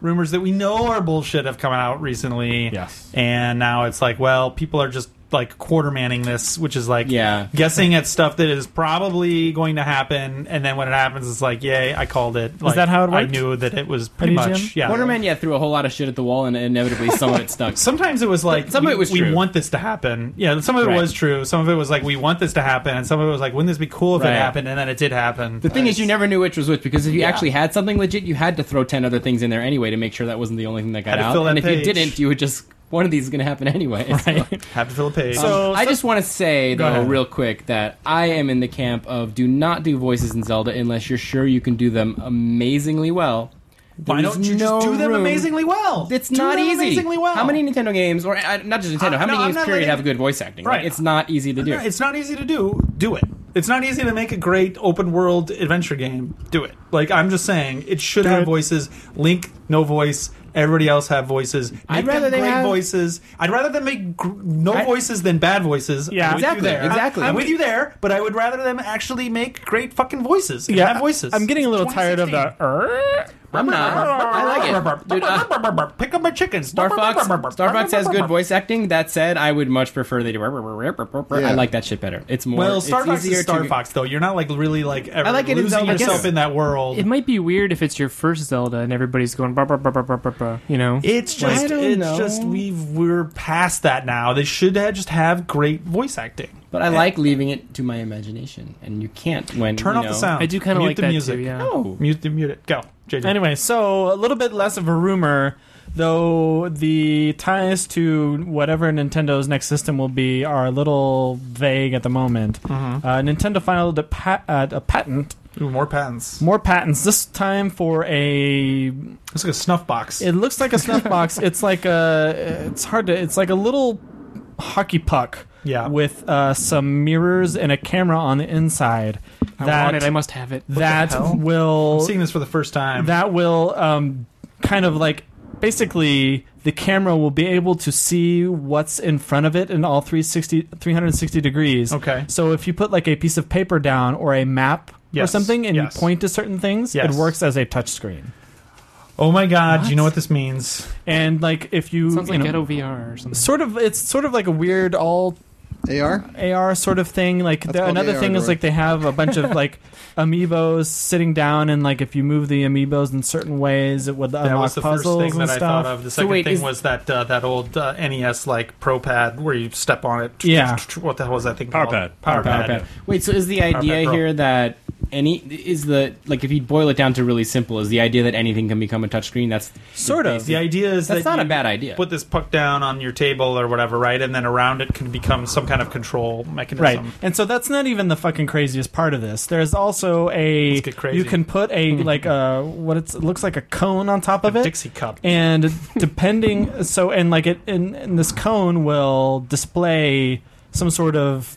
S1: rumors that we know are bullshit have come out recently.
S2: Yes.
S1: and now it's like, well, people are just like quartermanning this, which is like
S5: Yeah.
S1: guessing at stuff that is probably going to happen, and then when it happens, it's like, yay, I called it. Like,
S2: that how it
S1: I
S2: worked?
S1: knew that it was pretty
S2: EGM?
S1: much. Yeah,
S5: Wonder Man, yeah, threw a whole lot of shit at the wall, and inevitably some of it stuck.
S1: Sometimes it was like
S5: Some of
S1: we-
S5: it was
S1: we
S5: true.
S1: want this to happen. Yeah, some of it
S5: Right.
S1: was true. Some of it was like we want this to happen, and some of it was like wouldn't this be cool if it
S5: Right.
S1: happened? And then it did happen.
S5: The thing is, you never knew which was which because if you actually had something legit, you had to throw ten other things in there anyway to make sure that wasn't the only thing that
S1: Had
S5: got
S1: to
S5: out.
S1: fill that
S5: And if
S1: page.
S5: you didn't, you would just one of these is going to happen anyway. Right.
S1: have to fill a page.
S2: So-
S5: Um, I just want to say though,
S1: ahead.
S5: real quick, that I am in the camp of do not do voices in Zelda unless you're sure you can do them amazingly well.
S1: why
S5: There's
S1: don't you
S5: no
S1: just do them
S5: room-
S1: amazingly well?
S5: It's
S1: Do
S5: not
S1: them
S5: easy.
S1: Amazingly well.
S5: How many Nintendo games, or uh, not just Nintendo,
S1: Uh,
S5: how many
S1: no, I'm
S5: games
S1: not
S5: period
S1: letting-
S5: have good voice acting? Like,
S1: Right.
S5: it's not easy to do.
S1: No, it's not easy to do. Do it. It's not easy to make a great open world adventure game. Do it. Like I'm just saying, it should have
S3: it.
S1: voices. Link, no voice. Everybody else have voices. Make
S5: I'd rather
S1: them
S5: they
S1: great
S5: have-
S1: voices. I'd rather them make gr- no
S5: I-
S1: voices than bad voices.
S3: Yeah.
S1: I'm with you
S5: Exactly,
S1: there.
S5: exactly.
S1: I'm, I'm with you there, but I would rather them actually make great fucking voices. and have voices.
S7: I'm getting a little tired of the. "Er."
S5: I'm not. I like it. Dude, uh,
S1: Pick up my chickens.
S5: Star Fox, Star Fox has good voice acting. That said, I would much prefer they do. I like that shit better. It's more.
S1: Well,
S5: it's
S1: Star Fox
S5: easier
S1: is Star
S5: to-
S1: Fox, though. You're not like really like ever
S5: like it in
S1: losing
S5: Zelda.
S1: yourself
S5: Yes.
S1: in that world.
S3: It might be weird if it's your first Zelda and everybody's going, "Bah, bah, bah, bah, bah, bah, bah," you know?
S1: It's just,
S5: I don't
S1: it's
S5: know.
S1: just we've we're past that now. They should have just have great voice acting.
S5: But I like leaving it to my imagination, and you can't when
S1: Turn
S5: you
S1: off the
S5: know-
S1: sound.
S3: I do kind of
S1: Mute
S3: like
S1: the
S3: that
S1: music.
S3: too, yeah.
S5: No.
S1: Mute, the- mute it. Go, JJ.
S2: Anyway, so a little bit less of a rumor, though the ties to whatever Nintendo's next system will be are a little vague at the moment. Uh, Nintendo filed a, pa- uh, a patent,
S1: Mm-hmm. Ooh, more patents.
S2: more patents this time for a.
S1: It's like a snuff box.
S2: It looks like a snuff box. It's like a. It's hard to. It's like a little hockey puck.
S1: Yeah.
S2: With uh, some mirrors and a camera on the inside.
S3: I
S2: that
S3: want it. I must have it.
S2: that
S1: hell?
S2: will
S1: I'm seeing this for the first time.
S2: that will um, kind of like basically the camera will be able to see what's in front of it in all 360, 360 degrees.
S1: Okay.
S2: So if you put like a piece of paper down or a map or
S1: Yes,
S2: something and
S1: yes.
S2: you point to certain things,
S1: Yes.
S2: it works as a touch screen.
S1: oh my god! Do you know what this means?
S2: And like if you,
S3: Sounds
S2: you
S3: like
S2: know,
S3: Ghetto VR or something.
S2: sort of it's sort of like a weird all
S4: AR?
S2: AR sort of thing. Like
S4: That's
S2: the,
S4: called
S2: another
S4: AR
S2: thing is
S4: door.
S2: like they have a bunch of like amiibos sitting down, and like if you move the amiibos in certain ways, it would
S1: That
S2: unlock
S1: was the first
S2: Uh, puzzles
S1: thing
S2: and
S1: that I
S2: stuff.
S1: thought of. The second
S5: wait,
S1: thing
S5: is-
S1: was that uh, that old uh, NES like Pro Pad where you step on it.
S2: Yeah.
S1: What the hell was that thing
S6: Power
S1: called?
S6: pad.
S1: Power,
S5: Power
S1: pad.
S5: pad. Wait, so is the
S1: Power
S5: idea
S1: pad Pro.
S5: here that any is the like if you boil it down to really simple, is the idea that anything can become a touchscreen? That's
S2: Sort of.
S1: The idea is
S5: that's
S1: that
S5: not a
S1: you-
S5: bad idea.
S1: put this puck down on your table or whatever, right? And then around it can become some kind of control
S2: Right,
S1: mechanism.
S2: and so that's not even the fucking craziest part of this. There's also
S1: Let's
S2: a
S1: get crazy.
S2: you can put a like a what it's, it looks like a cone on top of it,
S1: Dixie cup.
S2: and depending so and like it and, and this cone will display some sort of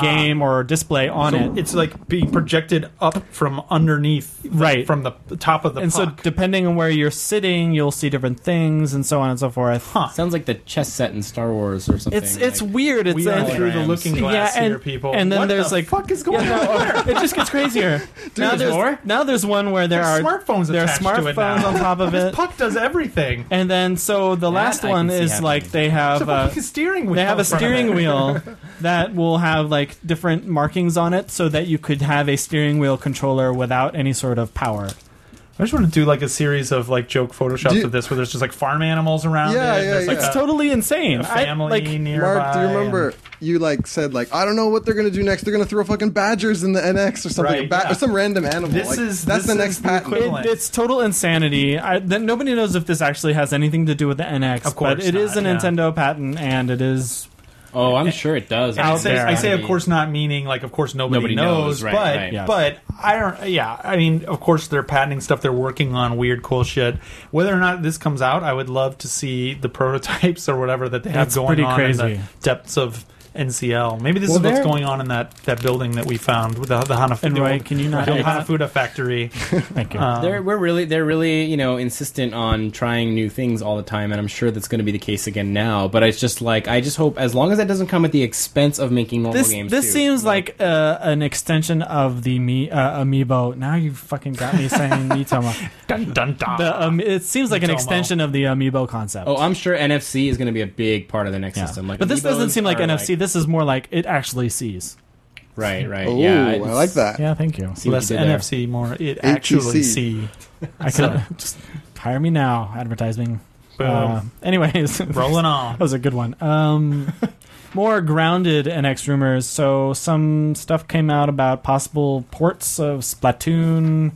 S2: game or display on
S1: Ah. So
S2: it.
S1: It's like being projected up from underneath, the-
S2: Right.
S1: from the the top of the
S2: and
S1: puck.
S2: so depending on where you're sitting you'll see different things and so on and so forth
S1: Huh.
S5: sounds like the chess set in Star Wars or something.
S2: it's it's
S5: like-
S2: weird it's
S1: we are
S2: and-
S1: through the
S5: holograms.
S1: looking glass
S2: yeah, and,
S1: here, people.
S2: and then
S1: What
S2: there's
S1: the
S2: like
S1: fuck is going on?
S2: it just gets crazier now
S5: there's
S2: there's
S5: more?
S2: now there's one where there
S1: There's
S2: are
S1: smartphones
S2: there are
S1: attached to it
S2: smartphones
S1: now.
S2: on top of it
S1: Puck does everything.
S2: and then so the last
S5: I can
S2: one
S5: see
S2: is
S5: happening.
S2: like they
S1: It's
S2: have
S1: a
S2: uh,
S1: fucking steering wheel.
S2: they have a
S1: in front of
S2: steering
S1: it.
S2: wheel that will have like different markings on it so that you could have a steering wheel controller without any sort of power
S1: I just want to do like a series of like joke photoshops
S4: Do you-
S1: of this, where there's just like farm animals around.
S4: Yeah,
S1: it.
S4: yeah,
S1: there's, like
S4: yeah.
S1: a-
S2: it's totally insane
S1: a
S2: I-
S1: family
S2: like,
S1: nearby.
S4: Mark, do you remember
S1: and-
S4: you like said like I don't know what they're gonna do next? They're gonna throw fucking badgers in the NX or something,
S1: Right,
S4: a ba-
S1: yeah.
S4: or some random animal.
S1: This
S4: Like,
S1: is- this
S4: that's the
S1: is
S4: next
S1: the
S4: patent.
S1: equivalent.
S2: It, it's total insanity. I, th- nobody knows if this actually has anything to do with the NX,
S1: Of course
S2: but it
S1: not,
S2: is a
S1: yeah.
S2: Nintendo patent, and it is.
S5: oh, I'm sure it does.
S1: And I
S2: out
S1: say,
S2: there.
S1: I say, of course, not meaning like, of course, nobody,
S5: Nobody
S1: knows,
S5: knows, right,
S1: but
S5: right.
S2: Yeah.
S1: but I don't. Yeah, I mean, of course, they're patenting stuff. They're working on weird, cool shit. Whether or not this comes out, I would love to see the prototypes or whatever that they have
S2: That's
S1: going
S2: pretty
S1: on in
S2: crazy.
S1: the depths of NCL. Maybe this
S2: Well,
S1: is what's
S2: there-
S1: going on in that, that building that we found with the, the Hanafuda.
S2: And Roy, can you not?
S1: the old Hanafuda factory.
S2: Thank you.
S1: Um,
S5: They're we're really they're really you know insistent on trying new things all the time, and I'm sure that's going to be the case again now. But it's just like I just hope as long as that doesn't come at the expense of making normal
S2: this
S5: games.
S2: this
S5: too.
S2: seems like uh, an extension of the me uh, amiibo. Now you fucking got me saying Miitomo.
S1: dun dun dun.
S2: The, um, it seems like an
S1: Miitomo.
S2: extension of the amiibo concept.
S5: oh, I'm sure NFC is going to be a big part of the next system. Like,
S2: but this doesn't
S5: Amiibos
S2: seem like
S5: are,
S2: NFC. this is more like it actually sees.
S5: right, right,
S4: Oh,
S5: yeah.
S4: I
S5: it's-
S4: like that.
S2: Yeah, thank you.
S5: see what
S1: Less
S5: you did there.
S1: NFC, more it actually
S4: ATC.
S1: see.
S2: I could just hire me now. Advertising.
S1: Boom.
S2: Uh, anyways,
S1: Rolling
S2: That
S1: on.
S2: was a good one. Um, more grounded NX rumors. So some stuff came out about possible ports of Splatoon.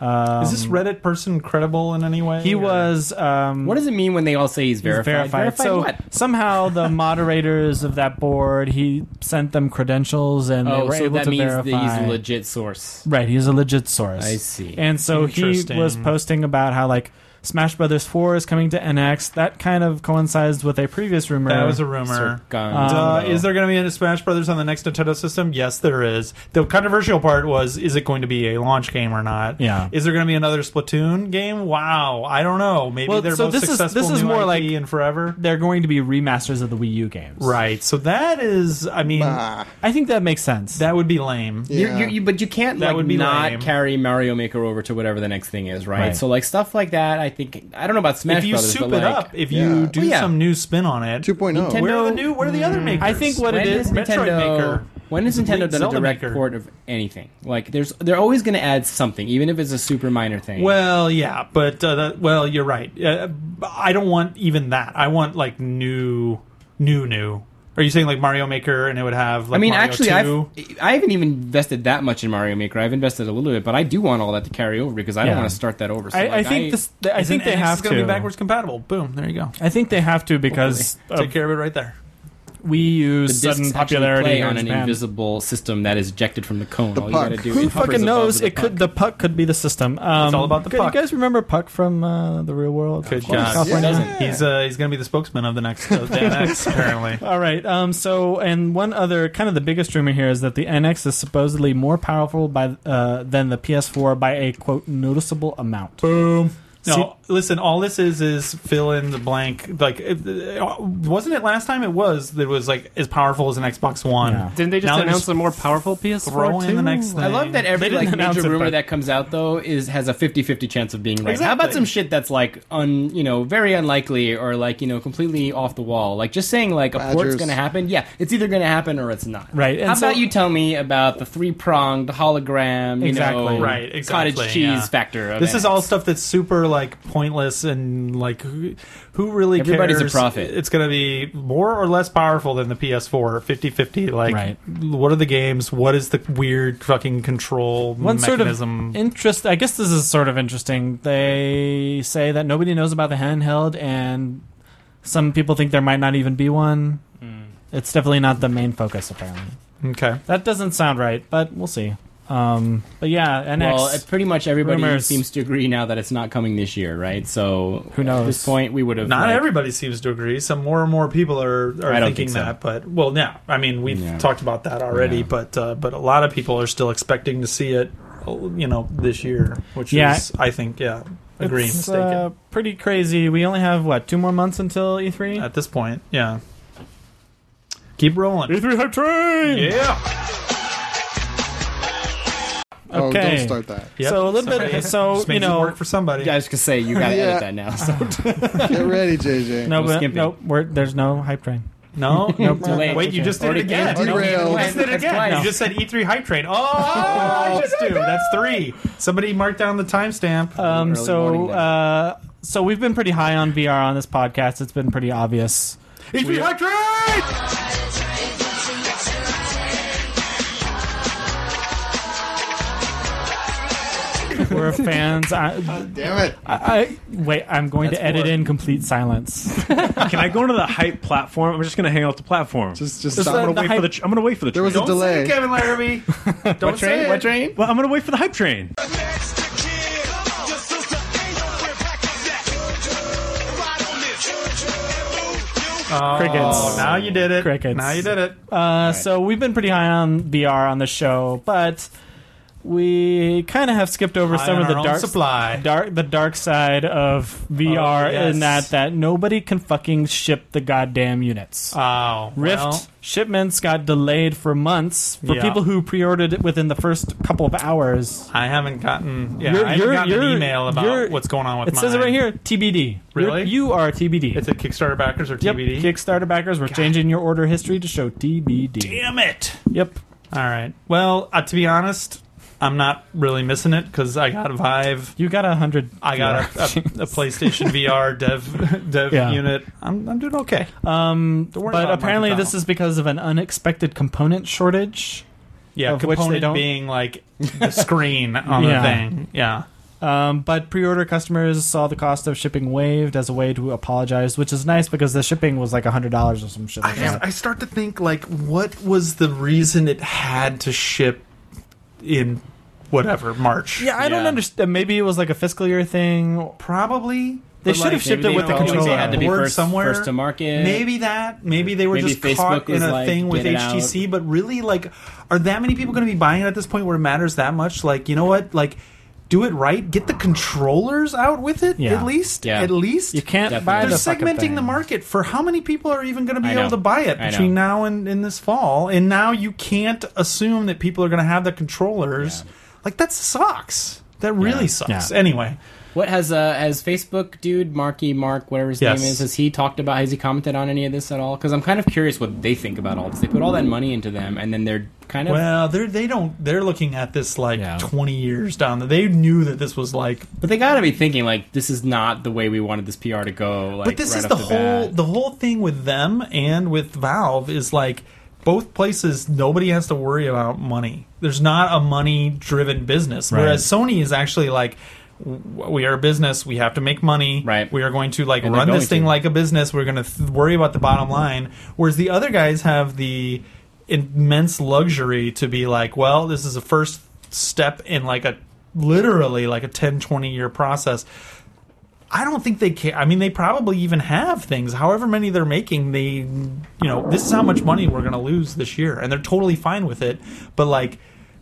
S2: Um,
S1: is this Reddit person credible in any way?
S2: He
S1: or-
S2: was. Um,
S5: What does it mean when they all say he's
S2: he's
S5: verified?
S2: So
S5: what?
S2: somehow the moderators of that board he sent them credentials and they
S5: Oh,
S2: were
S5: so
S2: able
S5: that
S2: to
S5: means that
S2: verify.
S5: he's a legit source.
S2: right, he's a legit source.
S5: I see.
S2: And so he
S1: Interesting.
S2: was posting about how like Smash Brothers Four is coming to NX. That kind of coincides with a previous rumor.
S1: That was a rumor.
S2: Um,
S1: Duh.
S5: Circum-
S1: Uh, is there going to be a Smash Brothers on the next Nintendo system? Yes, there is. The controversial part was: is it going to be a launch game or not?
S2: yeah.
S1: Is there going to be another Splatoon game? Wow, I don't know. Maybe
S2: Well,
S1: they're
S2: so
S1: most
S2: this is-
S1: successful
S2: this is
S1: new
S2: more
S1: IP
S2: like-
S1: in forever.
S2: they're going to be remasters of the Wii U games.
S1: Right. So that is, I mean,
S4: Bah.
S2: I think that makes sense.
S1: that would be lame.
S5: You-
S4: Yeah.
S5: You, you, but you can't
S1: That
S5: like
S1: would be
S5: not
S1: lame.
S5: carry Mario Maker over to whatever the next thing is, right?
S2: Right.
S5: So like stuff like that, I think I don't know about Smash
S1: if you
S5: Brothers,
S1: soup
S5: but
S1: it
S5: like
S1: up, if you
S4: Yeah.
S1: do
S5: Well, yeah.
S1: some new spin on it,
S4: 2.0.
S5: Nintendo-
S1: where are the new? Where are the other
S5: Mm.
S1: makers?
S2: I think what
S5: when
S2: it
S5: is
S2: is,
S1: Metroid
S5: Nintendo
S1: Maker.
S5: when has Nintendo done a
S1: Zelda
S5: direct
S1: Maker.
S5: port of anything? Like there's they're always going to add something, even if it's a super minor thing.
S1: Well, yeah, but uh, that, well, you're right. Uh, I don't want even that. I want like new, new, new. Are you saying like Mario Maker and it would have? like
S5: I mean,
S1: Mario
S5: actually,
S1: 2?
S5: I've, I haven't even invested that much in Mario Maker. I've invested a little bit, but I do want all that to carry over because I don't
S2: Yeah.
S5: want to start that over. So,
S2: I, I
S5: like,
S2: think this. I
S1: Isn't
S2: think they
S1: NX
S2: have
S1: gonna
S2: to.
S1: be backwards compatible. Boom, there you go.
S2: I think they have to because
S1: Take
S2: of
S1: care of it right there.
S2: Wii
S5: the
S2: U's
S5: discs
S2: sudden
S5: actually
S2: popularity
S5: play
S2: here
S5: on
S2: in
S5: an
S2: Japan.
S5: invisible system that is ejected from the cone.
S4: The
S5: all you
S4: puck.
S5: got to do
S2: Who
S5: is hovers
S2: fucking
S5: above
S2: knows?
S5: the
S2: It could the puck could be the system. Um,
S1: all about the
S2: good-
S1: puck.
S2: You guys remember Puck from uh, the Real World?
S1: Good
S2: Of course,
S1: God.
S2: California.
S5: Yeah.
S1: He's uh, he's going to be the spokesman of the next of the NX apparently.
S2: All right. Um. So, and one other kind of the biggest rumor here is that the NX is supposedly more powerful by uh, than the PS4 by a quote noticeable amount.
S1: Boom.
S2: See-
S1: No, listen. All this is is fill in the blank. Like, it, uh, wasn't it last time? It was. It was like as powerful as an Xbox One.
S2: Yeah.
S3: Didn't they just
S1: Now they're
S3: announce
S1: just
S3: a more powerful PS4
S1: throw in
S3: too?
S1: the next
S5: I
S1: thing.
S5: love that every
S2: didn't
S5: like
S2: announce
S5: major
S2: it,
S5: rumor
S2: but-
S5: that comes out though is has a 50-50 chance of being right. How about
S1: Exactly.
S5: some shit that's like un you know very unlikely or like you know completely off the wall? Like just saying like a port's
S4: Badgers.
S5: going to happen. Yeah, it's either going to happen or it's not.
S2: Right, and
S5: How
S2: so-
S5: about you tell me about the three pronged hologram? You
S2: Exactly.
S5: Know,
S1: Right, exactly,
S5: Cottage cheese
S1: yeah.
S5: factor. Of
S1: This is
S5: NX.
S1: all stuff that's super like pointless and like who, who really
S5: Everybody's a
S1: cares?
S5: prophet.
S1: It's going to be more or less powerful than the PS4 50-50 like
S2: Right.
S1: what are the games? What is the weird fucking control
S2: One sort of
S1: mechanism?
S2: interest i guess this is sort of interesting they say that nobody knows about the handheld and some people think there might not even be one
S1: Hmm.
S2: it's definitely not the main focus apparently
S1: okay.
S2: that doesn't sound right but we'll see um, but yeah nx
S5: Well, uh, pretty much everybody
S2: rumors.
S5: seems to agree now that it's not coming this year, right? So
S2: Who
S5: At this
S2: knows?
S5: point, we would have
S1: Not
S5: like,
S1: everybody seems to agree. Some more and more people are, are
S5: I don't
S1: thinking
S5: think so.
S1: that, but well, now I mean we've
S5: Yeah.
S1: talked about that already,
S5: Yeah.
S1: but uh, but a lot of people are still expecting to see it, you know, this year, which
S2: Yeah.
S1: is I think yeah, agree,
S2: it's,
S1: mistaken
S2: uh, pretty crazy we only have what two more months until E e3
S5: Uh,
S1: at this point. Yeah, keep rolling.
S2: e3 hype train
S1: Yeah.
S4: Oh,
S2: Okay.
S4: don't start that.
S1: Yep.
S2: so a little
S1: Somebody-
S2: bit so
S1: Just
S2: you
S1: makes it
S2: know
S1: work for somebody.
S5: Yeah, I was gonna say you gotta edit
S4: Yeah.
S5: that now. So
S4: Get ready, JJ.
S2: no
S5: We're
S2: but,
S5: skimping.
S2: nope we're, there's no hype train
S1: No, no.
S5: Delayed.
S1: Wait, you just did it
S5: Already
S1: again.
S5: canceled.
S4: Derailed.
S1: You just did it
S5: That's
S1: again.
S5: twice.
S1: You
S2: Um,
S1: just said E3 hype train. Oh, I just do. That's three. Somebody mark down the timestamp.
S2: Um,
S5: Early morning
S2: so,
S5: then.
S2: uh, so we've been pretty high on VR on this podcast. It's been pretty obvious.
S1: E3 E hype train.
S2: We're fans. I,
S4: Damn it.
S2: I wait. I'm going to
S5: That's
S2: edit
S5: four.
S2: in complete silence.
S6: Can I go into the hype platform? I'm just going to hang out the platform.
S4: Just, just
S2: Just
S6: I'm
S4: stop.
S2: let-
S6: going
S2: the
S6: to wait for the.
S2: hype-
S6: tr- I'm going to wait for the.
S4: There was
S6: train.
S1: Don't say it,
S4: delay.
S1: Kevin Larrabee. Don't
S5: what
S1: say
S5: train?
S1: it.
S5: What train?
S6: Well, I'm going to wait for the hype train.
S2: Crickets.
S1: Oh, now you did it.
S2: Crickets.
S1: Now you did it.
S2: Uh, So we've been pretty high on VR on the show, but we kind of have skipped over some
S1: High
S2: of
S1: on
S2: the
S1: our own
S2: dark,
S1: supply.
S2: dark, the dark side of VR,
S1: Oh, yes.
S2: in that that nobody can fucking ship the goddamn units.
S1: Oh,
S2: Rift
S1: well,
S2: shipments got delayed for months for
S1: Yeah.
S2: people who pre-ordered it within the first couple of hours.
S1: I haven't gotten. Yeah,
S2: You're-
S1: I haven't
S2: you're-
S1: gotten an
S2: you're-
S1: email
S2: you're-
S1: about what's going on with.
S2: It says it
S1: mine.
S2: right here, TBD. You're-
S1: Really?
S2: you are TBD.
S1: It's a Kickstarter backers or
S2: yep,
S1: TBD.
S2: Kickstarter backers. We're changing your order history to show TBD.
S1: Damn it!
S2: Yep.
S1: All right. Well, uh, to be honest, I'm not really missing it because I got Vive.
S2: You got a hundred.
S1: I got a, a, a PlayStation VR dev dev
S2: Yeah.
S1: unit. I'm, I'm doing okay.
S2: Um,
S1: Don't worry
S2: but
S1: about Mark
S2: apparently
S1: McDonald.
S2: this is because of an unexpected component shortage.
S1: Yeah,
S2: Of which they
S1: component
S2: don't-
S1: being like the screen on
S2: Yeah.
S1: the thing. Yeah.
S2: Um, but pre-order customers saw the cost of shipping waived as a way to apologize, which is nice because the shipping was like hundred dollars or some shit.
S1: I
S2: Like
S1: just
S2: that.
S1: I start to think like what was the reason it had to ship in whatever March?
S2: Yeah, I don't
S5: Yeah.
S2: understand. Maybe it was like a fiscal year thing.
S1: probably.
S2: They
S1: but,
S2: should have
S1: like,
S2: shipped
S5: maybe
S2: it
S5: they
S2: with the
S5: felt like
S2: controller.
S5: They had to be
S1: Board
S5: first,
S1: somewhere.
S5: first to market.
S1: Maybe that. Maybe they were
S5: Maybe
S1: just
S5: Facebook
S1: caught in
S5: was
S1: a
S5: like,
S1: thing with
S5: "Get it
S1: HTC. But really, like, are that many people going to be buying it at this point where it matters that much? Like, you know what? Like, do it right. Get the controllers out with it
S2: Yeah.
S1: at least.
S5: Yeah.
S1: At least
S2: You can't
S5: Definitely.
S2: buy
S1: They're
S2: the fucking
S1: segmenting
S2: thing.
S1: the market for how many people are even going to be
S5: I
S1: able
S5: know.
S1: to buy it
S5: I
S1: between
S5: know.
S1: now and, and this fall. And now you can't assume that people are going to have the controllers.
S5: Yeah.
S1: Like that sucks. That really
S5: Yeah.
S1: sucks.
S2: Yeah.
S1: Anyway,
S5: What has uh has Facebook dude Marky Mark whatever his
S1: Yes.
S5: name is has he talked about has he commented on any of this at all? Because I'm kind of curious what they think about all this. They put all that money into them and then they're kind of
S1: well, they're they don't they're looking at this like
S2: Yeah.
S1: twenty years down. The, they knew that this was like,
S5: but they got to be thinking like this is not the way we wanted this PR to go. Like,
S1: but this is
S5: right off
S1: the,
S5: the
S1: whole
S5: bat.
S1: the whole thing with them and with Valve is like both places nobody has to worry about money. There's not a money driven business, whereas Sony is actually like. w- We are a business. We have to make money.
S5: Right.
S1: We are going to like
S5: And they're
S1: run this
S5: going
S1: thing
S5: to. Mm-hmm.
S1: like a business. We're going to th- worry about the bottom line. Whereas the other guys have the immense luxury to be like, well, this is a first step in like a literally like a 10, 20 year process. I don't think they care. I mean, they probably even have things. However many they're making, they, you know, this is how much money we're going to lose this year, and they're totally fine with it. But like,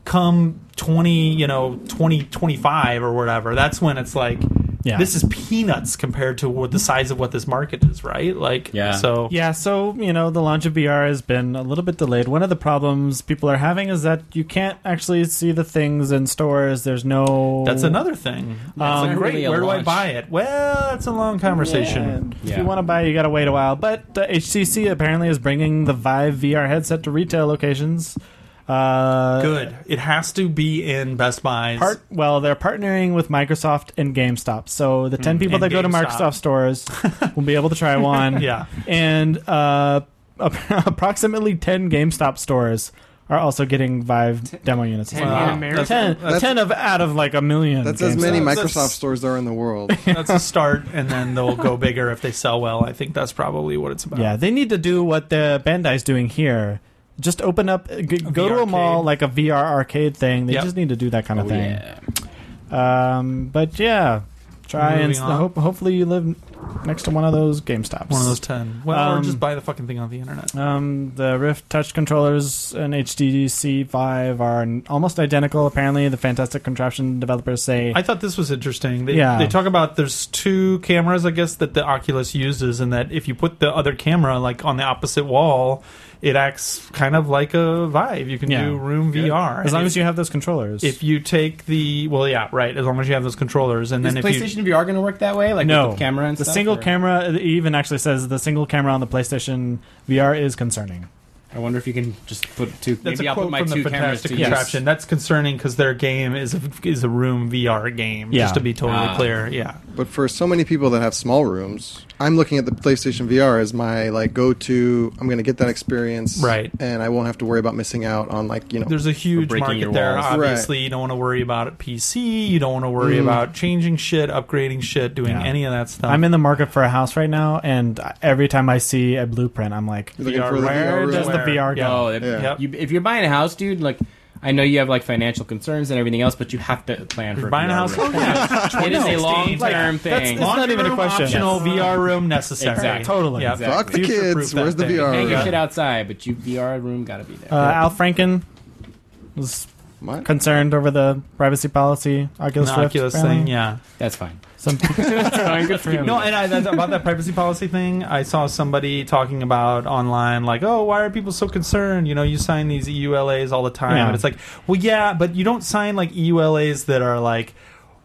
S1: come twenty, you know, twenty twenty five or whatever, that's when it's like,
S2: Yeah.
S1: this is peanuts compared to what the size of what this market is, right? Like,
S5: Yeah.
S1: So
S2: Yeah, so you know the launch of VR has been a little bit delayed. One of the problems people are having is that you can't actually see the things in stores. There's no
S1: that's another thing.
S5: That's
S1: um,
S5: not
S1: great.
S5: really a
S1: Where do I
S5: launch.
S1: buy it? Well, that's a long conversation.
S2: And If
S5: Yeah.
S2: you want to buy, it, you got to wait a while. But uh, the HTC apparently is bringing the Vive VR headset to retail locations. Uh,
S1: Good. It has to be in Best Buys.
S2: Part, well, they're partnering with Microsoft and GameStop, so the ten people
S1: and
S2: that go to
S1: GameStop.
S2: Microsoft stores will be able to try one.
S1: yeah.
S2: and uh, approximately ten GameStop stores are also getting Vive demo units.
S3: ten
S1: Wow.
S3: in America.
S2: Ten,
S4: That's-
S2: 10 of out of like a million.
S4: That's as many
S2: GameStops.
S4: Microsoft
S1: That's-
S4: stores there are in the world.
S1: that's a start, and then they'll go bigger if they sell well. I think that's probably what it's about.
S2: Yeah, they need to do what the Bandai's doing here. Just open up, g- go to a
S1: VR
S2: mall
S1: arcade.
S2: like a VR arcade thing. They
S1: Yep.
S2: just need to do that kind of
S5: Oh,
S2: thing.
S5: yeah.
S2: Um, but yeah, try and
S1: Moving on.
S2: hope, hopefully you live next to one of those Game Stops.
S1: one of those ten. Well, or
S2: Um,
S1: just buy the fucking thing on the internet.
S2: Um, the Rift Touch controllers and HTC Vive are n- almost identical. Apparently, the fantastic contraption developers say.
S1: I thought this was interesting. They,
S2: Yeah.
S1: they talk about there's two cameras, I guess, that the Oculus uses, and that if you put the other camera like on the opposite wall, it acts kind of like a Vive. You can
S2: Yeah.
S1: do room VR
S2: as long
S1: And
S2: as you have those controllers.
S1: If you take the well, yeah, right. As long as you have those controllers, and
S5: Is
S1: then if you
S5: PlayStation VR going to work that way? Like
S2: No.
S5: with the camera and
S2: the
S5: stuff,
S2: single
S5: or-
S2: camera, it even actually says the single camera on the PlayStation VR is concerning.
S5: I wonder if you can just put two.
S1: That's
S5: maybe
S1: a
S5: I'll
S1: quote
S5: put my
S1: from
S5: two
S1: the
S5: cameras to
S1: Fantastic
S5: use.
S1: Contraption. That's concerning because their game is a, is a room VR game.
S2: Yeah.
S1: Just to be totally
S5: Ah.
S1: clear, yeah.
S4: But for so many people that have small rooms, I'm looking at the PlayStation VR as my like go to. I'm going to get that experience,
S1: Right.
S4: And I won't have to worry about missing out on like you know.
S1: There's a huge
S5: breaking
S1: market
S5: your
S1: there.
S5: walls.
S1: Obviously, you don't want to worry about it PC. You don't want to worry about changing shit, upgrading shit, doing
S2: Yeah.
S1: any of that stuff.
S2: I'm in the market for a house right now, and every time I see a blueprint, I'm like,
S4: You're looking
S1: VR,
S4: for the
S2: where
S4: VR room.
S2: does the
S1: Where?
S2: VR go?
S5: Oh, if,
S4: Yeah.
S5: you, if you're buying a house, dude, like I know you have like financial concerns and everything else, but you have to plan for
S1: buying a
S5: VR
S1: house.
S5: room. It is a long term thing.
S2: that's- not even a
S1: room
S2: question.
S1: Optional VR room necessary.
S5: Exactly.
S2: Totally.
S1: Yeah.
S5: Exactly.
S4: Fuck the
S1: Future-proof
S4: kids.
S1: that
S4: Where's the
S1: thing.
S5: Hang your
S4: VR?
S5: shit outside, but you VR room got to be there.
S2: Uh, Al Franken was
S4: What?
S2: concerned over the privacy policy Oculus
S1: The
S2: Rift.
S1: Oculus
S2: apparently.
S1: thing, yeah.
S5: That's fine.
S2: Some
S3: Fine, good for him.
S1: No, and I, that's about that privacy policy thing, I saw somebody talking about online, like, oh, why are people so concerned? You know, you sign these E EULAs all the time.
S2: Yeah.
S1: And it's like, well, yeah, but you don't sign like E EULAs that are like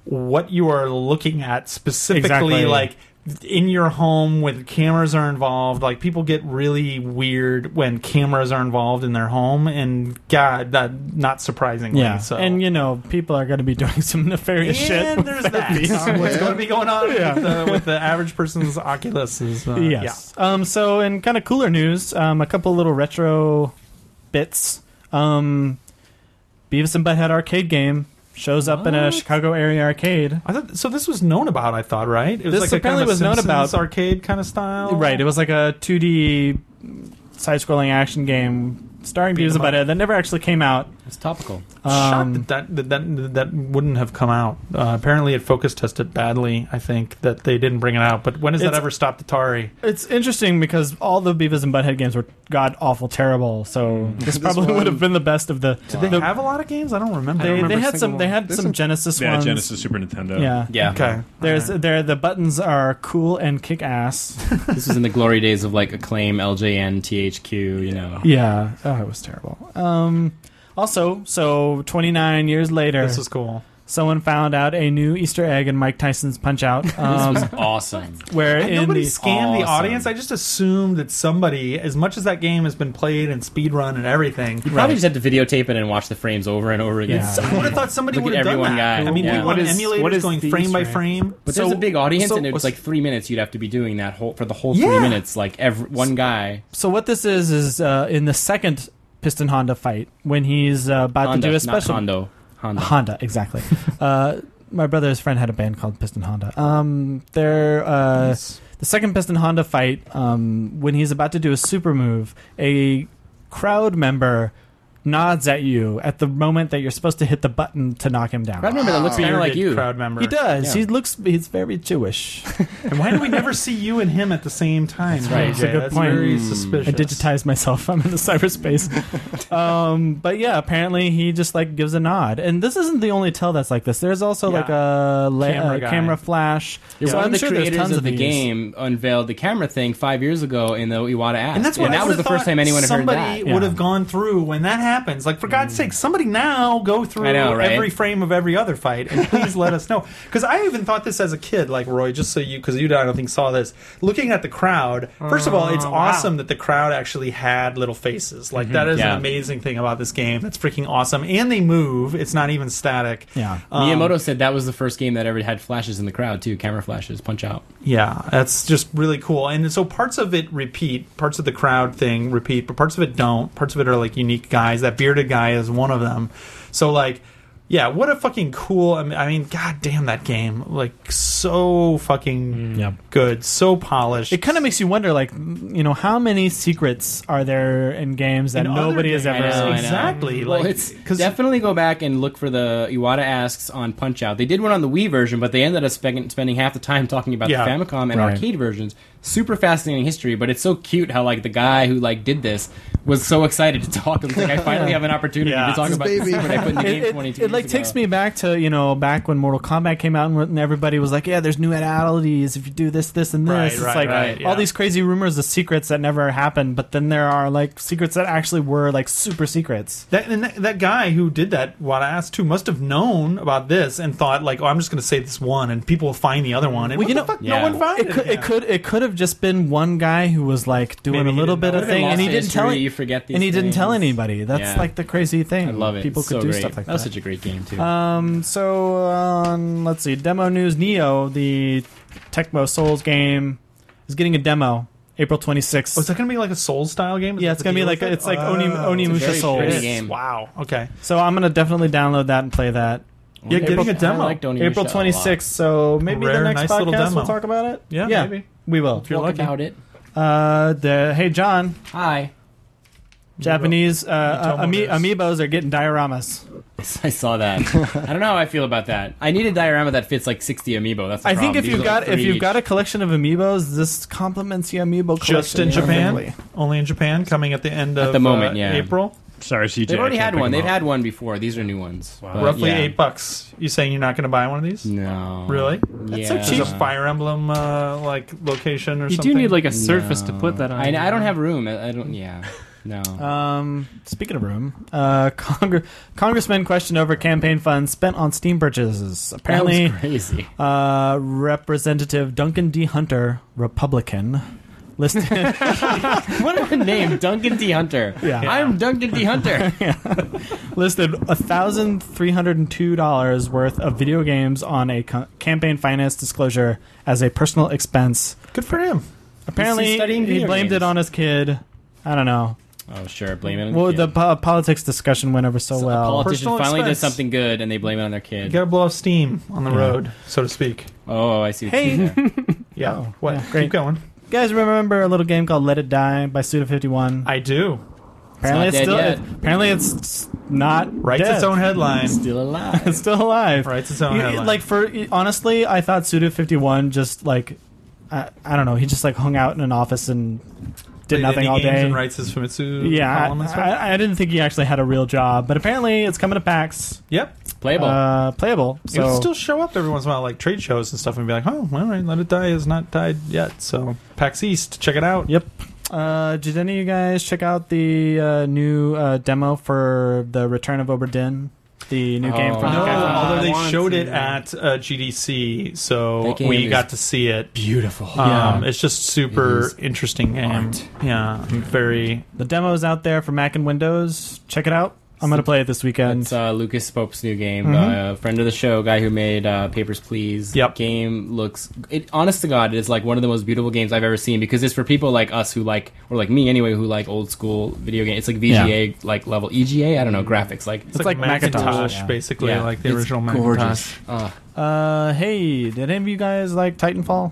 S1: what you are looking at specifically,
S2: Exactly.
S1: like in your home when cameras are involved. Like, people get really weird when cameras are involved in their home. And God, that not surprisingly.
S2: yeah.
S1: So.
S2: And you know, people are going to be doing some nefarious shit.
S1: And there's that. What's going to be going on with, the, with the average person's Oculus? Is, uh,
S2: yes. Um, so, in kind of cooler news, um, a couple little retro bits. Um, Beavis and Butthead arcade game shows up in a
S3: What?
S2: Chicago area arcade.
S1: I thought so. This was known about. I thought right. It was
S2: This
S1: like a kind
S2: apparently
S1: of
S2: was known
S1: Simpsons
S2: about.
S1: arcade kind of style.
S2: Right. It was like a 2D side-scrolling action game starring
S1: Beat
S2: Beavis
S1: 'em
S2: and
S1: up.
S2: Butthead that never actually came out.
S5: It's topical.
S1: Shocked
S2: Um,
S1: that that, that that that wouldn't have come out. Uh, apparently, it focus tested badly. I think that they didn't bring it out. But when has that
S2: It's-
S1: ever stopped Atari?
S2: It's interesting because all the Beavis and Butthead games were god awful terrible, so this,
S4: This
S2: probably
S4: one-
S2: would have been the best of the.
S1: Did they
S2: the-
S1: have a lot of games? I don't remember.
S2: they,
S3: remember
S2: they
S3: a
S2: had
S3: single
S2: some. They
S3: one.
S2: had
S4: There's
S2: some
S4: some-
S2: Genesis
S6: Yeah,
S2: ones.
S6: Genesis, Super Nintendo.
S2: Yeah.
S5: Yeah.
S1: okay.
S2: There's
S1: All right.
S2: there the buttons are cool and kick ass.
S5: this was in the glory days of like Acclaim, LJN, THQ, you know.
S2: yeah. Oh, it was terrible. Um. Also, so 29 years later,
S1: this was cool.
S2: someone found out a new Easter egg in Mike Tyson's Punch Out, um,
S5: Awesome.
S2: where
S1: And
S2: in
S1: nobody
S2: the
S1: scanned the
S5: awesome.
S1: audience. I just assumed that somebody, as much as that game has been played and speedrun and everything,
S5: You probably just had to videotape it and watch the frames over and over again.
S2: Yeah.
S1: I would have thought somebody
S5: Look at
S1: would have done
S5: everyone,
S1: that.
S5: guy.
S1: I mean,
S5: Yeah.
S1: we
S5: What
S1: want
S3: is-
S1: emulators
S3: what is
S1: going
S3: the
S1: frame by
S3: Easter egg?
S1: frame.
S5: But
S1: so,
S5: there's a big audience,
S1: so-
S5: and it's like three minutes. You'd have to be doing that whole for the whole three
S1: Yeah.
S5: minutes. Like every one guy,
S2: So what this is is uh, in the second Piston Honda fight when he's uh, about
S5: Honda,
S2: to do a
S5: not
S2: special
S5: Hondo, Honda.
S2: Honda, exactly. uh, my brother's friend had a band called Piston Honda. Um, they're uh, the second Piston Honda fight. Um, when he's about to do a super move, a crowd member nods at you at the moment that you're supposed to hit the button to knock him
S5: I
S2: down.
S5: remember that looks kind of like
S1: bearded
S5: you.
S1: crowd member.
S2: He does.
S5: Yeah.
S2: He looks. He's very Jewish.
S1: And why do we never see you and him at the same time?
S5: That's right.
S1: JJ?
S5: That's
S2: a good point.
S1: very
S5: Hmm.
S1: suspicious.
S2: I digitized myself. I'm in the cyberspace. um, but yeah, apparently he just like gives a nod, and this isn't the only tell that's like this. There's also
S1: Yeah.
S2: like a la-
S1: Camera
S2: uh,
S1: guy.
S2: camera flash.
S5: You're
S2: So
S5: one
S2: I'm
S5: of the
S2: sure there's
S5: creators
S2: tons
S5: of the
S2: these.
S5: game unveiled the camera thing five years ago in the Iwata app,
S1: And that's what I
S5: that
S1: would
S5: was the
S1: have
S5: first
S1: thought
S5: time anyone had heard
S1: somebody
S5: that. Hmm.
S1: would
S2: Yeah.
S1: have gone through when that happens. Like for God's sake, somebody now go through
S5: I know, right?
S1: every frame of every other fight and please let us know. Because I even thought this as a kid, like Roy, just so you, because you I don't think saw this. Looking at the crowd, first of all, it's
S3: Oh, wow.
S1: awesome that the crowd actually had little faces. Like that is
S5: Mm-hmm. Yeah.
S1: an amazing thing about this game. That's freaking awesome, and they move. It's not even static.
S2: Yeah.
S1: Um,
S5: Miyamoto said that was the first game that ever had flashes in the crowd too, camera flashes, punch out.
S1: Yeah, that's just really cool. And so parts of it repeat, parts of the crowd thing repeat, but parts of it don't. Parts of it are like unique guys. That bearded guy is one of them. So like, yeah, what a fucking cool. I mean, I mean god damn that game. Like so fucking
S2: Yep.
S1: good, so polished.
S2: It kind of makes you wonder, like, you know, how many secrets are there in games that
S1: In other
S2: nobody has
S1: games.
S2: ever?
S5: I know, I know.
S1: Exactly,
S5: Well,
S1: like,
S5: it's
S1: 'cause-
S5: definitely go back and look for the Iwata asks on Punch Out. They did one on the Wii version, but they ended up spec- spending half the time talking about
S1: Yeah.
S5: the Famicom and
S2: Right.
S5: arcade versions. Super fascinating history, but it's so cute how like the guy who like did this was so excited to talk. It's like I finally have an opportunity
S1: Yeah.
S5: to talk
S4: This
S5: about this
S4: baby.
S5: when I put in the
S2: It,
S5: game
S2: it-
S5: 22
S2: it, like
S5: years ago.
S2: takes me back to you know back when Mortal Kombat came out and, when everybody was like, yeah, there's new oddities if you do this, this, and this.
S1: Right,
S2: it's
S1: right,
S2: like
S1: right, yeah.
S2: all these crazy rumors of secrets that never happened, but then there are like secrets that actually were like super secrets.
S1: That, and that, that guy who did that, what I asked to, must have known about this and thought like, "Oh, I'm just going to say this one, and people will find the other one." And
S2: Well,
S1: what
S2: you
S1: the
S2: know-
S1: fuck?
S5: yeah.
S1: No one found it.
S2: It could, it could it could have just been one guy who was like doing
S1: Maybe
S2: a
S1: he
S2: little
S1: didn't
S2: bit
S1: know. Would've
S2: of
S1: been
S2: thing, and he
S5: lost
S2: didn't
S5: history,
S2: tell
S5: you forget these
S2: and he didn't tell
S5: things.
S2: anybody. That's
S5: Yeah.
S2: like the crazy thing.
S5: I love it.
S2: People
S5: It's
S2: could
S5: so
S2: do
S5: great.
S2: stuff like
S5: that. was such a great game too.
S2: Um, so um, let's see. Demo news: Neo, the Tecmo Souls game, is getting a demo April twenty sixth.
S1: Oh, is that going to be like a Soul style game? Is
S2: Yeah,
S1: that
S2: it's
S1: the
S2: gonna be
S1: deal
S2: like-
S1: with it?
S2: it's like Oni-
S1: Oh,
S2: Onimusha
S1: it's a very
S2: Souls.
S1: pretty
S5: game.
S1: Wow. Okay.
S2: so I'm gonna definitely download that and play that.
S1: Yeah, getting a demo.
S5: I liked Onimusha
S2: April
S5: a lot.
S2: twenty sixth. So maybe
S1: Rare,
S2: the next
S1: nice little
S2: podcast
S1: demo.
S2: we'll talk about it.
S1: Yeah, maybe.
S2: we will.
S1: If you're
S5: Talk
S1: lucky.
S5: about it.
S2: Uh, the, hey John,
S5: Hi.
S2: Japanese uh, uh, ami-
S1: Amiibos.
S2: amiibos are getting dioramas.
S5: I saw that. I don't know how I feel about that. I need a diorama that fits like 60 amiibo. That's the
S2: I think
S5: problem.
S2: if
S5: These
S2: you've
S5: are, like,
S2: got if
S5: three
S2: you've
S5: each.
S2: got a collection of amiibos, this complements the amiibo collection.
S1: Just in Japan,
S2: perfectly.
S1: only in Japan, coming at the end of
S5: At the moment,
S1: uh,
S5: yeah.
S1: April.
S6: Sorry, CJ.
S5: They've already
S6: I can't
S5: had
S6: pick
S5: one.
S6: them
S5: They've
S6: up.
S5: had one before. These are new ones.
S6: Wow.
S5: But,
S1: Roughly
S5: yeah.
S1: eight bucks. You saying you're not going to buy one of these?
S5: No.
S1: Really?
S5: That's
S1: There's a Fire Emblem uh, like location or
S3: You
S1: something.
S3: do need like a surface to put that on.
S5: I, I don't have room. I, I don't. Yeah. No.
S2: Um, speaking of room, uh, Congre- congressman questioned over campaign funds spent on Steam purchases.
S5: That was
S2: Apparently,
S5: crazy.
S2: uh, Representative Duncan D. Hunter, Republican, listed.
S5: what a name, Duncan D. Hunter.
S2: Yeah.
S5: I'm Duncan D. Hunter.
S2: listed $1,302 worth of video games on a co- campaign finance disclosure as a personal expense.
S1: Good for him.
S2: Apparently,
S5: studying
S2: he
S5: video
S2: blamed
S5: games.
S2: it on his kid. I don't know.
S5: oh sure, blame it. On
S2: Well,
S5: the,
S2: the
S5: kid.
S2: po- politics discussion went over so,
S5: So a
S2: well.
S5: politician
S1: Personal
S5: finally
S1: expense.
S5: did something good, and they blame it on their
S1: You
S5: kid.
S1: got to blow off steam on the
S2: Yeah.
S1: road, so to speak.
S5: Oh, I see. what
S2: Hey.
S5: you did there.
S1: Yeah.
S2: Oh,
S1: what?
S2: yeah, great.
S1: Keep going.
S2: You guys remember a little game called Let It Die by Suda51?
S1: I do.
S2: Apparently,
S5: not
S2: it's
S5: dead
S2: still
S5: yet.
S2: it- apparently it's not
S1: Writes
S2: dead.
S1: its own headline.
S5: still alive.
S2: It's still alive.
S1: Writes its own
S2: You-
S1: headline.
S2: like for honestly, I thought Suda51 just like I, I don't know. He just like hung out in an office and did
S1: Played
S2: nothing
S1: indie
S2: all
S1: games
S2: day.
S1: And writes his Famitsu
S2: yeah,
S1: column and
S2: I,
S1: stuff.
S2: I, I didn't think he actually had a real job, but apparently it's coming to PAX.
S1: yep.
S5: Playable.
S2: Uh, playable. So
S1: It'll still show up every once in a while, like trade shows and stuff, and be like, oh, all right, Let It Die is not died yet. So PAX East, check it out.
S2: Yep. Uh, did any of you guys check out the uh, new uh, demo for the Return of Oberdin? The new
S5: Oh,
S2: game from
S5: no.
S2: the guy from-
S1: although
S3: I
S1: they
S3: want
S1: showed
S3: to.
S1: it at uh, GDC, so
S5: That game
S1: we
S5: is
S1: got to see it.
S5: Beautiful.
S1: Um,
S5: yeah.
S1: It's just
S5: It
S1: super
S5: is
S1: interesting game.
S5: art.
S1: Yeah, I'm very.
S2: the demo is out there for Mac and Windows. Check it out. I'm gonna play it this weekend.
S5: It's uh, Lucas Pope's new game.
S2: Mhm.
S5: Uh, friend of the show, guy who made uh, Papers, Please.
S1: Mm-hmm. Yep.
S5: Game looks. It, honest to God, it is like one of the most beautiful games I've ever seen because it's for people like us who like, or like me anyway, who like old school video game. It's like VGA like level EGA. I don't know graphics like.
S1: It's,
S2: like Macintosh, yeah.
S1: basically,
S5: Yeah,
S1: like the
S5: it's
S1: original
S5: gorgeous.
S1: Macintosh.
S5: Ah,
S2: Uh, hey, did any of you guys like Titanfall?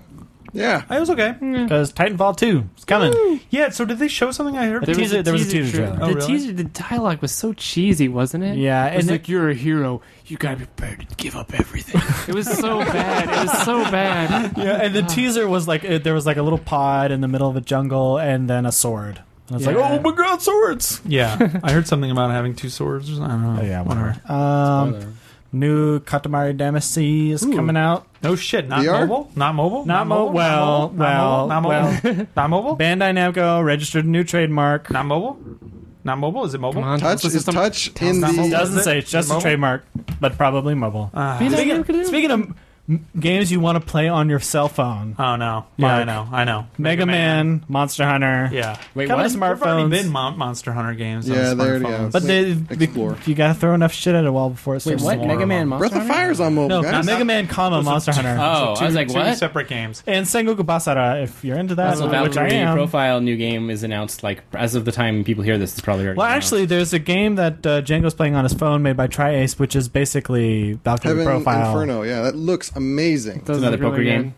S4: Yeah.
S1: It was okay.
S2: Because Titanfall 2 is coming.
S1: Yeah. So did they show something? I heard.
S2: There was a- there was a teaser
S3: tra-
S2: trailer.
S1: Oh,
S3: The
S1: really?
S3: teaser, the dialogue was so cheesy, wasn't it?
S2: Yeah,
S3: It's
S2: and
S3: like you're a hero. You gotta be prepared to give up everything. it was so bad. It was so bad.
S2: yeah, and the teaser was like uh there was like a little pod in the middle of a jungle and then a sword. And it's
S3: Yeah.
S2: like, oh my god, swords!
S1: yeah, I heard something about having two swords. or something. I don't know.
S2: Oh, yeah, whatever. Um,
S5: spoiler.
S2: new Katamari Damacy is coming out.
S1: No shit. Not
S4: VR?
S1: mobile. Not mobile.
S2: Not mo- well, well,
S1: not mobile. Not mobile. Not mobile.
S2: Bandai Namco registered a new trademark.
S1: Not mobile. Not mobile. Is it
S3: Come
S1: mobile?
S3: on,
S4: Touch
S3: this
S4: is
S3: some-
S4: touch in
S1: not
S4: the.
S1: mobile.
S2: Doesn't
S1: Is it?
S2: say it's just a
S1: Mobile?
S2: trademark, but probably mobile.
S1: Ah.
S3: Bandai
S2: Speaking,
S3: Namco.
S2: speaking of m- games you want to play on your cell phone,
S1: Oh no! Yeah, I
S2: Mark.
S1: know. I know.
S2: Mega, Man, Monster Hunter,
S1: Yeah.
S5: Wait,
S2: coming
S5: what?
S2: to
S1: There've already
S2: smartphones.
S1: been mon- Monster Hunter games.
S4: Yeah,
S1: on
S4: there it
S1: smartphones.
S4: is.
S2: but they,
S4: Explore.
S2: you gotta throw enough shit at a wall before it
S5: Wait,
S2: starts.
S5: what?
S2: to-
S1: Tomorrow.
S5: Mega Man Monster
S4: Breath of
S5: Hunter?
S4: Fire is on mobile,
S2: No,
S4: guys.
S2: Mega Man, comma Monster Hunter,
S5: Oh, I was like,
S1: two
S5: what?
S1: separate games.
S2: and Sengoku Basara. If you're into that,
S5: Also,
S2: which I
S5: Valkyrie
S2: am.
S5: profile new game is announced like as of the time people hear this. It's probably already
S2: Well,
S5: announced.
S2: actually, there's a game that uh, Django's playing on his phone made by TriAce, which is basically Valkyrie
S4: Heaven
S2: Profile.
S4: Inferno. Yeah, that looks amazing.
S3: Doesn't
S5: another
S3: look really
S5: poker game.
S3: good.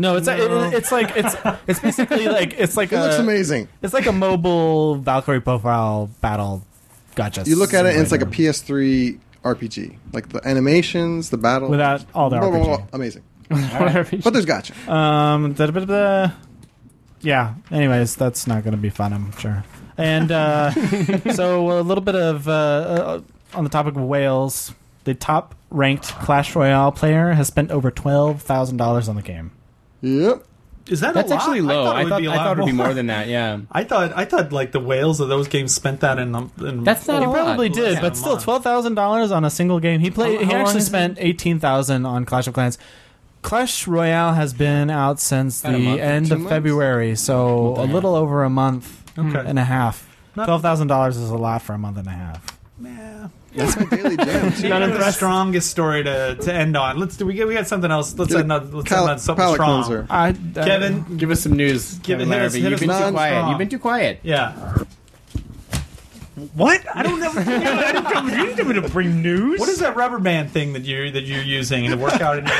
S2: No, it's
S3: No.
S2: It, it's like it's it's basically like it's like
S4: It looks
S2: a,
S4: amazing.
S2: it's like a mobile Valkyrie Profile battle. Gotcha.
S4: You look at it, and it's like a
S2: simulator.
S4: PS3 RPG. Like the animations, the battle.
S2: without all the
S4: Blah, blah,
S2: RPG.
S4: blah, blah. Amazing.
S3: Whatever.
S4: But there's gotcha.
S2: Um, da, da, da, da, da. yeah. Anyways, that's not going to be fun, I'm sure. And uh, so a little bit of uh, uh, on the topic of Wales, the top ranked Clash Royale player has spent over twelve thousand dollars on the game.
S4: Yep.
S1: Is that
S5: that's
S1: a lot?
S5: actually low. I
S1: it would
S5: thought,
S1: be a
S5: I
S1: lot
S5: thought it would be more than that. Yeah.
S1: I thought I thought like the whales of those games spent that in. um, in
S5: That's not
S2: He
S5: a lot.
S2: probably did,
S1: Yeah,
S2: but still
S1: month.
S2: twelve thousand dollars on a single game. He played.
S5: How-
S2: he
S5: how long
S2: actually
S5: is it?
S2: spent eighteen thousand on Clash of Clans. Clash Royale has been out since
S5: About a
S2: the
S5: month,
S2: end
S4: two
S2: of
S4: months?
S2: February, so
S5: Month
S2: a
S5: and a
S2: little over a month
S1: Okay.
S2: and a half.
S1: Not-
S2: Twelve thousand dollars is a lot for a month and a half.
S1: Nah.
S4: That's my daily jam.
S1: Maybe Not the strongest story to, to end on. Let's do. We got we got something else. Let's
S4: Get a
S1: end on let's
S4: Pal-
S1: end on something
S4: palate
S1: strong.
S4: cleanser.
S2: I, I-
S1: Kevin,
S5: Give us some news.
S1: Give-
S5: Kevin
S1: hit us-
S5: Larrabee.
S1: hit
S5: You've
S1: us
S5: been too
S4: non-strong.
S5: quiet. You've been too quiet.
S1: Yeah.
S6: What? I don't know. I didn't come, you didn't come to bring news.
S1: What is that rubber band thing that you that you're using to work out in your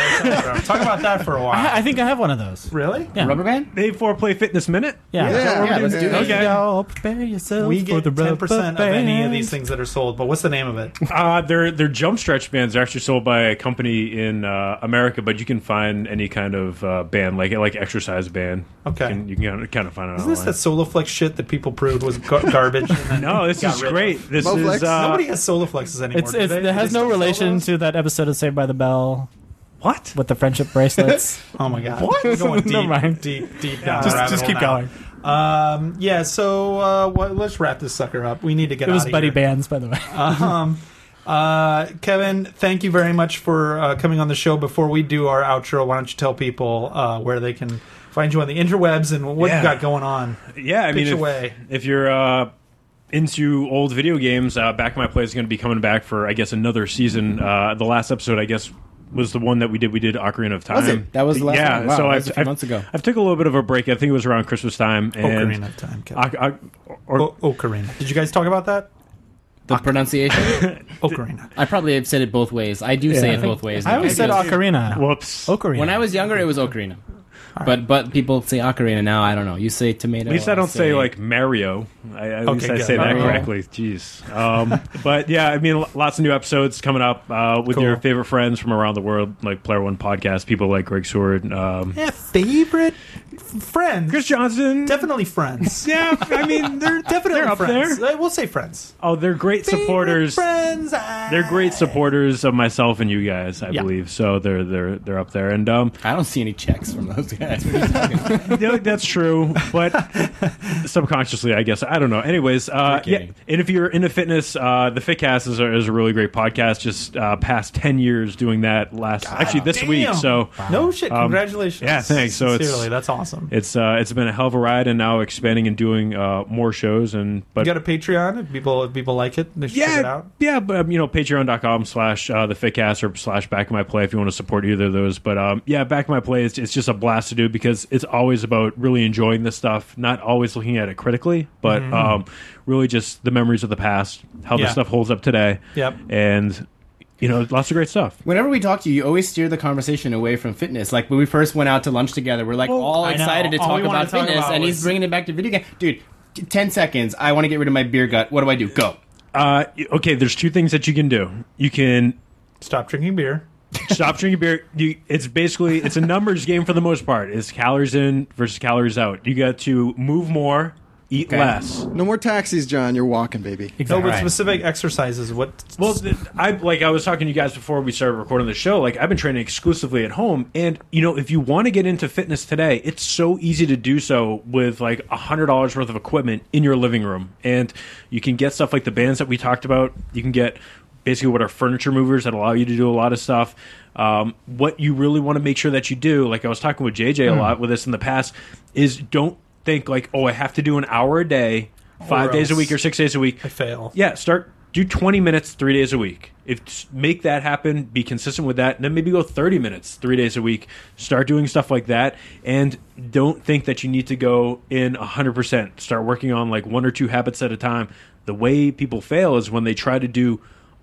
S1: room? Talk about that for a while.
S2: I, I think I have one of those.
S1: really?
S2: Yeah.
S5: Rubber band?
S6: They four play fitness minute.
S2: Yeah.
S4: Yeah, yeah, let's do that.
S6: Okay.
S2: Y'all prepare yourself
S1: We
S2: for
S1: get
S2: the rubber
S1: ten percent of any of
S2: band.
S1: these things that are sold, but what's the name of it?
S6: Uh, their their jump stretch bands are actually sold by a company in uh, America, but you can find any kind of uh, band, like like exercise band.
S1: Okay.
S6: you can, you can kind of find it
S1: Isn't this
S6: online.
S1: that Soloflex shit that people proved was gar- garbage? and then
S6: no, this
S1: got
S6: is
S1: rid of?
S6: great. This
S4: Bowflex?
S6: is uh,
S1: Nobody has Soloflexes anymore.
S2: It's,
S1: do
S2: it's,
S1: they?
S2: it
S1: Do
S2: has
S1: they still
S2: no
S1: sell
S2: relation
S1: those?
S2: to that episode of Saved by the Bell
S6: what?
S2: with the friendship bracelets.
S1: Oh my god! What? We're going deep,
S2: Never mind.
S1: deep, deep down. the
S2: Just-
S1: rabbit
S2: just
S1: hole
S2: keep
S1: now. Um, yeah. So uh, what, let's wrap this sucker up. We need to get.
S2: it was
S1: outta
S2: Buddy
S1: here.
S2: Bands, by the way.
S1: um, uh, Kevin, thank you very much for uh, coming on the show. Before we do our outro, why don't you tell people uh, where they can find you on the interwebs and what
S6: Yeah.
S1: you got going on?
S6: Yeah, I mean,
S1: Pitch
S6: if,
S1: away.
S6: if you're uh, into old video games, uh, Back of My Play is going to be coming back for, I guess, another season. Uh, the last episode, I guess, was the one that we did. We did Ocarina of Time.
S5: Was it? That was the last
S6: yeah,
S5: one? Wow,
S6: so
S5: that
S6: I-
S5: was a few
S6: I-
S5: months ago.
S6: I took a little bit of a break. I think it was around Christmas time. And
S1: Ocarina Oh. of Time, Kevin.
S6: Oc- Oc- or,
S1: O- Ocarina. Did you guys talk about that?
S5: The pronunciation?
S1: Ocarina.
S5: I probably have said it both ways. I do say it both ways.
S2: I always said
S5: Because
S2: Ocarina.
S6: whoops.
S1: Oh.
S2: Ocarina.
S5: When I was younger, it was Ocarina. But but people say Ocarina now. I don't know. You say tomato.
S6: At least I don't say, like Mario. I, at
S1: Okay,
S6: least I
S1: good.
S6: say that
S5: Mario.
S6: correctly. Jeez. Um, but yeah, I mean, lo- lots of new episodes coming up uh, with
S1: Cool.
S6: your favorite friends from around the world, like Player One Podcast, people like Greg Seward, um,
S1: Yeah, favorite f- friends.
S6: Chris Johnson.
S1: Definitely friends.
S6: yeah, I mean, they're
S1: Definitely
S6: they're up
S1: friends.
S6: there.
S1: Uh, We'll say friends.
S6: Oh, they're great supporters.
S1: Favorite friends.
S6: They're great supporters of myself and you guys, I
S1: Yeah.
S6: believe. So they're they're they're up there, and um,
S5: I don't see any checks from those guys. What are you talking about?
S6: Yeah, that's true, but subconsciously, I guess I don't know. Anyways, uh, yeah,
S5: kidding.
S6: and if you're into fitness, uh, the Fitcast is a, is a really great podcast. Just uh, past ten years doing that. Last actually this
S1: Damn.
S6: week, so
S1: no shit.
S6: Um,
S1: Congratulations.
S6: yeah, thanks. So it's-
S1: Sincerely, that's awesome.
S6: it's uh, it's been a hell of a ride, and now expanding and doing uh, more shows. And
S1: you
S6: but
S1: got a Patreon? If people, if people like it, they should check it
S6: yeah,
S1: out.
S6: yeah, but um, you know, patreon.com slash uh, the fitcast or slash back of my play if you want to support either of those. But um, yeah, back of my play is it's just a blast to do because it's always about really enjoying this stuff, not always looking at it critically, but um, really just the memories of the past, how
S1: Mm-hmm. Yeah.
S6: this stuff holds up today.
S1: Yep.
S6: And you know, lots of great stuff.
S5: Whenever we talk to you, you always steer the conversation away from fitness. Like when we first went out to lunch together, we're like all
S1: I know.
S5: excited to
S1: All we wanted
S5: talk about
S1: to talk
S5: fitness,
S1: about
S5: and
S1: was-
S5: he's bringing it back to video game. Dude, t- ten seconds. I want to get rid of my beer gut. What do I do? Go.
S6: Uh, okay, there's two things that you can do. You can
S1: Stop drinking beer.
S6: stop drinking beer. You, it's basically it's a numbers game for the most part. It's calories in versus calories out. You got to move more, eat less.
S4: No more taxis, John. You're walking, baby.
S1: No, but
S5: Right.
S1: specific exercises. What?
S6: Well, th- I like I was talking to you guys before we started recording the show. Like I've been training exclusively at home, and you know, if you want to get into fitness today, it's so easy to do so with like a hundred dollars worth of equipment in your living room, and you can get stuff like the bands that we talked about. You can get basically what are furniture movers that allow you to do a lot of stuff. Um, what you really want to make sure that you do, like I was talking with JJ a lot with this in the past, is don't think like, oh, I have to do an hour a day, five days a
S1: else
S6: week or six days a week.
S1: I fail.
S6: Yeah, start do 20 minutes 3 days a week. If just make that happen, be consistent with that, and then maybe go 30 minutes 3 days a week. Start doing stuff like that and don't think that you need to go in 100%. Start working on like one or two habits at a time. The way people fail is when they try to do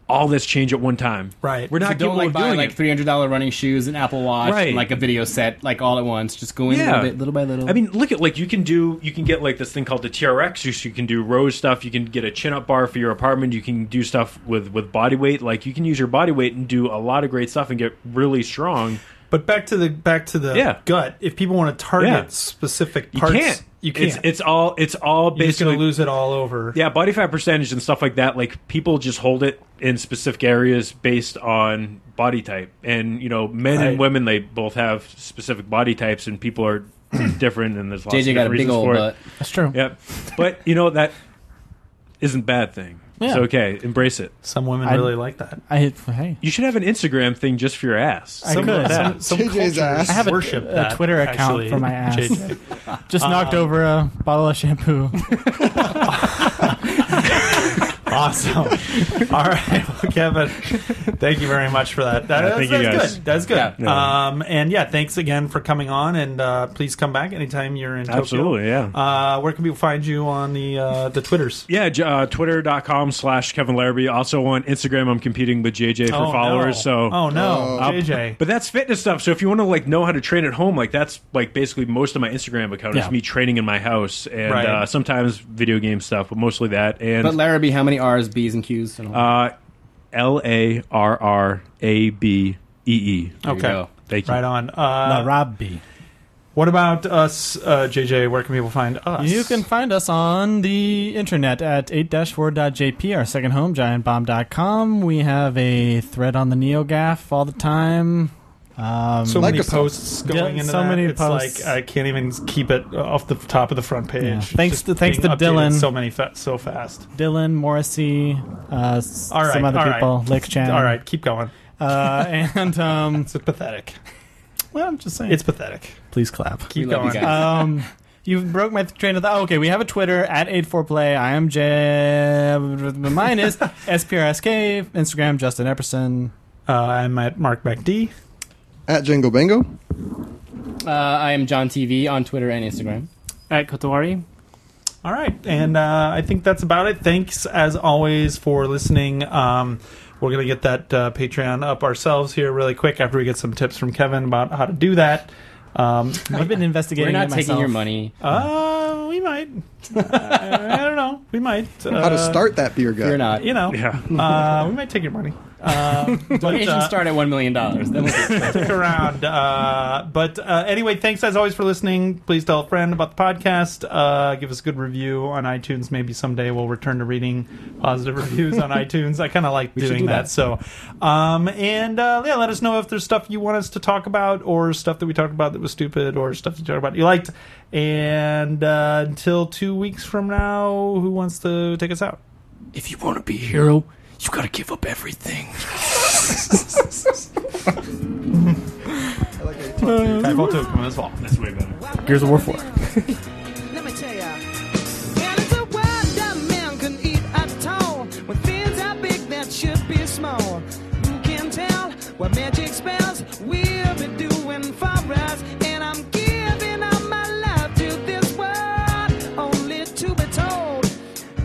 S6: all this change at one time.
S1: Right.
S6: We're not
S5: So
S6: capable
S5: don't like
S6: of
S5: buy
S6: doing
S5: like
S6: it.
S5: three hundred dollar running shoes, an Apple Watch,
S6: Right.
S5: and like a video set, like all at once. Just go in
S6: Yeah.
S5: little bit, little by little.
S6: I mean, look at like you can do you can get like this thing called the TRX. You, so you can do row stuff. You can get a chin up bar for your apartment. You can do stuff with with body weight. Like you can use your body weight and do a lot of great stuff and get really strong.
S1: But back to the back to the
S6: Yeah.
S1: gut. If people want to target
S6: Yeah.
S1: specific
S6: You
S1: parts,
S6: can't.
S1: You can't.
S6: It's, it's all it's all
S1: You're just
S6: basically
S1: going to lose it all over.
S6: yeah body fat percentage and stuff like that. Like people just hold it in specific areas based on body type. And you know, men
S1: Right.
S6: and women they both have specific body types, and people are different. And there's lots
S5: JJ
S6: of
S5: got a
S6: different
S5: big
S6: reasons
S5: old uh,
S6: for it.
S5: butt.
S2: That's true.
S6: Yep. But you know that isn't a bad thing. It's
S2: Yeah.
S6: okay. Embrace it.
S1: Some women
S2: I-
S1: really like that.
S2: I hey,
S6: You should have an Instagram thing just for your ass.
S2: I
S1: Some,
S2: could.
S1: Some, some
S4: JJ's
S1: cultures
S4: ass. I
S2: have a-
S1: worship
S2: a
S1: that,
S2: Twitter account
S1: actually,
S2: for my ass.
S1: JJ.
S2: Uh, just knocked over a bottle of shampoo.
S1: awesome. All right, well, Kevin, thank you very much for that. That- that's
S6: thank you
S1: that's
S6: guys.
S1: good. That's good.
S6: Yeah.
S1: Um, and yeah, thanks again for coming on, and uh, please come back anytime you're in Tokyo.
S6: Absolutely, yeah.
S1: Uh, where can people find you on the uh, the Twitters?
S6: Yeah, j- uh, twitter.com slash Kevin Larrabee. Also on Instagram, I'm competing with JJ for
S1: Oh, no.
S6: followers. So,
S1: oh no,
S4: Oh.
S6: Uh,
S1: JJ.
S6: But that's fitness stuff. So if you want to like know how to train at home, like that's like basically most of my Instagram account
S2: Yeah.
S6: is me training in my house and
S1: Right.
S6: uh, sometimes video game stuff, but mostly that.
S5: But
S6: And
S5: Larrabee, how many R's, B's, and Q's? And all-
S6: uh, L A R R A B E E.
S5: there you
S1: okay.
S5: go.
S6: Thank you.
S1: Right on.
S2: La
S1: Uh,
S2: Rabbi.
S1: what about us, uh, JJ? Where can people find us?
S2: You can find us on the internet at 8-4.jp, our second home, giantbomb.com. We have a thread on the NeoGAF all the time. Um,
S1: so
S4: Like
S1: many
S4: us.
S1: posts going
S2: Yeah,
S1: into
S2: so
S1: that.
S2: many
S1: it's
S2: posts.
S1: like I can't even keep it off the top of the front page.
S2: Yeah. Thanks
S1: Just
S2: to- thanks
S1: being
S2: to
S1: updated
S2: Dylan.
S1: So many fa- so fast.
S2: Dylan, Morrissey, uh, s-
S1: All right,
S2: some other
S1: all right.
S2: people, Lick Chan.
S1: All right, keep going.
S2: Uh, and, um,
S1: It's pathetic.
S2: well, I'm just saying.
S1: It's pathetic.
S2: please clap.
S1: Keep
S5: We love you
S1: going.
S5: guys.
S6: Uh,
S2: um, you broke my train of thought. Okay, we have a Twitter at 84play. I am J. Mine is SPRSK. Instagram, Justin Epperson.
S1: Uh, I'm at Mark MacD.
S4: At Jingle Bingo.
S5: Uh, I am John TV on Twitter and Instagram.
S3: At Kotowari.
S1: All right, and uh, I think that's about it. Thanks as always for listening. Um, we're gonna get that uh, Patreon up ourselves here really quick after we get some tips from Kevin about how to do that. Um,
S2: I've been
S5: We're
S2: investigating
S5: not
S2: it
S5: taking
S2: myself.
S5: your money.
S1: uh, we might. I don't know. We might. Uh,
S4: How to start that beer gut.
S5: You're not.
S1: You know.
S6: Yeah.
S1: Uh, we might take your money. Um, but,
S5: Donations
S1: uh,
S5: start at one million dollars. Then we'll
S1: stick around. Uh, but uh, anyway, thanks as always for listening. Please tell a friend about the podcast. Uh, give us a good review on iTunes. Maybe someday we'll return to reading positive reviews on iTunes. I kind of like
S5: should
S1: doing
S5: do
S1: that.
S5: that.
S1: So, um, and uh, yeah, let us know if there's stuff you want us to talk about, or stuff that we talked about that was stupid, or stuff you talked about you liked. And uh, until two weeks from now, who wants to take us out?
S8: If you want to be a hero, you gotta give up everything.
S6: That's way better.
S2: Gears of War 4.
S9: Let me tell ya. Well, it's a world that man can eat at all. When things are big that should be small. Who can tell what magic spells we'll be doing for us? And I'm giving up my life to this world, only to be told.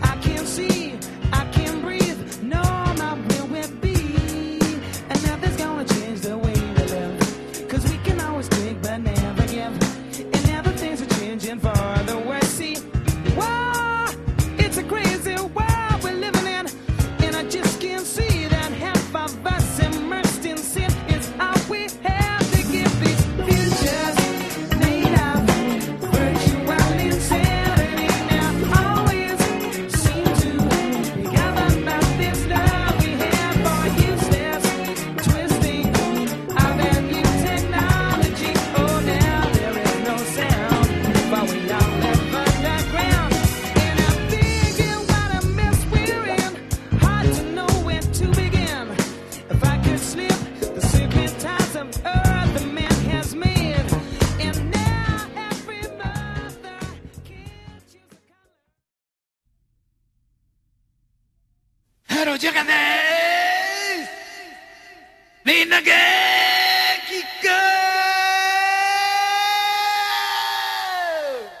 S9: I can't see, I can't breathe, no, my will will be. And nothing's gonna change the way we live. Cause we can always take but never give. And now that things are changing for the worse. See, wow, it's a crazy world we're living in. And I just can't see that half of us immersed in sin is all we have to give these futures made of virtual insanity. Now, always seem to be governed by this love we have for useless twisting of that new technology. Oh, now there is no sound, but we all left underground. And I'm thinking what a mess we're in. Hard to know where to begin. If I could slip the secret ties of earth the man has made, and now every mother can choose a color.
S8: Hello, Jack this! Nina Gekiko!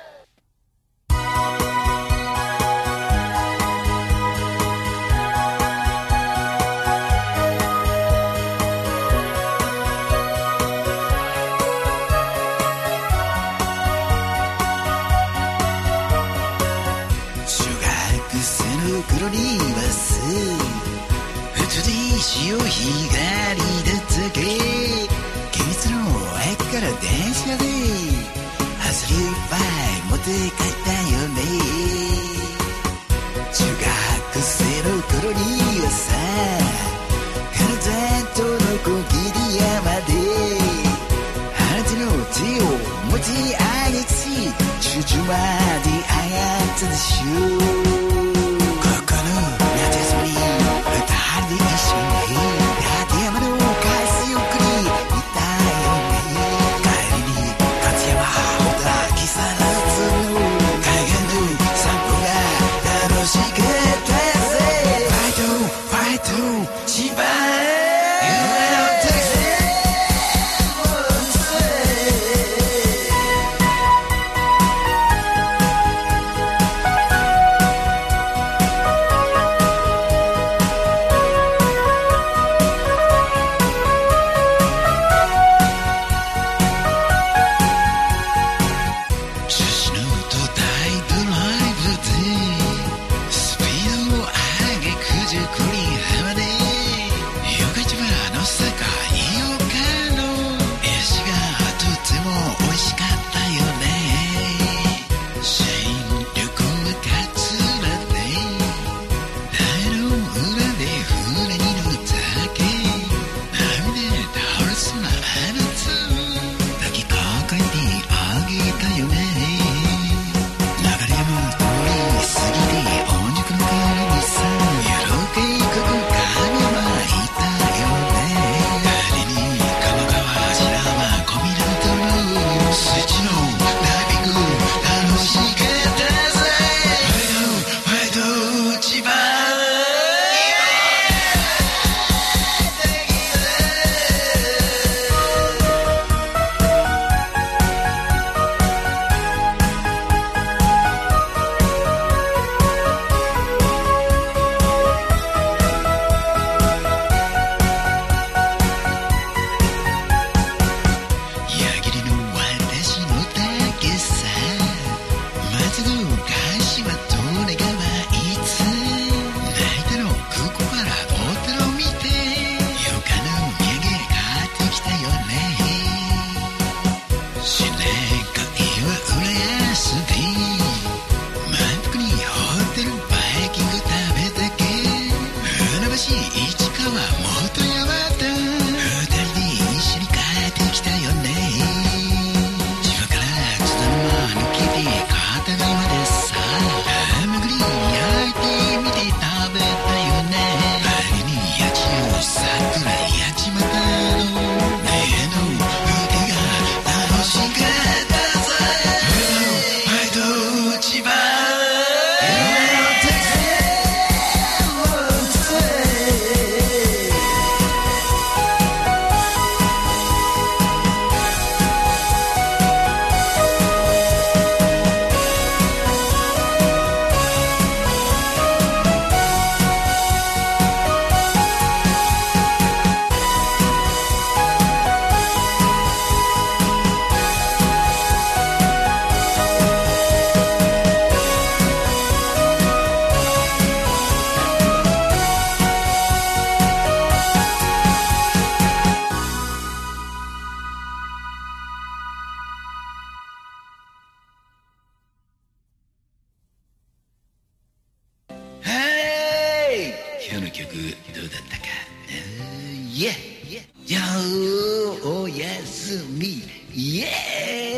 S10: Thank you. Yeah, yeah. Yo, oh yes, me. Yeah.